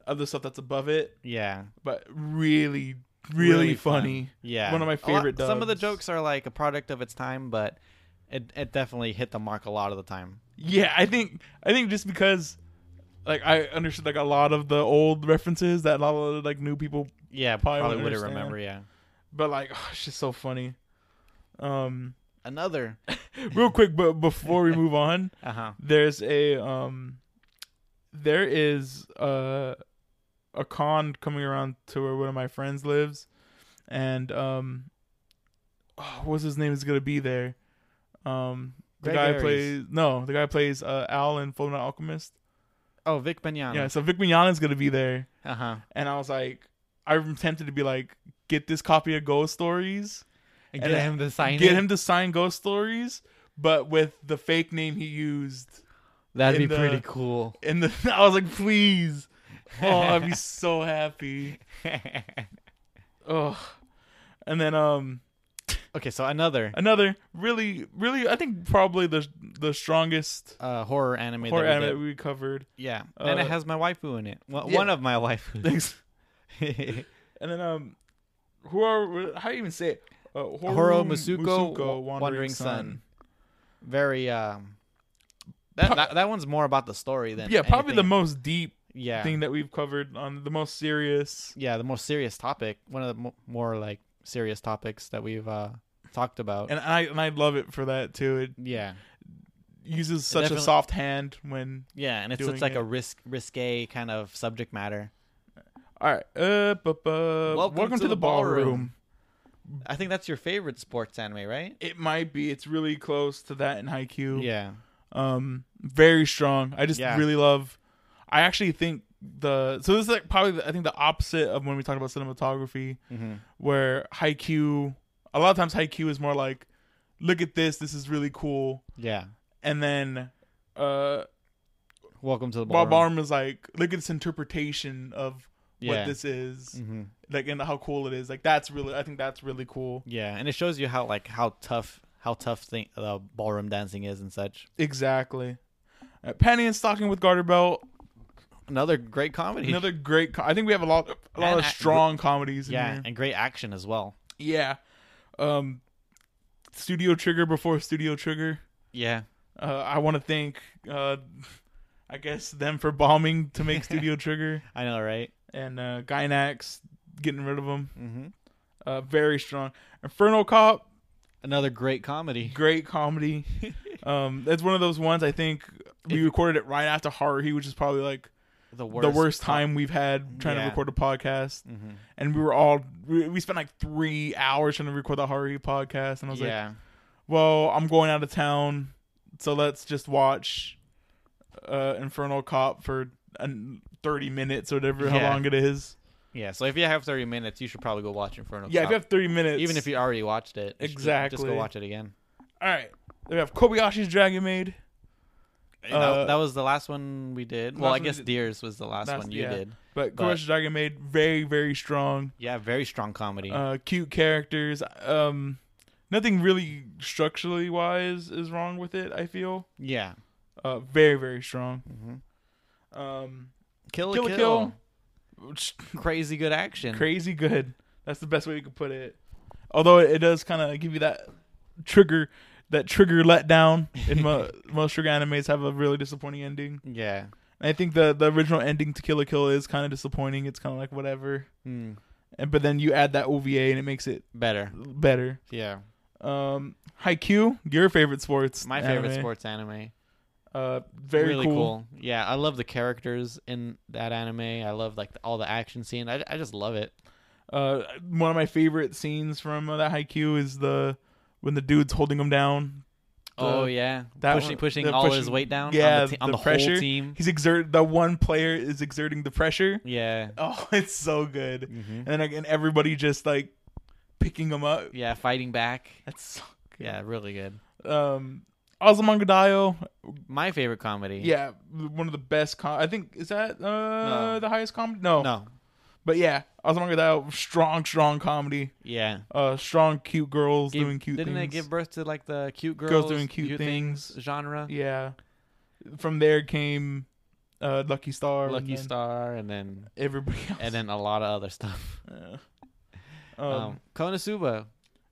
Speaker 2: other stuff that's above it,
Speaker 1: yeah.
Speaker 2: but really, really,
Speaker 1: Really fun.
Speaker 2: funny.
Speaker 1: Yeah.
Speaker 2: One of my
Speaker 1: A lot-
Speaker 2: favorite
Speaker 1: Some of the
Speaker 2: dubs.
Speaker 1: jokes are like a product of its time, but it, it definitely hit the mark a lot of the time.
Speaker 2: Yeah, I think I think just because like I understood like a lot of the old references that a lot of like new people,
Speaker 1: Yeah,
Speaker 2: Probably
Speaker 1: probably,
Speaker 2: wouldn't
Speaker 1: wouldn't
Speaker 2: understand.
Speaker 1: remember. Yeah.
Speaker 2: but like it's just so funny. Um,
Speaker 1: Another.
Speaker 2: real quick, but before we move on,
Speaker 1: Uh huh.
Speaker 2: there's a um there is a a con coming around to where one of my friends lives and um oh, what's his name is gonna be there um the
Speaker 1: Greg
Speaker 2: guy
Speaker 1: Aries.
Speaker 2: plays no the guy plays uh al in full Metal alchemist
Speaker 1: Oh, Vic Mignogna.
Speaker 2: yeah so vic Mignogna's gonna be there
Speaker 1: Uh huh.
Speaker 2: and i was like i'm tempted to be like get this copy of ghost stories
Speaker 1: And
Speaker 2: And
Speaker 1: get
Speaker 2: I-
Speaker 1: him to sign
Speaker 2: get
Speaker 1: it.
Speaker 2: him to sign ghost stories but with the fake name he used
Speaker 1: That'd be
Speaker 2: in the-
Speaker 1: pretty cool.
Speaker 2: and the, I was like, please. Oh, I'd be so happy.
Speaker 1: okay,
Speaker 2: Ugh. And then um
Speaker 1: so another
Speaker 2: another really really I think probably the the strongest
Speaker 1: uh, horror anime. that
Speaker 2: horror
Speaker 1: we
Speaker 2: anime
Speaker 1: did.
Speaker 2: that we covered.
Speaker 1: Yeah, and
Speaker 2: Uh,
Speaker 1: it has my waifu in it. Well,
Speaker 2: yeah.
Speaker 1: One of my waifus.
Speaker 2: Thanks. And then um who are how do you even say it? Uh, Horu
Speaker 1: Horo Musuko, Wa-
Speaker 2: Wandering,
Speaker 1: Wandering
Speaker 2: Sun.
Speaker 1: Sun. Very um, that,
Speaker 2: Pro-
Speaker 1: that that one's more about the story than
Speaker 2: Yeah, probably the
Speaker 1: anything.
Speaker 2: most deep
Speaker 1: yeah
Speaker 2: thing that we've covered on the most serious.
Speaker 1: yeah the most serious topic. One of the mo- more like serious topics that we've uh talked about.
Speaker 2: And I and I love it for that too. It
Speaker 1: yeah,
Speaker 2: uses such a
Speaker 1: definitely-
Speaker 2: soft hand when
Speaker 1: yeah, and it's
Speaker 2: Doing
Speaker 1: such like a
Speaker 2: it.
Speaker 1: risk risque kind of subject matter.
Speaker 2: All right. Uh, bu- bu- welcome, to, the ballroom.
Speaker 1: I think that's your favorite sports anime, right?
Speaker 2: It might be. It's really close to that in Haikyuu.
Speaker 1: Yeah.
Speaker 2: Um, very strong. I just
Speaker 1: Yeah.
Speaker 2: really love. I actually think the so this is like probably the, I think the opposite of when we talk about cinematography,
Speaker 1: Mhm.
Speaker 2: where Haikyuu. A lot of times Haikyuu is more like, look at this. This is really cool.
Speaker 1: Yeah.
Speaker 2: And then, uh,
Speaker 1: Welcome to the
Speaker 2: Bob
Speaker 1: ballroom.
Speaker 2: Barm is like, look at this interpretation of
Speaker 1: Yeah.
Speaker 2: what this is,
Speaker 1: Mhm.
Speaker 2: like, and how cool it is. Like that's really. I think that's really cool.
Speaker 1: Yeah, and it shows you how like how tough how tough thing uh, ballroom dancing is and such.
Speaker 2: Exactly. Uh, Penny and stocking with garter belt.
Speaker 1: Another great comedy.
Speaker 2: Another great. Co- I think we have a lot, a lot
Speaker 1: And
Speaker 2: of
Speaker 1: I-
Speaker 2: strong comedies. In
Speaker 1: yeah,
Speaker 2: here.
Speaker 1: and great action as well.
Speaker 2: yeah. Um, Studio Trigger before Studio Trigger.
Speaker 1: Yeah,
Speaker 2: Uh, I want to thank, uh, I guess them for bombing to make Studio Trigger
Speaker 1: I know, right?
Speaker 2: and uh, Gynax getting rid of them.
Speaker 1: Mm-hmm.
Speaker 2: Uh, very strong. Inferno Cop,
Speaker 1: Another great comedy.
Speaker 2: great comedy. um, that's one of those ones I think we recorded it right after Haruhi, which is probably like
Speaker 1: The worst.
Speaker 2: the worst time we've had trying
Speaker 1: Yeah.
Speaker 2: to record a podcast.
Speaker 1: hmm
Speaker 2: and we were all we we spent like three hours trying to record the Haruhi podcast, and I was like,
Speaker 1: Yeah,
Speaker 2: "Well, I'm going out of town, so let's just watch uh, Infernal Cop for an 30 minutes or whatever how
Speaker 1: Yeah.
Speaker 2: long it is."
Speaker 1: yeah. So if you have thirty minutes, you should probably go watch Inferno.
Speaker 2: Yeah, if
Speaker 1: Cop.
Speaker 2: you have 30 minutes,
Speaker 1: even if you already watched it, you should Just
Speaker 2: Exactly.
Speaker 1: go watch it again.
Speaker 2: all right, we have Kobayashi's Dragon Maid.
Speaker 1: And
Speaker 2: Uh,
Speaker 1: that, that was the last one we did. Well,
Speaker 2: last
Speaker 1: I
Speaker 2: one we
Speaker 1: guess
Speaker 2: did.
Speaker 1: Deers was the last
Speaker 2: Last-
Speaker 1: one you
Speaker 2: yeah.
Speaker 1: did. But-
Speaker 2: but Kobayashi's Dragon Maid, very very strong,
Speaker 1: Yeah, very strong comedy.
Speaker 2: uh, cute characters. Um, nothing really structurally wise is wrong with it. I feel
Speaker 1: Yeah.
Speaker 2: uh, very very strong.
Speaker 1: Mm-hmm.
Speaker 2: Um,
Speaker 1: Kill, kill,
Speaker 2: Kill la
Speaker 1: kill,
Speaker 2: which-
Speaker 1: Crazy good action.
Speaker 2: crazy good. That's the best way you could put it. Although it does kind of give you that trigger, that trigger letdown. And mo- most trigger animes have a really disappointing ending.
Speaker 1: yeah.
Speaker 2: And I think the the original ending to Kill a Kill is kind of disappointing. It's kind of like whatever.
Speaker 1: Mm.
Speaker 2: And but then you add that OVA and it makes it
Speaker 1: Better.
Speaker 2: better.
Speaker 1: Yeah.
Speaker 2: Um, Haikyuu, your favorite sports?
Speaker 1: My favorite
Speaker 2: anime.
Speaker 1: sports anime.
Speaker 2: Uh, very
Speaker 1: really
Speaker 2: cool.
Speaker 1: cool. Yeah, I love the characters in that anime. I love like all the action scene. I, I just love it.
Speaker 2: Uh, one of my favorite scenes from uh, that Haikyuu is the when the dude's holding him down. The-
Speaker 1: oh yeah,
Speaker 2: that
Speaker 1: pushing
Speaker 2: one-
Speaker 1: pushing
Speaker 2: the
Speaker 1: all his
Speaker 2: pushing-
Speaker 1: weight down.
Speaker 2: yeah,
Speaker 1: on the, te- on
Speaker 2: the
Speaker 1: whole
Speaker 2: pressure.
Speaker 1: team.
Speaker 2: He's exert the one player is exerting the pressure.
Speaker 1: Yeah,
Speaker 2: Oh, it's so good.
Speaker 1: hmm
Speaker 2: And then again, everybody just like picking him up.
Speaker 1: yeah, fighting back.
Speaker 2: That's so good.
Speaker 1: Yeah, really good.
Speaker 2: Um, Azumanga Daioh,
Speaker 1: My favorite comedy.
Speaker 2: Yeah, one of the best. Com- I think is that uh
Speaker 1: No.
Speaker 2: the highest comedy. No.
Speaker 1: No.
Speaker 2: but yeah, Azumanga Daioh, strong, strong comedy.
Speaker 1: Yeah.
Speaker 2: Uh, strong, cute girls
Speaker 1: Gave-
Speaker 2: doing cute.
Speaker 1: Didn't
Speaker 2: things.
Speaker 1: they give birth to like the cute girls,
Speaker 2: doing cute things.
Speaker 1: genre?
Speaker 2: Yeah, from there came uh Lucky Star, and
Speaker 1: Lucky
Speaker 2: then
Speaker 1: Star, and then
Speaker 2: everybody else,
Speaker 1: and then a lot of other stuff.
Speaker 2: Yeah.
Speaker 1: Um,
Speaker 2: um,
Speaker 1: Konosuba.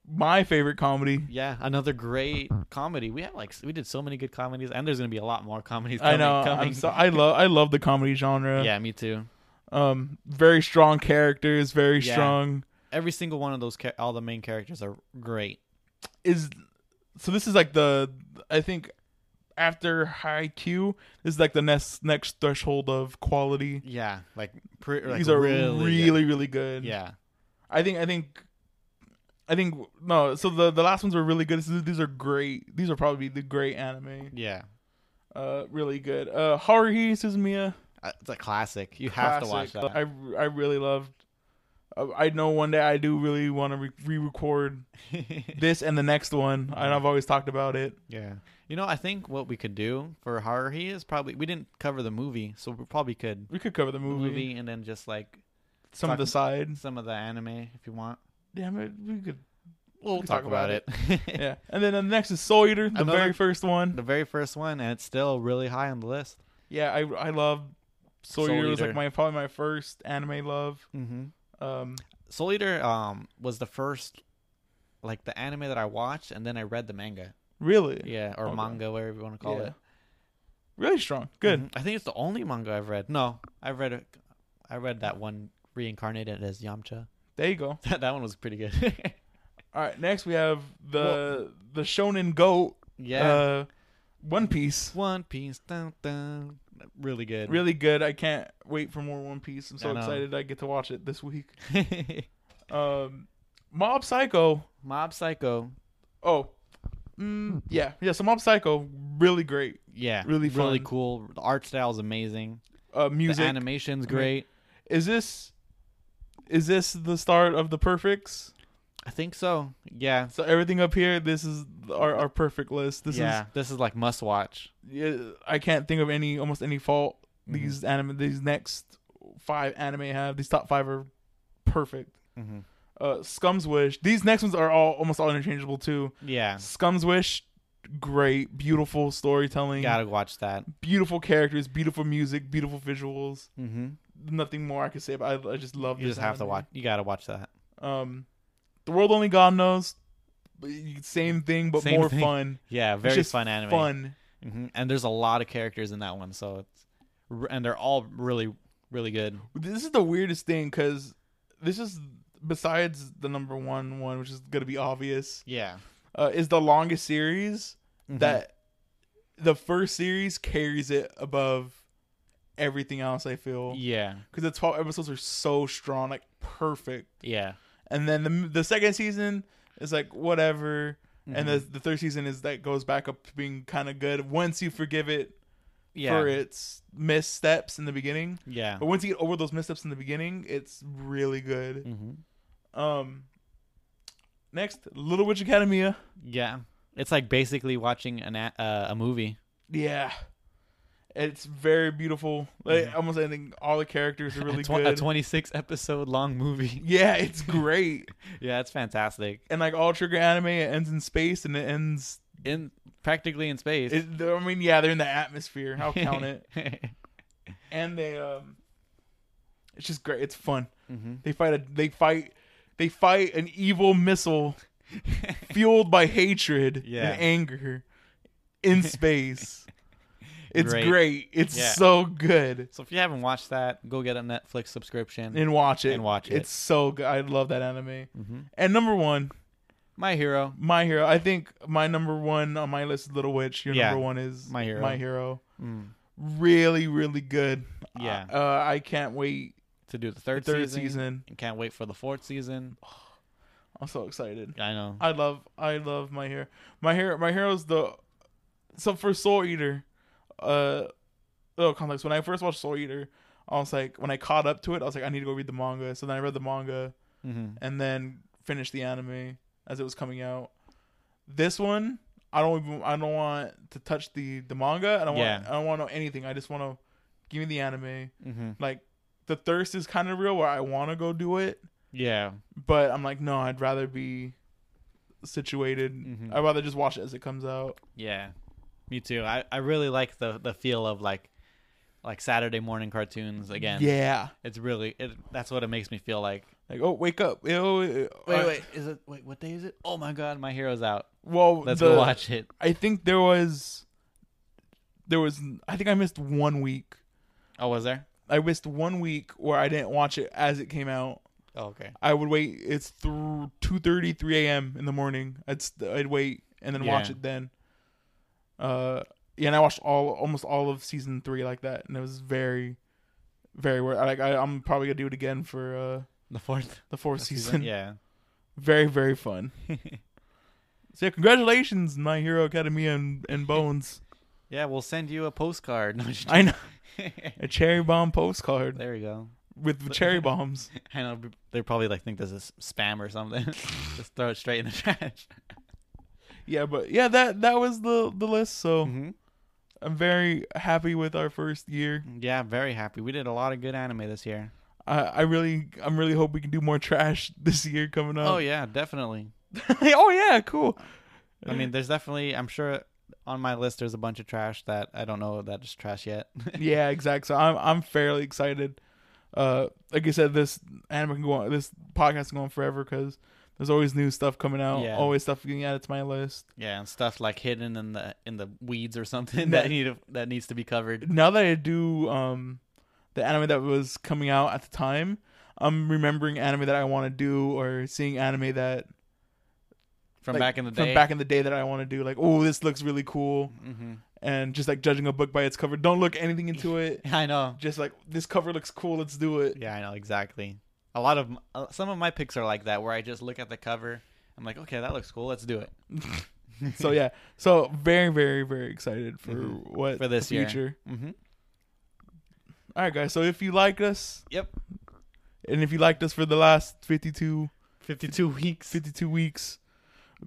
Speaker 2: my favorite comedy.
Speaker 1: Yeah, another great comedy. We had like s- we did so many good comedies, and there's gonna be a lot more comedies. Coming,
Speaker 2: I know.
Speaker 1: Coming.
Speaker 2: I'm so, I love. I love the comedy genre.
Speaker 1: yeah, me too.
Speaker 2: Um, very strong characters. Very
Speaker 1: Yeah.
Speaker 2: strong.
Speaker 1: Every single one of those, cha- all the main characters are great.
Speaker 2: is so this is like the I think after high Q this is like the next next threshold of quality.
Speaker 1: Yeah, like, pre- like
Speaker 2: These are
Speaker 1: really,
Speaker 2: really really good.
Speaker 1: good. yeah,
Speaker 2: I think I think I think no. So the the last ones were really good. This is- These are great. These are probably the great anime.
Speaker 1: yeah.
Speaker 2: Uh, really good. Uh, Haruhi Suzumiya.
Speaker 1: Uh, It's a classic. You have to watch
Speaker 2: classic.
Speaker 1: that.
Speaker 2: I I really loved. uh, I I know one day I do really want to re record this and the next one. And I've always talked about it.
Speaker 1: yeah. You know, I think what we could do for Haruhi is probably we didn't cover the movie, so we probably could
Speaker 2: We could cover the
Speaker 1: movie,
Speaker 2: movie.
Speaker 1: and then just like
Speaker 2: some of the
Speaker 1: Talk-
Speaker 2: sides.
Speaker 1: some of the anime if you want.
Speaker 2: Damn it, we could.
Speaker 1: We'll
Speaker 2: We can
Speaker 1: talk,
Speaker 2: talk
Speaker 1: about,
Speaker 2: about it.
Speaker 1: it.
Speaker 2: Yeah, and then the next is Soul Eater, the
Speaker 1: Another-
Speaker 2: very first one.
Speaker 1: The very first one, and it's still really high on the list.
Speaker 2: Yeah, I I love Soul,
Speaker 1: Soul
Speaker 2: Eater. was like
Speaker 1: Eater.
Speaker 2: my probably my first anime love.
Speaker 1: Mm-hmm.
Speaker 2: Um,
Speaker 1: Soul Eater um, was the first, like the anime that I watched, and then I read the manga.
Speaker 2: really,
Speaker 1: Yeah, or
Speaker 2: Okay.
Speaker 1: manga, whatever you want to call
Speaker 2: Yeah.
Speaker 1: it.
Speaker 2: really strong. Good.
Speaker 1: Mhm. I think it's the only manga I've read. No, I read, a- I read that one reincarnated as Yamcha.
Speaker 2: There you go.
Speaker 1: That that one was pretty good.
Speaker 2: All right, next we have the the Shonen Goat.
Speaker 1: yeah,
Speaker 2: Uh, One Piece.
Speaker 1: One Piece, dun, dun. really good.
Speaker 2: Really good. I can't wait for more One Piece. I'm so
Speaker 1: I know.
Speaker 2: excited I get to watch it this week.
Speaker 1: Really.
Speaker 2: Um, Mob Psycho.
Speaker 1: Mob Psycho.
Speaker 2: Oh, mm, yeah, yeah. So Mob Psycho, really great.
Speaker 1: Yeah,
Speaker 2: Really
Speaker 1: really
Speaker 2: fun.
Speaker 1: cool. The art style is amazing.
Speaker 2: Uh,
Speaker 1: The
Speaker 2: music.
Speaker 1: animation's
Speaker 2: I mean-
Speaker 1: great.
Speaker 2: is this is this the start of the perfects
Speaker 1: I think so. Yeah.
Speaker 2: so everything up here this is our, our perfect list this
Speaker 1: yeah, this is like must watch.
Speaker 2: is yeah, i can't think of any almost any fault
Speaker 1: Mm-hmm.
Speaker 2: these anime these next five anime have these top five are perfect
Speaker 1: Mm-hmm.
Speaker 2: uh scum's wish these next ones are all almost all interchangeable too
Speaker 1: Yeah,
Speaker 2: scum's wish great beautiful storytelling
Speaker 1: gotta watch that.
Speaker 2: beautiful characters beautiful music beautiful visuals
Speaker 1: Mm-hmm.
Speaker 2: nothing more i could say but i, I just love
Speaker 1: You
Speaker 2: this
Speaker 1: just have to
Speaker 2: anime.
Speaker 1: watch. You gotta watch that.
Speaker 2: Um, the world only God knows. Same thing, but
Speaker 1: Same
Speaker 2: more
Speaker 1: thing.
Speaker 2: fun.
Speaker 1: Yeah,
Speaker 2: It's
Speaker 1: very
Speaker 2: just
Speaker 1: fun anime.
Speaker 2: Fun.
Speaker 1: hmm And there's a lot of characters in that one, so it's r- and they're all really, really good.
Speaker 2: This is the weirdest thing because this is besides the number one one, which is gonna be obvious,
Speaker 1: Yeah.
Speaker 2: uh, is the longest series
Speaker 1: Mhm.
Speaker 2: that the first series carries it above everything else. I feel
Speaker 1: Yeah.
Speaker 2: because the twelve episodes are so strong, like perfect.
Speaker 1: Yeah.
Speaker 2: And then the the second season is like whatever. And the,
Speaker 1: Mhm.
Speaker 2: the third season is that goes back up to being kind of good once you forgive it
Speaker 1: yeah.
Speaker 2: for its missteps in the beginning.
Speaker 1: Yeah.
Speaker 2: But once you get over those missteps in the beginning, it's really good.
Speaker 1: Mm-hmm.
Speaker 2: Um, next, Little Witch Academia.
Speaker 1: Yeah. It's like basically watching an a, uh, a movie.
Speaker 2: Yeah, It's very beautiful. Like almost I think all the characters are really
Speaker 1: a, tw- a
Speaker 2: good.
Speaker 1: 26 episode long movie.
Speaker 2: yeah, it's great.
Speaker 1: yeah, it's fantastic.
Speaker 2: and like all trigger anime, it ends in space and it ends.
Speaker 1: In practically in space.
Speaker 2: It, I mean, yeah, they're in the atmosphere. I'll count it. And they, um, it's just great. It's fun.
Speaker 1: Mhm.
Speaker 2: They fight a. They fight. They fight an evil missile fueled by hatred
Speaker 1: Yeah.
Speaker 2: and anger in space. It's
Speaker 1: Great.
Speaker 2: great. It's
Speaker 1: Yeah.
Speaker 2: so good.
Speaker 1: so if you haven't watched that, go get a Netflix subscription.
Speaker 2: And watch it.
Speaker 1: And watch it.
Speaker 2: It's so good. I love that anime. And number one,
Speaker 1: Mm-hmm. My Hero.
Speaker 2: My Hero. I think my number one on my list is Little Witch. Your
Speaker 1: Yeah.
Speaker 2: number one is
Speaker 1: My Hero.
Speaker 2: My Hero.
Speaker 1: Mm.
Speaker 2: Really, really good.
Speaker 1: Yeah.
Speaker 2: Uh, uh, I can't wait.
Speaker 1: To do the
Speaker 2: The
Speaker 1: third,
Speaker 2: third
Speaker 1: season.
Speaker 2: season.
Speaker 1: And can't wait for the fourth season.
Speaker 2: I'm so excited.
Speaker 1: Oh. I know.
Speaker 2: I love, I love My Hero. My Hero, My Hero's the. So for Soul Eater, uh, little context. When I first watched Soul Eater, I was like, when I caught up to it, I was like, I need to go read the manga. So then I read the manga.
Speaker 1: Mhm.
Speaker 2: and then finish the anime as it was coming out. This one, I don't even I don't want to touch the the manga. I don't
Speaker 1: Yeah.
Speaker 2: want I don't want to know anything. I just want to give me the anime.
Speaker 1: Mhm.
Speaker 2: Like the thirst is kind of real where I want to go do it,
Speaker 1: Yeah.
Speaker 2: but I'm like no, I'd rather be situated.
Speaker 1: Mhm.
Speaker 2: I'd rather just watch it as it comes out.
Speaker 1: Yeah, me too. I, I really like the the feel of like like Saturday morning cartoons again.
Speaker 2: Yeah.
Speaker 1: it's really it. That's what it makes me feel like.
Speaker 2: Like oh, wake up. Ew, ew.
Speaker 1: Wait,
Speaker 2: Uh,
Speaker 1: wait, is it? Wait, what day is it? Oh my God, my hero's out.
Speaker 2: Well,
Speaker 1: Let's
Speaker 2: the-
Speaker 1: go watch it.
Speaker 2: I think there was there was I think I missed one week
Speaker 1: Oh, was there?
Speaker 2: I missed one week where I didn't watch it as it came out.
Speaker 1: Oh, okay.
Speaker 2: I would wait. It's through two thirty, three a.m. in the morning. I'd st- I'd wait and then watch
Speaker 1: Yeah.
Speaker 2: it then. Uh, yeah, and I watched all almost all of season three like that, and it was very, very worth. Like I, I'm probably gonna do it again for uh
Speaker 1: The fourth
Speaker 2: the fourth season.
Speaker 1: Yeah.
Speaker 2: Very very fun. So yeah, congratulations, My Hero Academia and, and Bones.
Speaker 1: yeah, we'll send you a postcard. No, just-
Speaker 2: I know a cherry bomb postcard
Speaker 1: there you go.
Speaker 2: with cherry bombs.
Speaker 1: I know they probably like think this is spam or something. Just throw it straight in the trash.
Speaker 2: Yeah, but yeah, that that was the the list. So.
Speaker 1: Mm-hmm.
Speaker 2: I'm very happy with our first year.
Speaker 1: Yeah, very happy. We did a lot of good anime this year.
Speaker 2: I, I really, I'm really hope we can do more trash this year coming up.
Speaker 1: oh yeah, definitely.
Speaker 2: yeah, oh yeah, cool.
Speaker 1: I mean, there's definitely. I'm sure on my list there's a bunch of trash that I don't know that is trash yet.
Speaker 2: yeah, exactly. So I'm, I'm fairly excited. Uh, like I said, this anime can go on, this podcast can go on forever because there's always new stuff coming out.
Speaker 1: Yeah.
Speaker 2: Always stuff getting added to my list.
Speaker 1: yeah, and stuff like hidden in the in the weeds or something
Speaker 2: That-
Speaker 1: that need to, that needs to be covered.
Speaker 2: Now that I do um, the anime that was coming out at the time, I'm remembering anime that I want to do or seeing anime that
Speaker 1: From
Speaker 2: like,
Speaker 1: back in the day.
Speaker 2: from back in the day that I want to do. Like, oh, this looks really cool.
Speaker 1: hmm
Speaker 2: and just like judging a book by its cover. Don't look anything into it.
Speaker 1: I know.
Speaker 2: Just like this cover looks cool, let's do it.
Speaker 1: Yeah, I know exactly. A lot of m- uh, some of my picks are like that, where I just look at the cover. I'm like, okay, that looks cool. Let's do it.
Speaker 2: So yeah, so very very very excited for
Speaker 1: Mhm.
Speaker 2: what
Speaker 1: For this
Speaker 2: the
Speaker 1: year.
Speaker 2: future.
Speaker 1: Mm-hmm.
Speaker 2: All right, guys. So if you like us,
Speaker 1: Yep.
Speaker 2: and if you liked us for the last 52,
Speaker 1: 52 weeks.
Speaker 2: 52 weeks,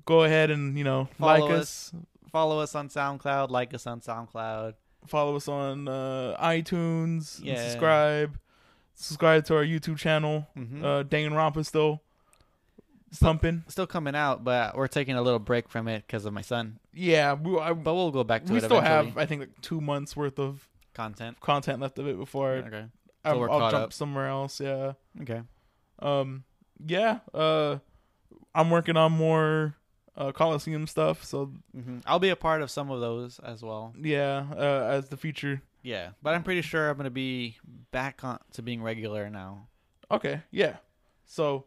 Speaker 2: go ahead and you know
Speaker 1: Follow
Speaker 2: like us.
Speaker 1: Follow us on SoundCloud. Like us on SoundCloud.
Speaker 2: follow us on uh, iTunes, and
Speaker 1: Yeah.
Speaker 2: subscribe, subscribe to our YouTube channel.
Speaker 1: Mhm.
Speaker 2: Uh, Dang Rompa still pumping.
Speaker 1: Still coming out, but we're taking a little break from it because of my son.
Speaker 2: Yeah, we I,
Speaker 1: But we'll go back to
Speaker 2: we
Speaker 1: it
Speaker 2: still
Speaker 1: eventually.
Speaker 2: have I think like two months worth of
Speaker 1: content.
Speaker 2: content left of it before
Speaker 1: Okay.
Speaker 2: I,
Speaker 1: So we're
Speaker 2: Um, I'll
Speaker 1: caught
Speaker 2: jump
Speaker 1: up.
Speaker 2: somewhere else. Yeah.
Speaker 1: Okay.
Speaker 2: Um. Yeah. Uh. I'm working on more uh, Coliseum stuff. So
Speaker 1: hmm I'll be a part of some of those as well.
Speaker 2: yeah, uh, as the feature.
Speaker 1: Yeah, but I'm pretty sure I'm gonna be back on to being regular now.
Speaker 2: Okay. Yeah. So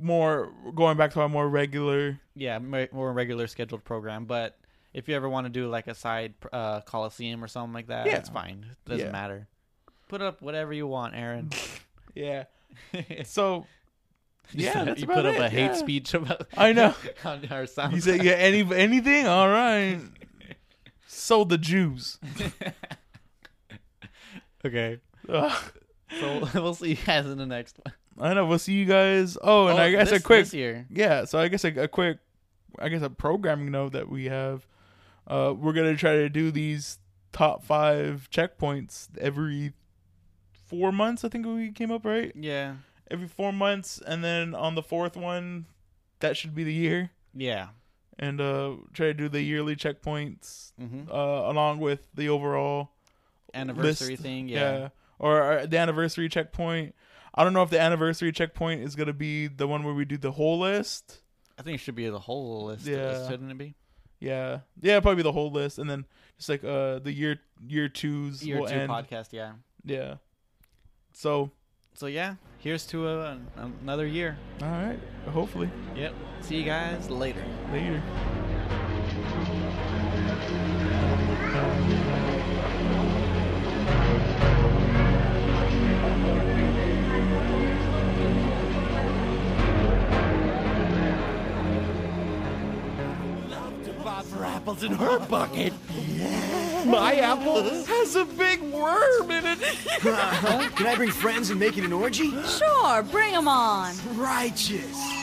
Speaker 2: more going back to our more regular.
Speaker 1: Yeah, ma- more regular scheduled program. But if you ever want to do like a side uh, coliseum or something like that,
Speaker 2: Yeah.
Speaker 1: it's fine. It doesn't
Speaker 2: Yeah.
Speaker 1: matter. Put up whatever you want, Aaron.
Speaker 2: Yeah.
Speaker 1: You
Speaker 2: So Yeah,
Speaker 1: put-
Speaker 2: that's
Speaker 1: you
Speaker 2: about
Speaker 1: put up
Speaker 2: it,
Speaker 1: a hate
Speaker 2: yeah.
Speaker 1: speech about.
Speaker 2: I know.
Speaker 1: on our sound.
Speaker 2: you say yeah. Any anything? All right. Sold the Jews.
Speaker 1: okay.
Speaker 2: Ugh.
Speaker 1: So we'll see you guys in the next one.
Speaker 2: I know. We'll see you guys. Oh, and I guess
Speaker 1: this,
Speaker 2: a quick
Speaker 1: this year.
Speaker 2: yeah so i guess a, a quick i guess a programming note that we have uh we're gonna try to do these top five checkpoints every four months. I think we came up right
Speaker 1: Yeah.
Speaker 2: every four months, and then on the fourth one, that should be the year,
Speaker 1: Yeah.
Speaker 2: and uh, try to do the yearly checkpoints
Speaker 1: Mm-hmm.
Speaker 2: uh, along with the overall.
Speaker 1: Anniversary
Speaker 2: list.
Speaker 1: thing.
Speaker 2: Yeah.
Speaker 1: Yeah.
Speaker 2: Or uh, the anniversary checkpoint. I don't know if the anniversary checkpoint is going to be the one where we do the whole list.
Speaker 1: I think it should be the whole list.
Speaker 2: Yeah.
Speaker 1: Shouldn't it be?
Speaker 2: Yeah. Yeah, probably the whole list and then just like uh the year year 2s
Speaker 1: Year
Speaker 2: will
Speaker 1: two
Speaker 2: end.
Speaker 1: podcast. Yeah.
Speaker 2: Yeah. So,
Speaker 1: So yeah, here's to uh, an- another year.
Speaker 2: all right. Hopefully
Speaker 1: Yep. See you guys later.
Speaker 2: later.
Speaker 3: Love to buy for apples in her bucket. My apple has a big worm in it.
Speaker 4: Can I bring friends and make it an orgy?
Speaker 5: Sure, bring 'em on.
Speaker 4: Righteous.